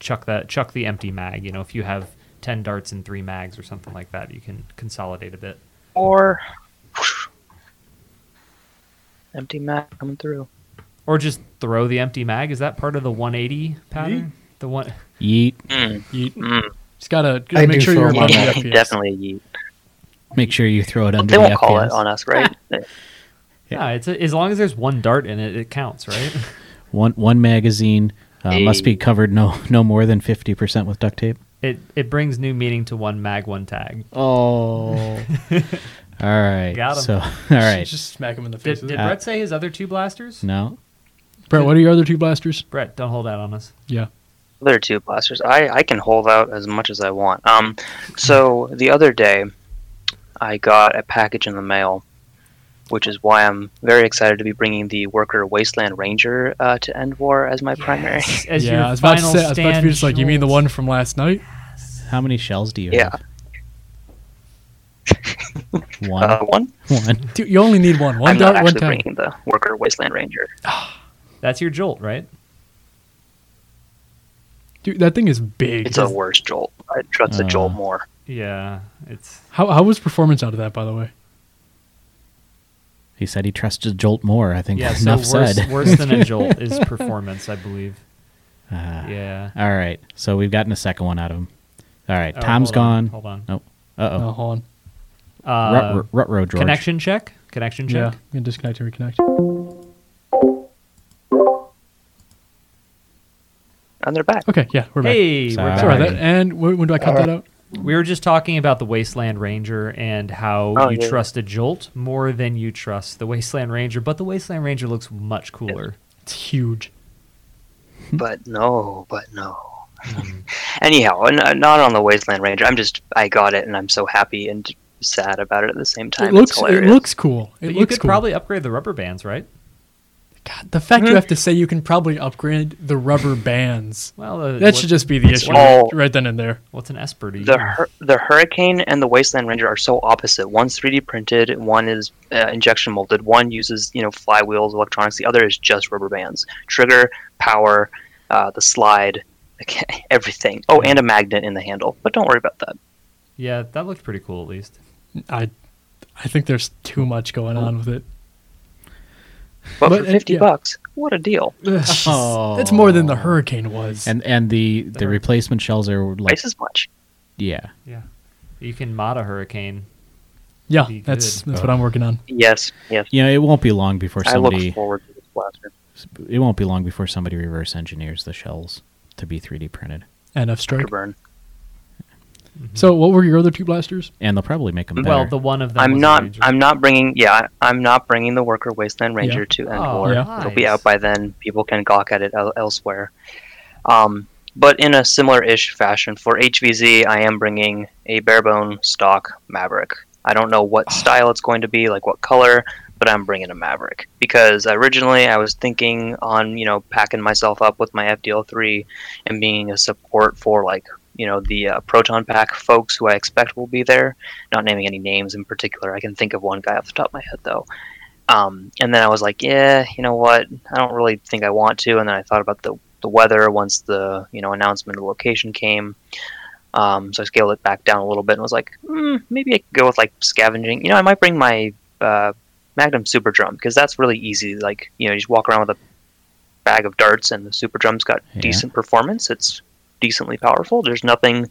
Speaker 2: chuck that chuck the empty mag. You know, if you have ten darts and three mags or something like that, you can consolidate a bit.
Speaker 4: Or empty mat coming through.
Speaker 2: Or just throw the empty mag. Is that part of the 180 pattern? The one.
Speaker 5: Yeet.
Speaker 1: Just gotta
Speaker 6: I
Speaker 1: make
Speaker 6: do
Speaker 1: sure you're
Speaker 6: feel
Speaker 1: above the
Speaker 6: like-
Speaker 4: Yeah,
Speaker 1: FPS.
Speaker 4: Hmm. definitely. yeet.
Speaker 5: Make sure you throw it under
Speaker 4: They
Speaker 5: the
Speaker 4: won't call
Speaker 5: FPS.
Speaker 4: it on us, right?
Speaker 5: Yeah.
Speaker 2: Yeah, it's a, as long as there's one dart in it, it counts, right?
Speaker 5: One one magazine uh, must be
Speaker 4: Hey.
Speaker 5: covered no no more than fifty percent with duct tape.
Speaker 2: it it brings new meaning to one mag, one tag.
Speaker 5: Oh. all right.
Speaker 2: Got 'em.
Speaker 5: So all right.
Speaker 1: Just smack him in the face.
Speaker 2: Did, did
Speaker 5: Uh,
Speaker 2: Brett say his other two blasters?
Speaker 5: no.
Speaker 1: Brett, what are your other two blasters?
Speaker 2: Brett, don't hold out on us.
Speaker 1: Yeah.
Speaker 4: There are two blasters. I, I can hold out as much as I want. Um, so the other day, I got a package in the mail, which is why I'm very excited to be bringing the Worker Wasteland Ranger uh, to end war as my primary.
Speaker 2: As
Speaker 1: yeah,
Speaker 2: your
Speaker 1: I was about to
Speaker 2: final
Speaker 1: say, I was about to
Speaker 2: stand
Speaker 1: be just like, you mean the
Speaker 2: Schultz.
Speaker 1: one from last night?
Speaker 5: How many shells do you
Speaker 4: Yeah.
Speaker 5: have? One.
Speaker 4: Uh, one.
Speaker 5: one.
Speaker 1: Dude, you only need one. One
Speaker 4: I'm
Speaker 1: dart,
Speaker 4: not
Speaker 1: one
Speaker 4: actually
Speaker 1: tag.
Speaker 4: bringing the Worker Wasteland Ranger.
Speaker 2: That's your jolt, right?
Speaker 1: Dude, that thing is big.
Speaker 4: It's a worse jolt. I trust the
Speaker 1: Uh.
Speaker 4: jolt more.
Speaker 2: Yeah, it's
Speaker 1: how how was performance out of that, by the way?
Speaker 5: He said he trusted Jolt more. I think
Speaker 2: yeah. So
Speaker 5: enough
Speaker 2: worse,
Speaker 5: said.
Speaker 2: worse than a jolt is performance, I believe.
Speaker 5: Ah.
Speaker 2: Yeah.
Speaker 5: All right. So we've gotten a second one out of him. All right.
Speaker 2: Oh,
Speaker 5: Tom's
Speaker 2: hold on,
Speaker 5: gone.
Speaker 2: hold on.
Speaker 5: Nope. Uh
Speaker 1: Oh, hold on.
Speaker 2: Uh,
Speaker 5: oh. Rut Rutro George.
Speaker 2: connection check. Connection
Speaker 1: Yeah,
Speaker 2: check.
Speaker 1: you can disconnect and reconnect.
Speaker 4: And they're back.
Speaker 1: Okay, yeah, we're back.
Speaker 2: Hey, we're
Speaker 5: Sorry.
Speaker 2: back.
Speaker 1: Sorry about that. And when, when do I cut that out?
Speaker 2: We were just talking about the Wasteland Ranger and how
Speaker 4: Oh,
Speaker 2: you
Speaker 4: yeah.
Speaker 2: trust a jolt more than you trust the Wasteland Ranger, but the Wasteland Ranger looks much cooler.
Speaker 1: It's huge. Hmm.
Speaker 4: but no, but no. Anyhow, n- uh, not on the Wasteland Ranger. I'm just I got it, and I'm so happy and sad about it at the same time.
Speaker 1: it looks
Speaker 4: it's
Speaker 1: it
Speaker 4: hilarious.
Speaker 1: looks cool. It
Speaker 2: but you
Speaker 1: looks
Speaker 2: could
Speaker 1: cool.
Speaker 2: probably upgrade the rubber bands, right?
Speaker 1: God, the fact
Speaker 4: Hmm?
Speaker 1: you have to say you can probably upgrade the rubber bands.
Speaker 2: Well, uh,
Speaker 1: That
Speaker 2: what-
Speaker 1: should just be the
Speaker 4: It's
Speaker 1: issue
Speaker 4: all-
Speaker 1: right then and there.
Speaker 2: What's an Esper to you?
Speaker 4: the hur- the Hurricane and the Wasteland Ranger are so opposite. One's 3D printed, one is uh, injection molded. One uses you know flywheels, electronics. The other is just rubber bands, trigger, power, uh, the slide, okay, everything.
Speaker 1: Hmm.
Speaker 4: Oh, and a magnet in the handle. But don't worry about that.
Speaker 2: yeah, that looked pretty cool at least.
Speaker 1: I I think there's too much going on with it.
Speaker 4: But,
Speaker 1: But
Speaker 4: for
Speaker 1: it-
Speaker 4: 50
Speaker 1: yeah.
Speaker 4: bucks, what a deal.
Speaker 5: Oh.
Speaker 1: That's more than the hurricane was.
Speaker 5: And and the the replacement shells are like
Speaker 4: Twice as much.
Speaker 5: yeah.
Speaker 2: Yeah. You can mod a hurricane.
Speaker 1: yeah,
Speaker 2: be
Speaker 1: that's
Speaker 2: good.
Speaker 1: that's what I'm working on.
Speaker 4: Yes, yes.
Speaker 5: You know, it won't be long before
Speaker 4: I look
Speaker 5: somebody
Speaker 4: forward to this blaster.
Speaker 5: it won't be long before somebody reverse engineers the shells to be 3D printed.
Speaker 1: NF Strike.
Speaker 4: Burn.
Speaker 1: So, what were your other two blasters?
Speaker 5: And they'll probably make them better.
Speaker 2: Well, the one of them.
Speaker 4: I'm
Speaker 2: was a
Speaker 4: not.
Speaker 2: ranger.
Speaker 4: I'm not bringing. Yeah, I'm not bringing the Worker Wasteland Ranger
Speaker 1: Yeah.
Speaker 4: to end
Speaker 2: Oh,
Speaker 4: war.
Speaker 1: Yeah.
Speaker 4: It'll be out
Speaker 2: nice.
Speaker 4: by then. People can gawk at it el- elsewhere. Um, but in a similar-ish fashion for HVZ, I am bringing a barebone stock Maverick. I don't know what style it's going to be, like what color, but I'm bringing a Maverick because originally I was thinking on you know packing myself up with my FDL3 and being a support for like you know the uh, proton pack folks who I expect will be there. Not naming any names in particular, I can think of one guy off the top of my head though. Um, and then I was like, yeah, you know what? I don't really think I want to. And then I thought about the the weather once the you know announcement of the location came. Um, so I scaled it back down a little bit and was like, mm, maybe I could go with like scavenging. You know, I might bring my uh, Magnum Super Drum because that's really easy. Like you know, you just walk around with a bag of darts and the Super Drum's got
Speaker 5: Yeah.
Speaker 4: decent performance. It's decently powerful. There's nothing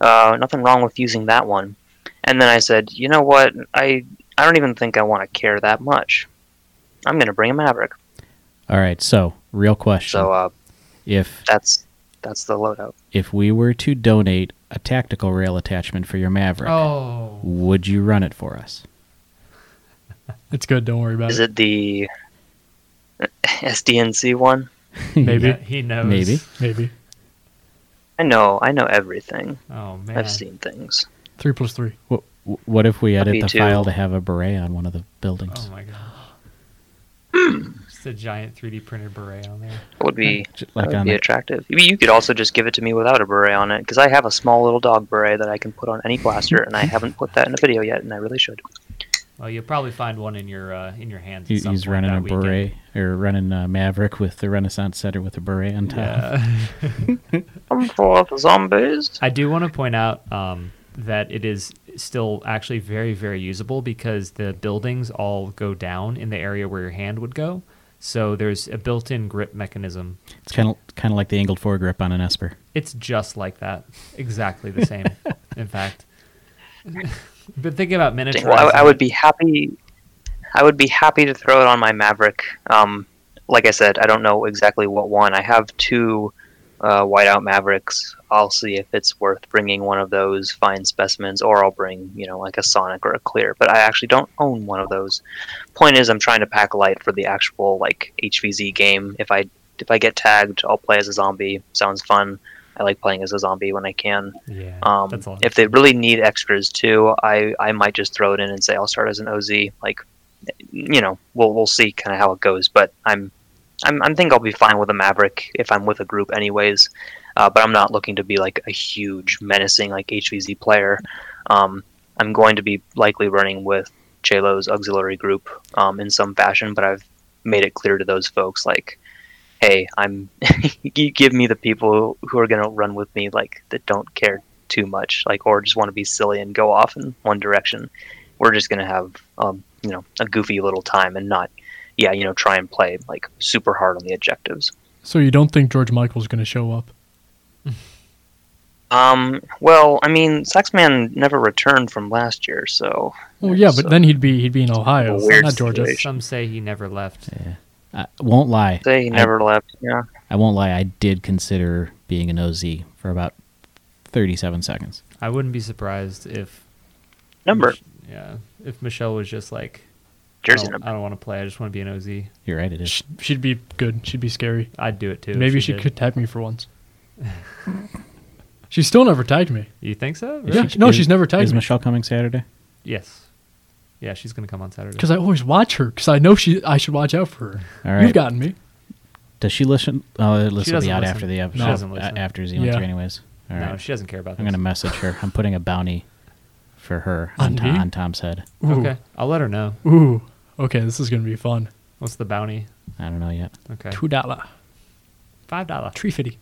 Speaker 4: uh, nothing wrong with using that one. And then I said, you know what? I I don't even think I want to care that much. I'm gonna bring a Maverick.
Speaker 5: All right, so real question.
Speaker 4: So uh,
Speaker 5: if
Speaker 4: that's that's the loadout.
Speaker 5: if we were to donate a tactical rail attachment for your Maverick,
Speaker 2: Oh.
Speaker 5: would you run it for us?
Speaker 1: It's good. Don't worry about
Speaker 4: Is it the SDNC one?
Speaker 1: Maybe.
Speaker 2: Yeah, he knows.
Speaker 5: Maybe.
Speaker 1: Maybe
Speaker 4: I know, I know everything.
Speaker 2: Oh man.
Speaker 4: I've seen things.
Speaker 1: three plus three.
Speaker 5: What, what if we edit
Speaker 4: be
Speaker 5: the
Speaker 4: too.
Speaker 5: file to have a beret on one of the
Speaker 2: Oh
Speaker 5: buildings?
Speaker 2: my god. Just a giant 3D printed beret on there.
Speaker 4: It would be
Speaker 5: J-
Speaker 4: that
Speaker 5: like
Speaker 4: would
Speaker 5: on
Speaker 4: be
Speaker 5: the,
Speaker 4: attractive. You- You could also just give it to me without a beret on it, because I have a small little dog beret that I can put on any blaster, and I haven't put that in a video yet, and I really should.
Speaker 2: Well, you'll probably find one in your uh, in your hands. at
Speaker 5: he-
Speaker 2: some
Speaker 5: he's
Speaker 2: point
Speaker 5: running
Speaker 2: that
Speaker 5: a
Speaker 2: weekend.
Speaker 5: beret or running a Maverick with the Renaissance setter with a beret on top.
Speaker 2: Yeah.
Speaker 4: Come forth, zombies!
Speaker 2: I do want to point out um, that it is still actually very, very usable because the buildings all go down in the area where your hand would go. So there's a built-in grip mechanism.
Speaker 5: It's kind of kind of like the angled foregrip on an Esper.
Speaker 2: It's just like that, exactly the same. in fact, been thinking about miniaturizing.
Speaker 4: Well, I, I would
Speaker 2: it.
Speaker 4: be happy. I would be happy to throw it on my Maverick. Um, like I said, I don't know exactly what one. I have two uh, whiteout Mavericks. I'll see if it's worth bringing one of those fine specimens, or I'll bring you know like a Sonic or a Clear. But I actually don't own one of those. Point is, I'm trying to pack light for the actual like HVZ game. If I if I get tagged, I'll play as a zombie. Sounds fun. I like playing as a zombie when I can.
Speaker 2: Yeah,
Speaker 4: Um,
Speaker 2: that's a lot.
Speaker 4: if they really need extras too, I, I might just throw it in and say I'll start as an OZ. Like, you know, we'll we'll see kind of how it goes. But I'm I'm I think I'll be fine with a Maverick if I'm with a group anyways. Uh, but I'm not looking to be like a huge menacing like HVZ player. Um, I'm going to be likely running with JLo's auxiliary group um, in some fashion. But I've made it clear to those folks like hey, I'm you give me the people who are gonna run with me like that don't care too much, like or just want to be silly and go off in one direction. We're just gonna have um, you know, a goofy little time and not yeah, you know, try and play like super hard on the objectives.
Speaker 1: So you don't think George Michael's going to show up?
Speaker 4: Um, well, I mean, Saxman never returned from last year, so
Speaker 1: Well, yeah,
Speaker 4: So-
Speaker 1: but then he'd be he'd be in Ohio,
Speaker 4: weird
Speaker 1: not Georgia.
Speaker 4: situation.
Speaker 2: Some say he never left.
Speaker 5: I won't lie.
Speaker 4: say he never left. Yeah.
Speaker 5: I won't lie. I did consider being an OZ for about 37 seconds.
Speaker 2: I wouldn't be surprised if
Speaker 4: Number.
Speaker 2: Mich- Yeah, if Michelle was just like, I
Speaker 4: Jersey
Speaker 2: don't,
Speaker 4: number.
Speaker 2: I don't want to play. I just want to be an OZ.
Speaker 5: You're right. It is.
Speaker 1: She'd be good. She'd be scary.
Speaker 2: I'd do it too. if
Speaker 1: Maybe she,
Speaker 2: did.
Speaker 1: could tag me for once. She's still never tagged me.
Speaker 2: You think so? Really?
Speaker 1: Yeah, no,
Speaker 5: Is-
Speaker 1: she's never tagged
Speaker 5: Is
Speaker 1: me.
Speaker 5: Michelle coming Saturday?
Speaker 2: Yes. Yeah, she's gonna come on Saturday.
Speaker 1: because I always watch her because I know she. I should watch out for her.
Speaker 5: All
Speaker 1: You've
Speaker 5: right.
Speaker 1: gotten me.
Speaker 5: Does she listen? Oh, it listen to
Speaker 2: doesn't
Speaker 5: the out
Speaker 2: listen.
Speaker 5: after the
Speaker 2: She
Speaker 5: episode.
Speaker 2: doesn't
Speaker 5: uh,
Speaker 2: listen.
Speaker 5: After Z went
Speaker 1: Yeah.
Speaker 5: through anyways. All
Speaker 2: no,
Speaker 5: right.
Speaker 2: she doesn't care about
Speaker 5: I'm
Speaker 2: this.
Speaker 5: gonna message her. I'm putting a bounty for her
Speaker 1: On
Speaker 5: on, Tom,
Speaker 1: me?
Speaker 5: on Tom's head.
Speaker 1: Ooh.
Speaker 2: Okay, I'll let her know.
Speaker 1: Ooh. Okay, this is gonna be fun.
Speaker 2: What's the bounty?
Speaker 5: I don't know yet.
Speaker 2: Okay,
Speaker 1: Two dollar,
Speaker 2: five dollar.
Speaker 1: tree fitty,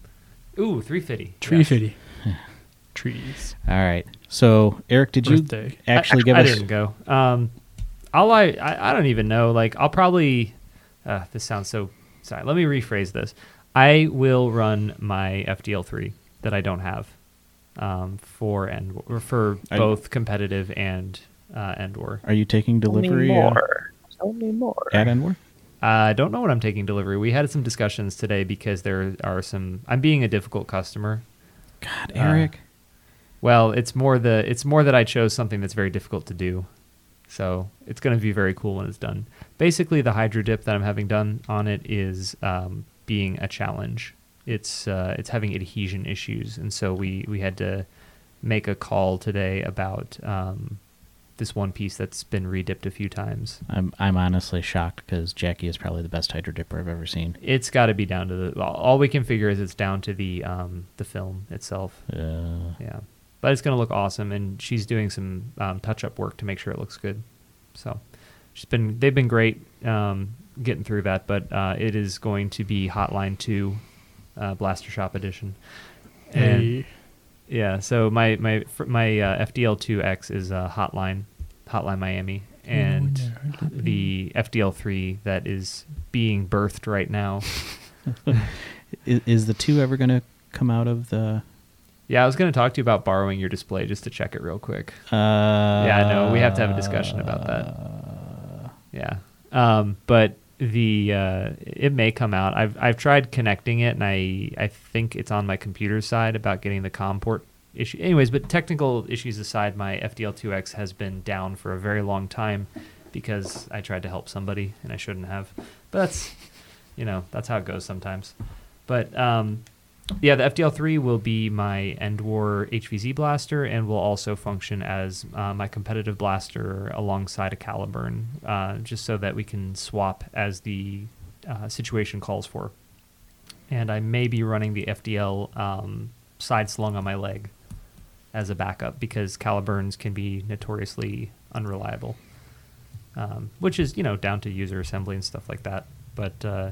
Speaker 2: Ooh, three fifty.
Speaker 1: tree fitty, trees.
Speaker 5: All right. So Eric, did you
Speaker 1: Birthday.
Speaker 5: actually
Speaker 2: I,
Speaker 5: give
Speaker 2: I
Speaker 5: us?
Speaker 2: didn't go. Um, I'll I, I I don't even know. Like I'll probably uh, this sounds so sorry. Let me rephrase this. I will run my FDL3 that I don't have um, for and or for
Speaker 5: I-
Speaker 2: both competitive and uh, and war.
Speaker 5: Are you taking delivery uh,
Speaker 4: more. Tell me more.
Speaker 5: at Enwar?
Speaker 2: I don't know what I'm taking delivery. We had some discussions today because there are some. I'm being a difficult customer.
Speaker 5: God, Eric.
Speaker 2: Well, it's more the it's more that I chose something that's very difficult to do. So it's going to be very cool when it's done. Basically, the hydro dip that I'm having done on it is um, being a challenge. It's uh, it's having adhesion issues, and so we we had to make a call today about um, this one piece that's been redipped a few times.
Speaker 5: I'm I'm honestly shocked because Jackie is probably the best hydro dipper I've ever seen.
Speaker 2: It's got to be down to the all we can figure is it's down to the um, the film itself.
Speaker 5: Uh,
Speaker 2: Yeah, but it's going to look awesome, and she's doing some um, touch-up work to make sure it looks good. So she's been they've been great um, getting through that, but uh, it is going to be Hotline Two uh, Blaster Shop Edition. And
Speaker 1: Hey,
Speaker 2: yeah, so my my fr- my uh, FDL two X is uh, Hotline Hotline Miami, and the FDL three that is being birthed right now.
Speaker 5: is, is the two ever going to come out of the?
Speaker 2: Yeah, I was going to talk to you about borrowing your display just to check it real quick.
Speaker 5: Uh, yeah,
Speaker 2: Yeah, no, we have to have a discussion about that. Yeah, um, but the uh, it may come out. I've I've tried connecting it, and I I think it's on my computer side about getting the COM port issue. Anyways, but technical issues aside, my FDL2X has been down for a very long time because I tried to help somebody and I shouldn't have. But that's you know that's how it goes sometimes. But um, yeah, the FDL3 will be my end war HVZ blaster and will also function as uh, my competitive blaster alongside a Caliburn, uh, just so that we can swap as the uh, situation calls for. And I may be running the FDL um, side slung on my leg as a backup because Caliburns can be notoriously unreliable, um, which is, you know, down to user assembly and stuff like that. But uh,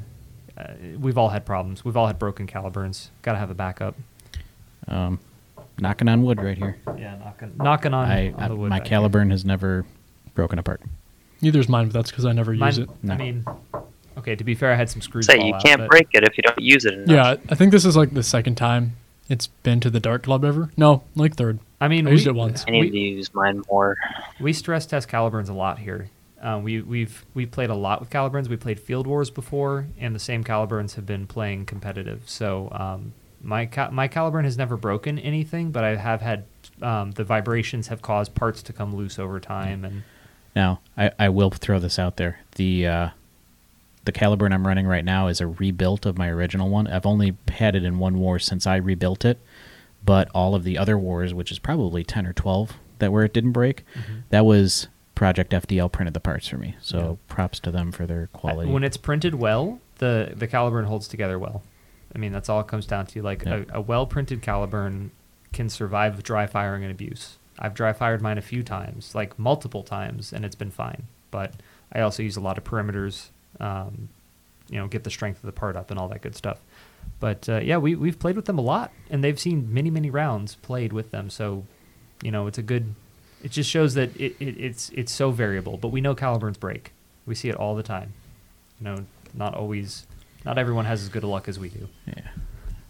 Speaker 2: uh, we've all had problems. We've all had broken Caliburns. Got to have a backup.
Speaker 5: Um, knocking on wood right here.
Speaker 2: Yeah, knocking, knocking on,
Speaker 5: I,
Speaker 2: on the wood.
Speaker 5: my
Speaker 2: back
Speaker 5: Caliburn has never broken apart.
Speaker 1: neither's mine, but that's because I never
Speaker 2: here. Mine-
Speaker 1: use it.
Speaker 5: No.
Speaker 2: I mean, okay, to be fair, I had some screws.
Speaker 4: Say
Speaker 2: fall
Speaker 4: you
Speaker 2: out,
Speaker 4: can't
Speaker 2: but-
Speaker 4: break it if you don't use it enough.
Speaker 1: Yeah, I think this is like the second time it's been to the dark club ever. No, like third.
Speaker 2: I mean,
Speaker 1: I used
Speaker 2: we-
Speaker 1: it once.
Speaker 4: I need
Speaker 2: we-
Speaker 4: to use mine more.
Speaker 2: We stress test Caliburns a lot here. Um, we, we've we played a lot with Caliburns. We played Field Wars before, and the same Caliburns have been playing competitive. So um, my ca- my Caliburn has never broken anything, but I have had um, the vibrations have caused parts to come loose over time, and
Speaker 5: Now, I, I will throw this out there. The uh, the Caliburn I'm running right now is a rebuilt of my original one. I've only had it in one war since I rebuilt it, but all of the other wars, which is probably ten or twelve that where it didn't break,
Speaker 2: Mm-hmm.
Speaker 5: that was Project FDL printed the parts for me. So props to them for their quality.
Speaker 2: When it's printed well, the the Caliburn holds together well. I mean, that's all it comes down to. Like
Speaker 5: Yeah.
Speaker 2: a, a well printed Caliburn can survive dry firing and abuse. I've dry fired mine a few times, like multiple times, and it's been fine. But I also use a lot of perimeters, um, you know, get the strength of the part up and all that good stuff. But uh, yeah, we we've played with them a lot, and they've seen many many rounds played with them. So, you know, it's a good. It just shows that it, it, it's it's so variable. But we know Caliburns break. We see it all the time you know, not always, not everyone has as good a luck as we do.
Speaker 5: yeah.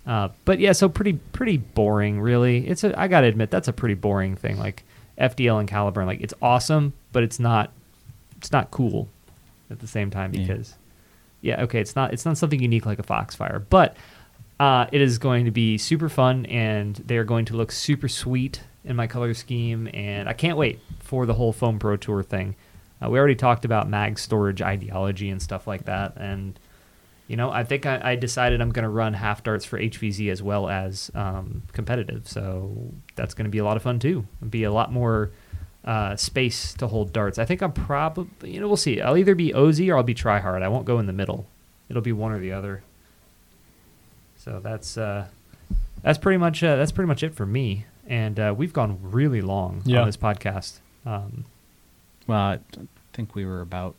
Speaker 2: Uh, but yeah, so pretty, pretty boring, really. It's a, I gotta admit, that's a pretty boring thing. Like FDL and Caliburn, like it's awesome, but it's not, it's not cool at the same time
Speaker 5: Yeah.
Speaker 2: because, yeah, okay, it's not, it's not something unique like a Foxfire, but uh, it is going to be super fun and they are going to look super sweet in my color scheme, and I can't wait for the whole Foam Pro Tour thing. Uh, we already talked about mag storage ideology and stuff like that, and you know, I think I, I decided I'm going to run half darts for HVZ as well as um, competitive. So that's going to be a lot of fun too. It'll be a lot more uh, space to hold darts. I think I'm probably, you know, we'll see. I'll either be OZ or I'll be try hard. I won't go in the middle. It'll be one or the other. So that's uh, that's pretty much uh, that's pretty much it for me. And uh, we've gone really long
Speaker 1: Yeah.
Speaker 2: on this podcast. Um,
Speaker 5: Well, I think we were about.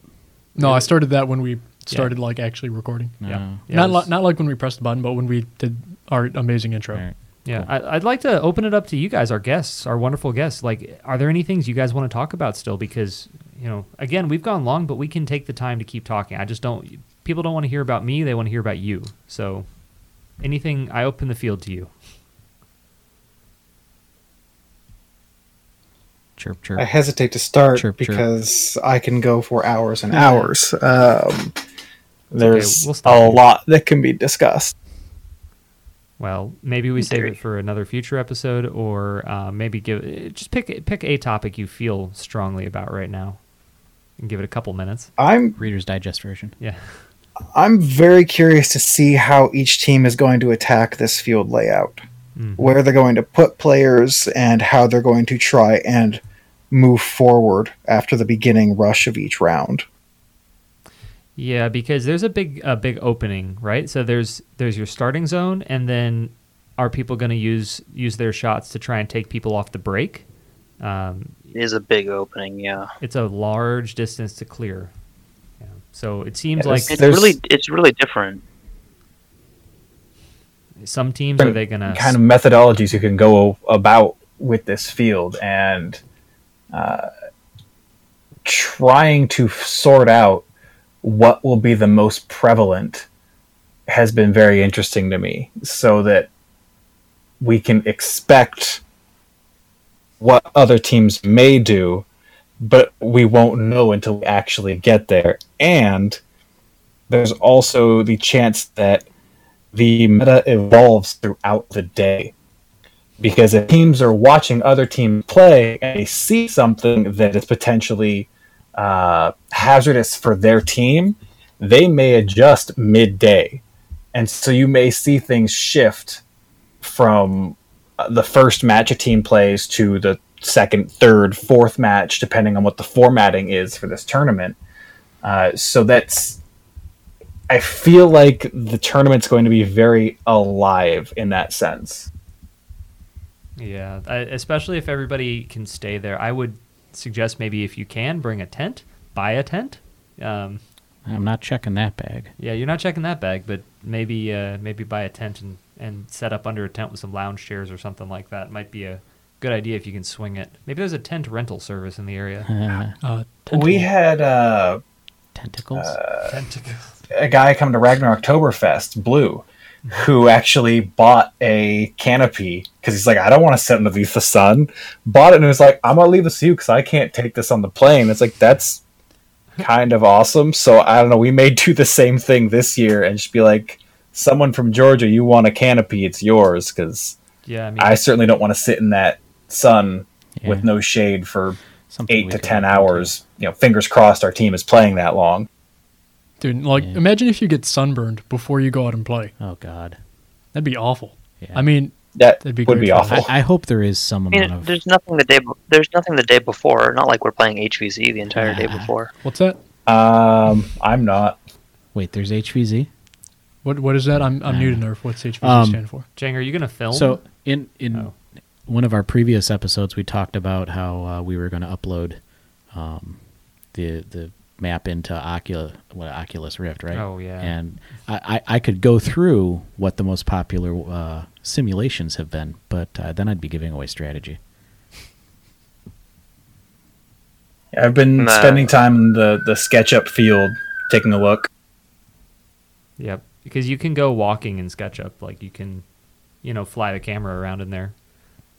Speaker 1: No, I started that when we started like actually recording.
Speaker 2: yeah,
Speaker 5: No.
Speaker 2: yeah,
Speaker 1: not
Speaker 2: it
Speaker 1: li-
Speaker 2: was-
Speaker 1: not like when we pressed the button, but when we did our amazing intro.
Speaker 5: All right.
Speaker 2: Yeah,
Speaker 5: Cool.
Speaker 2: I, I'd like to open it up to you guys, our guests, our wonderful guests. Like, are there any things you guys want to talk about still? Because you know, again, we've gone long, but we can take the time to keep talking. I just don't. people don't want to hear about me; they want to hear about you. So, anything I open the field to you.
Speaker 5: Chirp, chirp.
Speaker 6: I hesitate to start
Speaker 5: Chirp, chirp.
Speaker 6: because I can go for hours and hours. Um, there's
Speaker 2: we'll stop
Speaker 6: a
Speaker 2: here.
Speaker 6: lot that can be discussed.
Speaker 2: Well, maybe we save
Speaker 4: Very.
Speaker 2: it for another future episode, or uh, maybe give eh, just pick pick a topic you feel strongly about right now, and give it a couple minutes.
Speaker 6: I'm
Speaker 5: Reader's Digest version.
Speaker 2: Yeah.
Speaker 6: I'm very curious to see how each team is going to attack this field layout,
Speaker 2: Mhm.
Speaker 6: where they're going to put players, and how they're going to try and move forward after the beginning rush of each round.
Speaker 2: Yeah, because there's a big a big opening, right? So there's there's your starting zone, and then are people going to use use their shots to try and take people off the break? Um,
Speaker 4: It is a big opening, yeah.
Speaker 2: it's a large distance to clear. Yeah. So it seems
Speaker 6: Yeah,
Speaker 2: like
Speaker 6: it's-
Speaker 4: It's
Speaker 6: There's-
Speaker 4: really it's really different.
Speaker 2: some teams are they going to
Speaker 3: kind of methodologies you can go about with this field and uh, trying to sort out what will be the most prevalent has been very interesting to me so that we can expect what other teams may do but we won't know until we actually get there and there's also the chance that the meta evolves throughout the day. Because if teams are watching other teams play and they see something that is potentially uh, hazardous for their team, they may adjust midday. And so you may see things shift from uh, the first match a team plays to the second, third, fourth match, depending on what the formatting is for this tournament. Uh, so that's I feel like the tournament's going to be very alive in that sense.
Speaker 2: Yeah, I, especially if everybody can stay there. I would suggest maybe if you can bring a tent, buy a tent. Um,
Speaker 5: I'm not checking that bag.
Speaker 2: yeah, you're not checking that bag, but maybe uh, maybe buy a tent and, and set up under a tent with some lounge chairs or something like that. Might be a good idea if you can swing it. Maybe there's a tent rental service in the area.
Speaker 5: Uh,
Speaker 1: Uh,
Speaker 3: We
Speaker 1: tentacle.
Speaker 3: had uh,
Speaker 5: tentacles.
Speaker 2: Tentacle.
Speaker 3: a guy come to Ragnar Oktoberfest, Blue, who actually bought a canopy because he's like, I don't want to sit underneath the sun. Bought it and was like, I'm going to leave this to you because I can't take this on the plane. It's like, that's kind of awesome. So I don't know. We may do the same thing this year and just be like, someone from Georgia, you want a canopy, it's yours because
Speaker 2: Yeah, I mean,
Speaker 3: I certainly don't want to sit in that sun
Speaker 5: Yeah.
Speaker 3: with no shade for
Speaker 5: Something
Speaker 3: eight
Speaker 5: we
Speaker 3: to
Speaker 5: could
Speaker 3: ten
Speaker 5: look into.
Speaker 3: hours. You know, fingers crossed, our team is playing that long.
Speaker 1: Dude, like,
Speaker 5: Yeah.
Speaker 1: imagine if you get sunburned before you go out and play.
Speaker 5: Oh God.
Speaker 1: That'd be awful.
Speaker 5: Yeah.
Speaker 1: I mean,
Speaker 3: That
Speaker 1: That'd be
Speaker 3: would
Speaker 1: great
Speaker 3: be
Speaker 1: for
Speaker 3: awful.
Speaker 5: I, I hope there is some
Speaker 4: I
Speaker 5: amount
Speaker 4: mean,
Speaker 5: of.
Speaker 4: there's nothing the day be- there's nothing the day before. Not like we're playing HVZ the entire day before.
Speaker 1: what's that?
Speaker 3: um, I'm not.
Speaker 5: Wait, there's HVZ.
Speaker 1: What What is that? I'm, I'm new to Nerf. What's HVZ
Speaker 5: Um,
Speaker 1: stand for?
Speaker 2: Jang, are you gonna film?
Speaker 5: So in in
Speaker 2: Oh.
Speaker 5: one of our previous episodes, we talked about how uh, we were going to upload um, the the map into Oculus, what Oculus Rift, right?
Speaker 2: Oh, yeah.
Speaker 5: And I, I, I could go through what the most popular uh, simulations have been, but uh, then I'd be giving away strategy.
Speaker 3: I've been
Speaker 4: Nah.
Speaker 3: spending time in the the SketchUp field, taking a look.
Speaker 2: yep, because you can go walking in SketchUp. Like you can, you know, fly the camera around in there.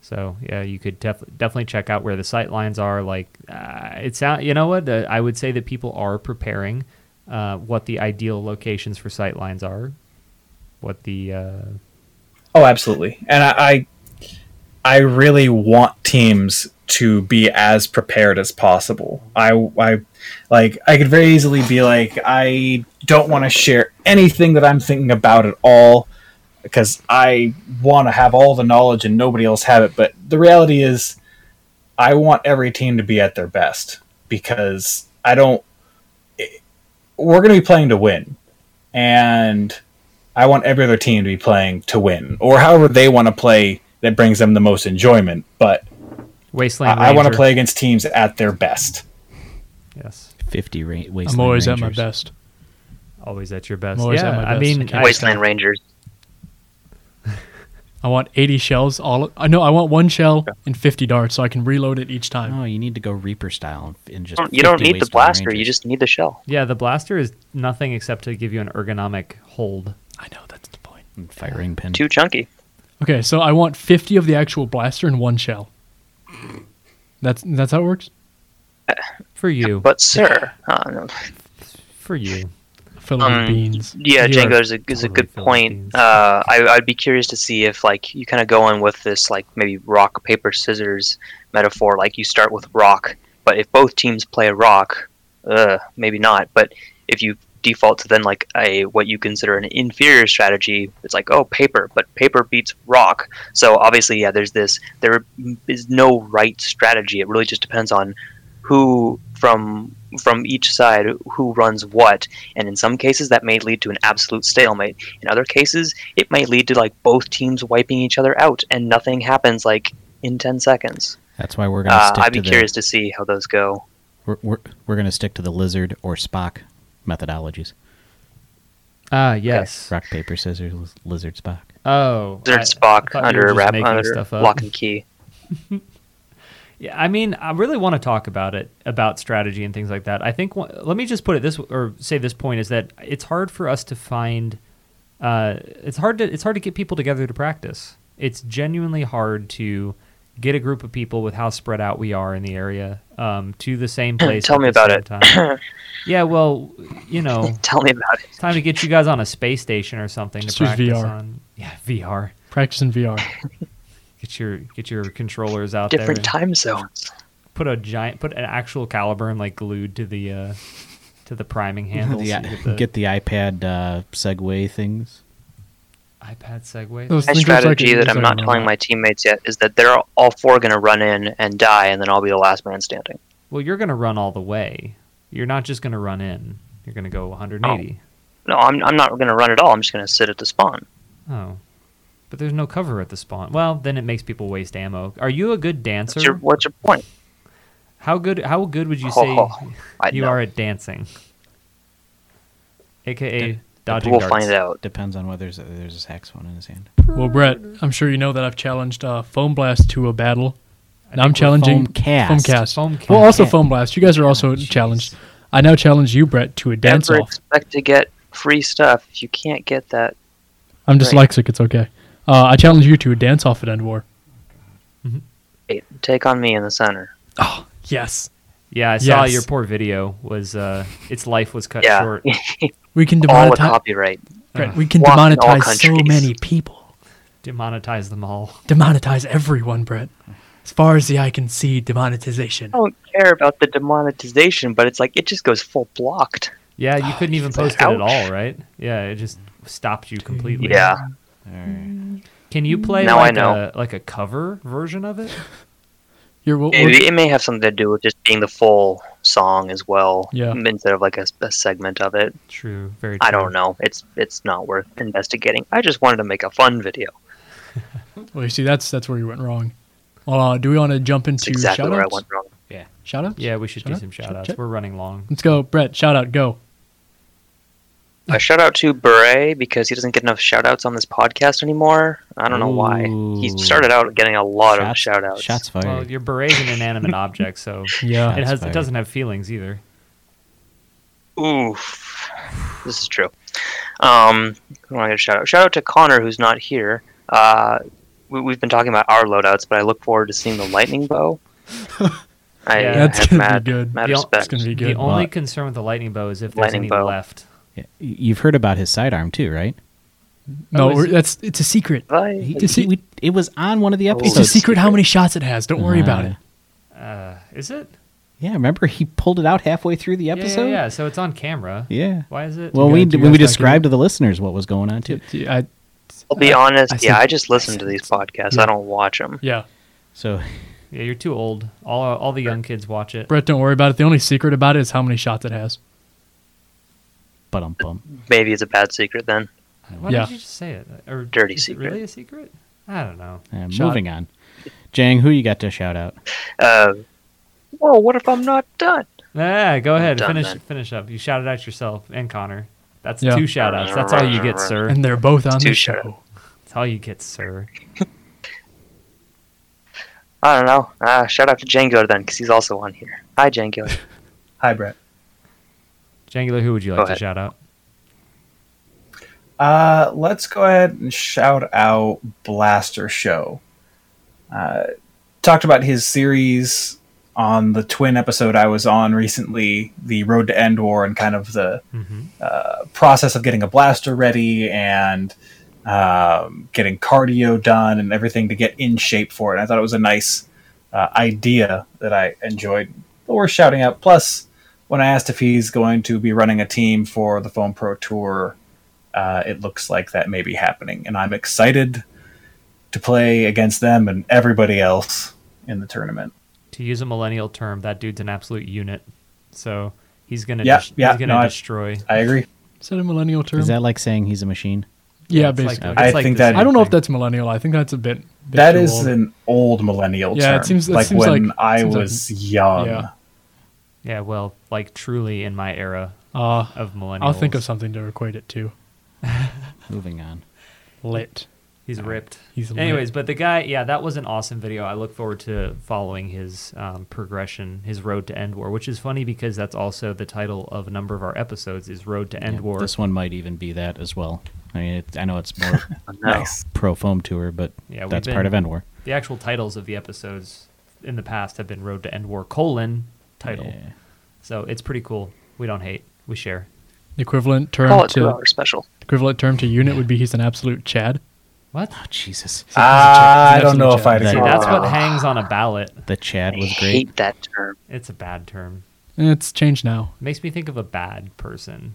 Speaker 2: So yeah, you could def- definitely check out where the sight lines are. Like uh, it sound, you know what? Uh, I would say that people are preparing uh, what the ideal locations for sight lines are. What the uh,
Speaker 3: Oh, absolutely. And I, I, I really want teams to be as prepared as possible. I, I, like, I could very easily be like, I don't want to share anything that I'm thinking about at all because I want to have all the knowledge and nobody else have it. But the reality is, I want every team to be at their best because I don't. it- we're going to be playing to win, and I want every other team to be playing to win, or however they want to play that brings them the most enjoyment. But
Speaker 2: wasteland.
Speaker 3: I, I want to
Speaker 2: Ranger.
Speaker 3: play against teams at their best.
Speaker 2: Yes,
Speaker 5: Fifty ra- wasteland.
Speaker 1: I'm always at my
Speaker 5: Rangers.
Speaker 1: best.
Speaker 2: always at your best.
Speaker 1: I'm always
Speaker 2: yeah,
Speaker 1: at my
Speaker 2: I
Speaker 1: best. I
Speaker 2: mean,
Speaker 1: can't
Speaker 2: I-
Speaker 4: Wasteland Rangers.
Speaker 1: I want 80 shells. All I know, I want one shell and 50 darts, so I can reload it each time.
Speaker 5: Oh, you need to go Reaper style and just.
Speaker 4: You don't, you don't
Speaker 5: 50
Speaker 4: need the
Speaker 5: waste on
Speaker 4: blaster.
Speaker 5: Rangers.
Speaker 4: You just need the shell.
Speaker 2: Yeah, the blaster is nothing except to give you an ergonomic hold.
Speaker 1: I know that's the point.
Speaker 5: And firing pin.
Speaker 4: Too chunky.
Speaker 1: Okay, so I want 50 of the actual blaster and one shell. That's that's how it works.
Speaker 2: For you.
Speaker 4: But sir, uh, no.
Speaker 2: for you.
Speaker 1: Fill it
Speaker 4: Um,
Speaker 1: with beans.
Speaker 4: yeah,
Speaker 2: You
Speaker 4: Django
Speaker 2: are
Speaker 4: is a, is
Speaker 2: totally
Speaker 4: a good
Speaker 2: filled with
Speaker 4: point.
Speaker 2: beans.
Speaker 4: Uh, I, I'd be curious to see if like you kind of go on with this like maybe rock paper scissors metaphor. Like you start with rock, but if both teams play rock, uh, maybe not. But if you default to then like a what you consider an inferior strategy, it's like oh paper, but paper beats rock. So obviously, yeah, there's this. There is no right strategy. It really just depends on who from from each side who runs what and in some cases that may lead to an absolute stalemate in other cases it may lead to like both teams wiping each other out and nothing happens like in 10 seconds
Speaker 5: That's why we're gonna
Speaker 4: uh,
Speaker 5: stick
Speaker 4: i'd be
Speaker 5: to
Speaker 4: curious to see how those go
Speaker 5: the we're, we're, we're gonna stick to the lizard or Spock methodologies.
Speaker 2: Ah, yes.
Speaker 5: Rock paper scissors liz- lizard Spock.
Speaker 2: Oh.
Speaker 4: there's
Speaker 2: I-
Speaker 4: spock
Speaker 2: I thought you
Speaker 4: under
Speaker 2: were
Speaker 4: a
Speaker 2: just
Speaker 4: wrap
Speaker 2: making
Speaker 4: under
Speaker 2: stuff up.
Speaker 4: lock and key
Speaker 2: Yeah, I mean, I really want to talk about it, about strategy and things like that. I think, one- let me just put it this, or say this point is that it's hard for us to find, uh, it's hard to, it's hard to get people together to practice. It's genuinely hard to get a group of people with how spread out we are in the area um, to the same place.
Speaker 4: Tell
Speaker 2: at the
Speaker 4: me about
Speaker 2: same time. yeah, well, you know,
Speaker 4: tell me about it
Speaker 2: it's time to get you guys on a space station or something
Speaker 1: Just
Speaker 2: to
Speaker 1: use
Speaker 2: practice
Speaker 1: VR.
Speaker 2: on. Yeah, VR.
Speaker 1: Practice in VR.
Speaker 2: Get your get your controllers out there.
Speaker 4: different
Speaker 2: and-
Speaker 4: time zones
Speaker 2: put a giant put an actual caliber and like glued to the uh to the priming handle
Speaker 5: The
Speaker 2: so
Speaker 5: i-
Speaker 2: you
Speaker 5: get, the, iPad uh, Segway things.
Speaker 2: iPad Segway.
Speaker 1: Those
Speaker 4: my
Speaker 1: things look like
Speaker 4: strategy
Speaker 1: it is
Speaker 4: that i'm
Speaker 1: like
Speaker 4: not
Speaker 1: a-
Speaker 4: telling my teammates yet is that they're all four going to run in and die and then i'll be the last man standing
Speaker 2: Well, you're gonna run all the way. You're not just gonna run in. You're gonna go 180.
Speaker 4: no i'm, I'm not going to run at all i'm just going to sit at the spawn
Speaker 2: Oh. but there's no cover at the spawn. Well, then it makes people waste ammo. Are you a good dancer?
Speaker 4: what's your, what's your point
Speaker 2: How good? How good would you say
Speaker 4: Oh, I
Speaker 2: you
Speaker 4: know.
Speaker 2: are at dancing? AKA dodging
Speaker 4: we'll
Speaker 2: darts.
Speaker 4: find out
Speaker 5: Depends on whether there's a, there's a saxophone in his hand.
Speaker 1: Well, Brett, I'm sure you know that I've challenged uh, Foam Blast to a battle. Now I'm challenging
Speaker 5: Foamcast.
Speaker 1: Foamcast.
Speaker 2: Foamcast.
Speaker 1: Well, also Foam Blast. You guys are also challenged. I now challenge you, Brett, to a dance
Speaker 4: Never
Speaker 1: off.
Speaker 4: expect to get free stuff if you can't get that.
Speaker 1: I'm
Speaker 4: Right.
Speaker 1: dyslexic. It's okay. Uh, I challenge you to a dance off at End War.
Speaker 4: Hey, Take on me in the center.
Speaker 1: Oh yes,
Speaker 2: Yeah, I saw
Speaker 1: Yes.
Speaker 2: your poor video. Was uh, its life was cut
Speaker 4: yeah,
Speaker 2: short.
Speaker 1: we can
Speaker 4: all with
Speaker 1: demonetize.
Speaker 4: copyright.
Speaker 1: Brett, we can
Speaker 4: Walk in all
Speaker 1: demonetize so
Speaker 4: countries.
Speaker 1: many people.
Speaker 2: Demonetize them all.
Speaker 1: Demonetize everyone, Brett. As far as the eye can see, demonetization.
Speaker 4: I don't care about the demonetization, but it's like it just goes full blocked.
Speaker 2: Yeah, you couldn't even post it at
Speaker 4: Oh, Ouch.
Speaker 2: all, right? Yeah, it just stopped you completely.
Speaker 4: Yeah,
Speaker 2: Can you play
Speaker 4: Now I
Speaker 2: like
Speaker 4: know.
Speaker 2: a like a cover version of it?
Speaker 1: You're, we'll, we'll-
Speaker 4: maybe it may have something to do with just being the full song as well,
Speaker 1: Yeah.
Speaker 4: instead of like a, a segment of it.
Speaker 2: True. Very. True.
Speaker 4: I don't know. It's it's not worth investigating. I just wanted to make a fun video.
Speaker 1: well, you see, that's that's where you went wrong. Well, uh, do we want to jump
Speaker 4: It's
Speaker 1: into
Speaker 4: exactly where I
Speaker 1: shoutouts?
Speaker 4: went wrong.
Speaker 1: Shoutouts?
Speaker 2: Yeah, we should
Speaker 1: Shout
Speaker 2: do
Speaker 1: out,
Speaker 2: some
Speaker 1: shout
Speaker 2: shout outs.
Speaker 1: out.
Speaker 2: We're running long.
Speaker 1: Let's go, Brett. Shout out. Go.
Speaker 4: A shout out to Beret because he doesn't get enough shout outs on this podcast anymore. I don't know why. He
Speaker 5: Ooh.
Speaker 4: started out getting a lot of
Speaker 5: Shots-
Speaker 4: shout outs.
Speaker 5: Shots fired.
Speaker 2: Well, your beret's an inanimate object, so
Speaker 1: Yeah.
Speaker 2: it
Speaker 5: Shots
Speaker 2: has it
Speaker 5: fired.
Speaker 2: doesn't have feelings either.
Speaker 4: Oof. This is true. Um, I want to get a shout out. Shout out to Connor, who's not here. Uh, we, we've been talking about our loadouts, but I look forward to seeing the lightning bow. I,
Speaker 2: Yeah,
Speaker 4: I
Speaker 1: that's
Speaker 4: have
Speaker 1: gonna be
Speaker 4: mad,
Speaker 1: good.
Speaker 4: mad
Speaker 2: Yeah, it's
Speaker 1: That's
Speaker 4: respect.
Speaker 1: gonna be
Speaker 2: The
Speaker 1: good.
Speaker 2: only
Speaker 5: But-
Speaker 2: concern with the lightning bow is if there's
Speaker 4: Lightning
Speaker 2: any
Speaker 4: bow.
Speaker 2: left.
Speaker 5: Yeah, y- You've heard about his sidearm too, right?
Speaker 1: no,
Speaker 2: Oh, is
Speaker 1: we're-
Speaker 2: it-
Speaker 1: that's it's a secret.
Speaker 4: Right.
Speaker 5: He,
Speaker 1: You see-
Speaker 5: he- we- it was on one of the
Speaker 4: It's a
Speaker 1: It's
Speaker 5: episodes.
Speaker 1: a secret how many shots it has. Don't worry about
Speaker 5: Uh,
Speaker 1: it.
Speaker 2: Uh, is it?
Speaker 5: Yeah, remember he pulled it out halfway through the
Speaker 2: Yeah, yeah,
Speaker 5: episode.
Speaker 2: yeah, So it's on camera.
Speaker 5: Yeah.
Speaker 2: Why is it?
Speaker 5: Well,
Speaker 1: You
Speaker 5: we
Speaker 1: guys- you
Speaker 5: when
Speaker 1: guys
Speaker 5: we
Speaker 1: back
Speaker 5: described to the listeners what was going on too.
Speaker 1: T- I-
Speaker 4: I'll be honest.
Speaker 1: I
Speaker 4: yeah,
Speaker 1: said-
Speaker 4: I just listen to these podcasts.
Speaker 1: yeah.
Speaker 4: I don't watch them.
Speaker 1: yeah.
Speaker 5: So
Speaker 2: yeah, you're too old. All all the young kids watch it.
Speaker 1: Brett, don't worry about it. The only secret about it is how many shots it has.
Speaker 5: but um bum.
Speaker 4: Maybe it's a bad secret then.
Speaker 2: Why
Speaker 1: Yeah.
Speaker 2: did you just say it? Or
Speaker 4: Dirty
Speaker 2: is it
Speaker 4: secret.
Speaker 2: really a secret? I don't know.
Speaker 5: Uh,
Speaker 1: Shot.
Speaker 5: moving on. Jang, who you got to shout out?
Speaker 4: Uh, whoa, what if I'm not done?
Speaker 2: Yeah, go ahead.
Speaker 4: done
Speaker 2: finish
Speaker 4: then.
Speaker 2: finish up. You shouted out yourself and Connor. That's
Speaker 1: Yeah.
Speaker 2: two shout outs. That's all you get, sir.
Speaker 1: And they're both on
Speaker 4: Two
Speaker 1: the
Speaker 4: shout
Speaker 1: show.
Speaker 2: That's all you get, sir.
Speaker 4: I don't know. Uh, shout out to Django then, because he's also on here. Hi, Django.
Speaker 3: Hi, Brett.
Speaker 2: Jangular, who would you
Speaker 4: Go
Speaker 2: like to
Speaker 4: ahead.
Speaker 2: shout out?
Speaker 3: Uh, let's go ahead and shout out Blaster Show. Uh, talked about his series on the twin episode I was on recently, the Road to End War, and kind of the
Speaker 2: Mm-hmm.
Speaker 3: process of getting a blaster ready and um, getting cardio done and everything to get in shape for it. I thought it was a nice uh, idea that I enjoyed. But we're shouting out. Plus, when I asked if he's going to be running a team for the Foam Pro Tour, uh, it looks like that may be happening, and I'm excited to play against them and everybody else in the tournament.
Speaker 2: To use a millennial term, that dude's an absolute unit. So he's gonna
Speaker 3: Yeah,
Speaker 2: dis-
Speaker 3: yeah,
Speaker 2: he's gonna
Speaker 3: no, I-
Speaker 2: destroy.
Speaker 3: I agree.
Speaker 1: Is that a millennial term?
Speaker 5: Is that like saying he's a machine?
Speaker 1: yeah,
Speaker 2: It's like-
Speaker 1: basically.
Speaker 2: it's
Speaker 3: I
Speaker 2: like
Speaker 3: think
Speaker 2: the
Speaker 3: that-
Speaker 2: same
Speaker 1: I don't know if
Speaker 2: thing.
Speaker 1: that's millennial. I think that's a bit. bit
Speaker 3: That
Speaker 1: too
Speaker 3: is
Speaker 1: old.
Speaker 3: an old millennial
Speaker 1: Yeah, it
Speaker 3: term.
Speaker 1: seems- it
Speaker 3: like
Speaker 1: seems
Speaker 3: when
Speaker 1: like-
Speaker 3: I
Speaker 1: seems like-
Speaker 3: was young.
Speaker 1: Yeah.
Speaker 2: Yeah, well, like truly in my era
Speaker 1: Uh,
Speaker 2: of millennials.
Speaker 1: I'll think of something to equate it to.
Speaker 5: Moving on.
Speaker 1: Lit.
Speaker 2: He's ripped.
Speaker 1: He's lit.
Speaker 2: Anyways, but the guy, yeah, that was an awesome video. I look forward to following his um, progression, his road to end war, which is funny because that's also the title of a number of our episodes is Road to End
Speaker 5: Yeah,
Speaker 2: War.
Speaker 5: This one might even be that as well. I mean, it, I know it's more
Speaker 4: Oh, no.
Speaker 5: pro foam tour, but
Speaker 2: Yeah, we've
Speaker 5: that's
Speaker 2: been-
Speaker 5: part of Endwar.
Speaker 2: The actual titles of the episodes in the past have been Road to End War colon title.
Speaker 5: Yeah.
Speaker 2: So it's pretty cool. We don't hate. We share.
Speaker 1: The equivalent
Speaker 4: Call
Speaker 1: term
Speaker 4: it two
Speaker 1: to
Speaker 4: hour special.
Speaker 1: equivalent term to unit would be he's an absolute Chad.
Speaker 2: What?
Speaker 5: Oh, Jesus.
Speaker 3: Ah, I don't know if I'd
Speaker 5: That-
Speaker 2: See,
Speaker 3: agree.
Speaker 2: that's
Speaker 4: Oh.
Speaker 2: what hangs on a ballot.
Speaker 5: The Chad
Speaker 4: I
Speaker 5: was great.
Speaker 4: hate that term.
Speaker 2: It's a bad term.
Speaker 1: It's changed now.
Speaker 2: makes me think of a bad person.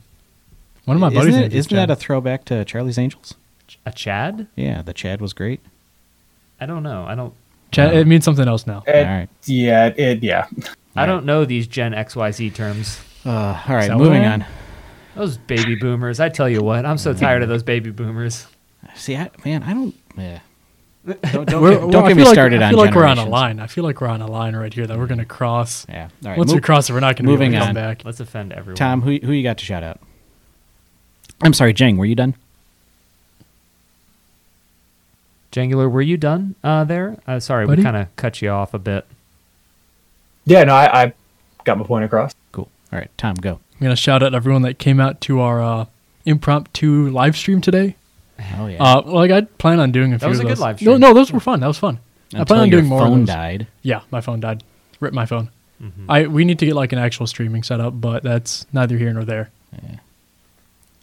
Speaker 1: One of my buddies.
Speaker 5: isn't
Speaker 1: named
Speaker 5: it,
Speaker 1: is
Speaker 5: isn't that
Speaker 1: Chad.
Speaker 5: a throwback to Charlie's Angels?
Speaker 2: A Chad?
Speaker 5: Yeah, the Chad was great.
Speaker 2: I don't know. I don't.
Speaker 1: Chad? It means something else now.
Speaker 3: It-
Speaker 5: All right.
Speaker 3: Yeah, it, it- yeah.
Speaker 2: I don't know these Gen XYZ terms.
Speaker 5: Uh, all right,
Speaker 1: that
Speaker 5: moving
Speaker 1: what-
Speaker 5: on.
Speaker 2: Those baby boomers. I tell you what, I'm so tired of those baby boomers.
Speaker 5: See, I, man, I don't. Yeah. Don't, don't
Speaker 1: We're-
Speaker 5: get,
Speaker 1: we're-
Speaker 5: don't
Speaker 1: I
Speaker 5: get
Speaker 1: feel
Speaker 5: me
Speaker 1: like-
Speaker 5: started
Speaker 1: I
Speaker 5: on
Speaker 1: feel like we're on a
Speaker 5: generations.
Speaker 1: line. I feel like we're on a line right here that we're going to cross.
Speaker 5: Yeah. All right.
Speaker 1: Once we
Speaker 5: move-
Speaker 1: cross it, we're not going to be able
Speaker 5: moving
Speaker 1: to
Speaker 5: on.
Speaker 1: come back.
Speaker 2: Let's offend everyone.
Speaker 5: Tom, who who you got to shout out? I'm sorry, Jang. Were you done?
Speaker 2: Jangular, were you done uh, there? Uh, sorry,
Speaker 1: Buddy?
Speaker 2: we kind of cut you off a bit.
Speaker 3: Yeah, no, I, I got my point across.
Speaker 5: Cool. All right, Tom, go.
Speaker 1: I'm going to shout out everyone that came out to our uh, impromptu live stream today.
Speaker 5: Oh yeah.
Speaker 1: Uh, like I plan on doing a few
Speaker 2: was
Speaker 1: of
Speaker 2: a good
Speaker 1: those.
Speaker 2: live
Speaker 1: No,
Speaker 2: stream.
Speaker 1: no, those were fun. That was fun. I plan
Speaker 5: Until
Speaker 1: on
Speaker 5: your
Speaker 1: doing more. of
Speaker 5: phone
Speaker 1: those.
Speaker 5: died.
Speaker 1: Yeah, my phone died. Ripped my phone.
Speaker 5: Mm-hmm.
Speaker 1: I we need to get like an actual streaming setup, but that's neither here nor there.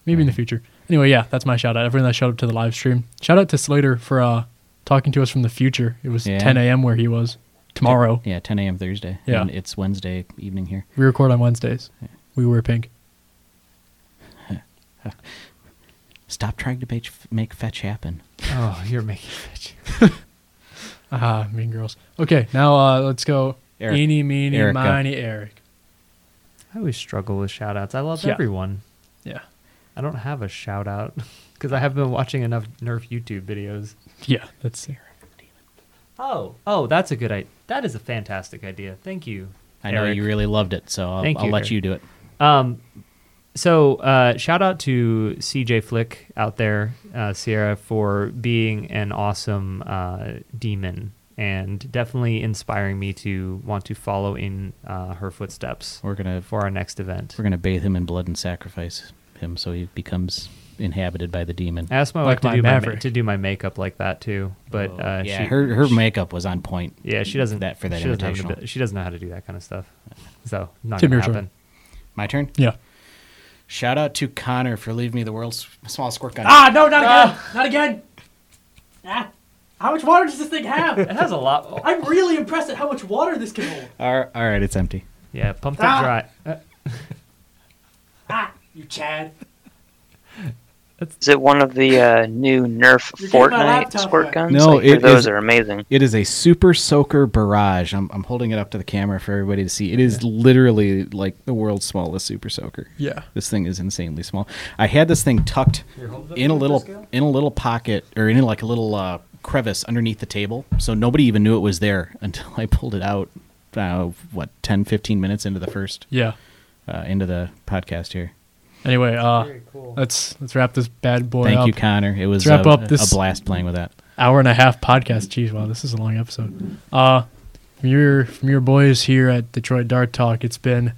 Speaker 1: Maybe in the future. Anyway, yeah, that's my shout out. Everyone that showed up to the live stream. Shout out to Slater for uh, talking to us from the future. It was
Speaker 5: Yeah.
Speaker 1: 10 a.m. where he was. Tomorrow
Speaker 5: Yeah, 10 a.m. Thursday.
Speaker 1: Yeah.
Speaker 5: And it's Wednesday evening here.
Speaker 1: we record on Wednesdays. We wear pink.
Speaker 5: Stop trying to make, make fetch happen.
Speaker 2: Oh, you're making fetch.
Speaker 1: Ah, Mean Girls. Okay, now uh, let's go.
Speaker 5: Eric.
Speaker 1: Eeny, meeny,
Speaker 5: Eric, go.
Speaker 1: miny, Eric.
Speaker 2: I always struggle with shout outs. I love
Speaker 1: Yeah.
Speaker 2: everyone.
Speaker 1: Yeah,
Speaker 2: I don't have a shout out because I have been watching enough Nerf YouTube videos.
Speaker 1: yeah, that's Eric.
Speaker 2: Oh, oh, that's a good idea. That is a fantastic idea. Thank you.
Speaker 5: I know
Speaker 2: Eric.
Speaker 5: you really loved it, so I'll,
Speaker 2: Thank
Speaker 5: I'll
Speaker 2: you,
Speaker 5: let
Speaker 2: Eric.
Speaker 5: you do it.
Speaker 2: Um, so uh, shout out to CJ Flick out there, uh, Sierra, for being an awesome uh, demon and definitely inspiring me to want to follow in uh, her footsteps
Speaker 5: We're gonna
Speaker 2: for our next event.
Speaker 5: we're gonna bathe him in blood and sacrifice him so he becomes inhabited by the demon.
Speaker 2: I asked my
Speaker 1: Like
Speaker 2: wife
Speaker 1: my
Speaker 2: to do my, ma-
Speaker 1: Maverick.
Speaker 2: to do my makeup like that too, but uh,
Speaker 5: Oh, yeah,
Speaker 2: she,
Speaker 5: her her makeup was on point.
Speaker 2: yeah she doesn't
Speaker 5: that for that
Speaker 2: she doesn't, have the
Speaker 5: invitational.
Speaker 2: abi- she doesn't know how to do that kind of stuff, so not
Speaker 1: Tim,
Speaker 2: gonna
Speaker 1: your turn.
Speaker 2: happen.
Speaker 5: My turn.
Speaker 1: Yeah.
Speaker 5: Shout out to Connor for leaving me the world's smallest squirt gun.
Speaker 2: Ah, no, not again! not again! Ah. how much water does this thing have? It has a lot.
Speaker 1: I'm really impressed at how much water this can hold.
Speaker 5: All right, all right, it's empty.
Speaker 2: Yeah, pump it dry. Uh, Ah,
Speaker 1: You Chad.
Speaker 4: Is it one of the uh, new Nerf Fortnite squirt guns?
Speaker 5: No,
Speaker 4: Like,
Speaker 5: it
Speaker 4: for those
Speaker 5: is-
Speaker 4: are amazing.
Speaker 5: It is a super soaker barrage. I'm, I'm holding it up to the camera for everybody to see. It is literally like the world's smallest super soaker.
Speaker 1: Yeah.
Speaker 5: This thing is insanely small. I had this thing tucked in a little in a little pocket or in like a little uh, crevice underneath the table, so nobody even knew it was there until I pulled it out. Uh, what 10, 15 minutes into the first
Speaker 1: Yeah.
Speaker 5: uh, into the podcast here.
Speaker 1: Anyway, uh,
Speaker 2: Very cool.
Speaker 1: let's let's wrap this bad boy
Speaker 5: Thank
Speaker 1: up.
Speaker 5: you, Connor. It was
Speaker 1: Let's wrap
Speaker 5: a,
Speaker 1: up this-
Speaker 5: a blast playing with that.
Speaker 1: Hour and a half podcast. Jeez, wow, this is a long episode. Uh, from your from your boys here at Detroit Dart Talk, it's been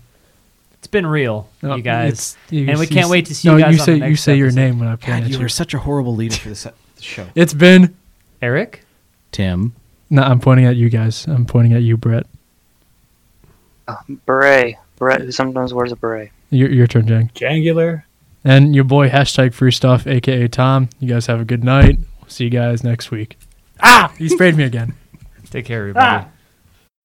Speaker 2: It's been real,
Speaker 1: uh,
Speaker 2: you guys.
Speaker 1: it's- you-
Speaker 2: and we
Speaker 1: you
Speaker 2: can't
Speaker 1: s-
Speaker 2: wait to see
Speaker 1: no,
Speaker 2: you guys
Speaker 1: you
Speaker 2: on
Speaker 1: say
Speaker 2: the next
Speaker 1: you say your
Speaker 2: episode.
Speaker 1: name when I point
Speaker 5: God,
Speaker 1: at
Speaker 5: you were such a horrible leader for this show.
Speaker 1: It's been.
Speaker 2: Eric.
Speaker 5: Tim,
Speaker 1: No, I'm pointing at you guys. I'm pointing at you, Brett.
Speaker 4: Beret. Beret who sometimes wears a beret.
Speaker 1: Your, your turn, Jang.
Speaker 3: Jangular.
Speaker 1: And your boy, hashtag free stuff, aka Tom. You guys have a good night. See you guys next week. Ah! He sprayed me again.
Speaker 2: Take care, everybody.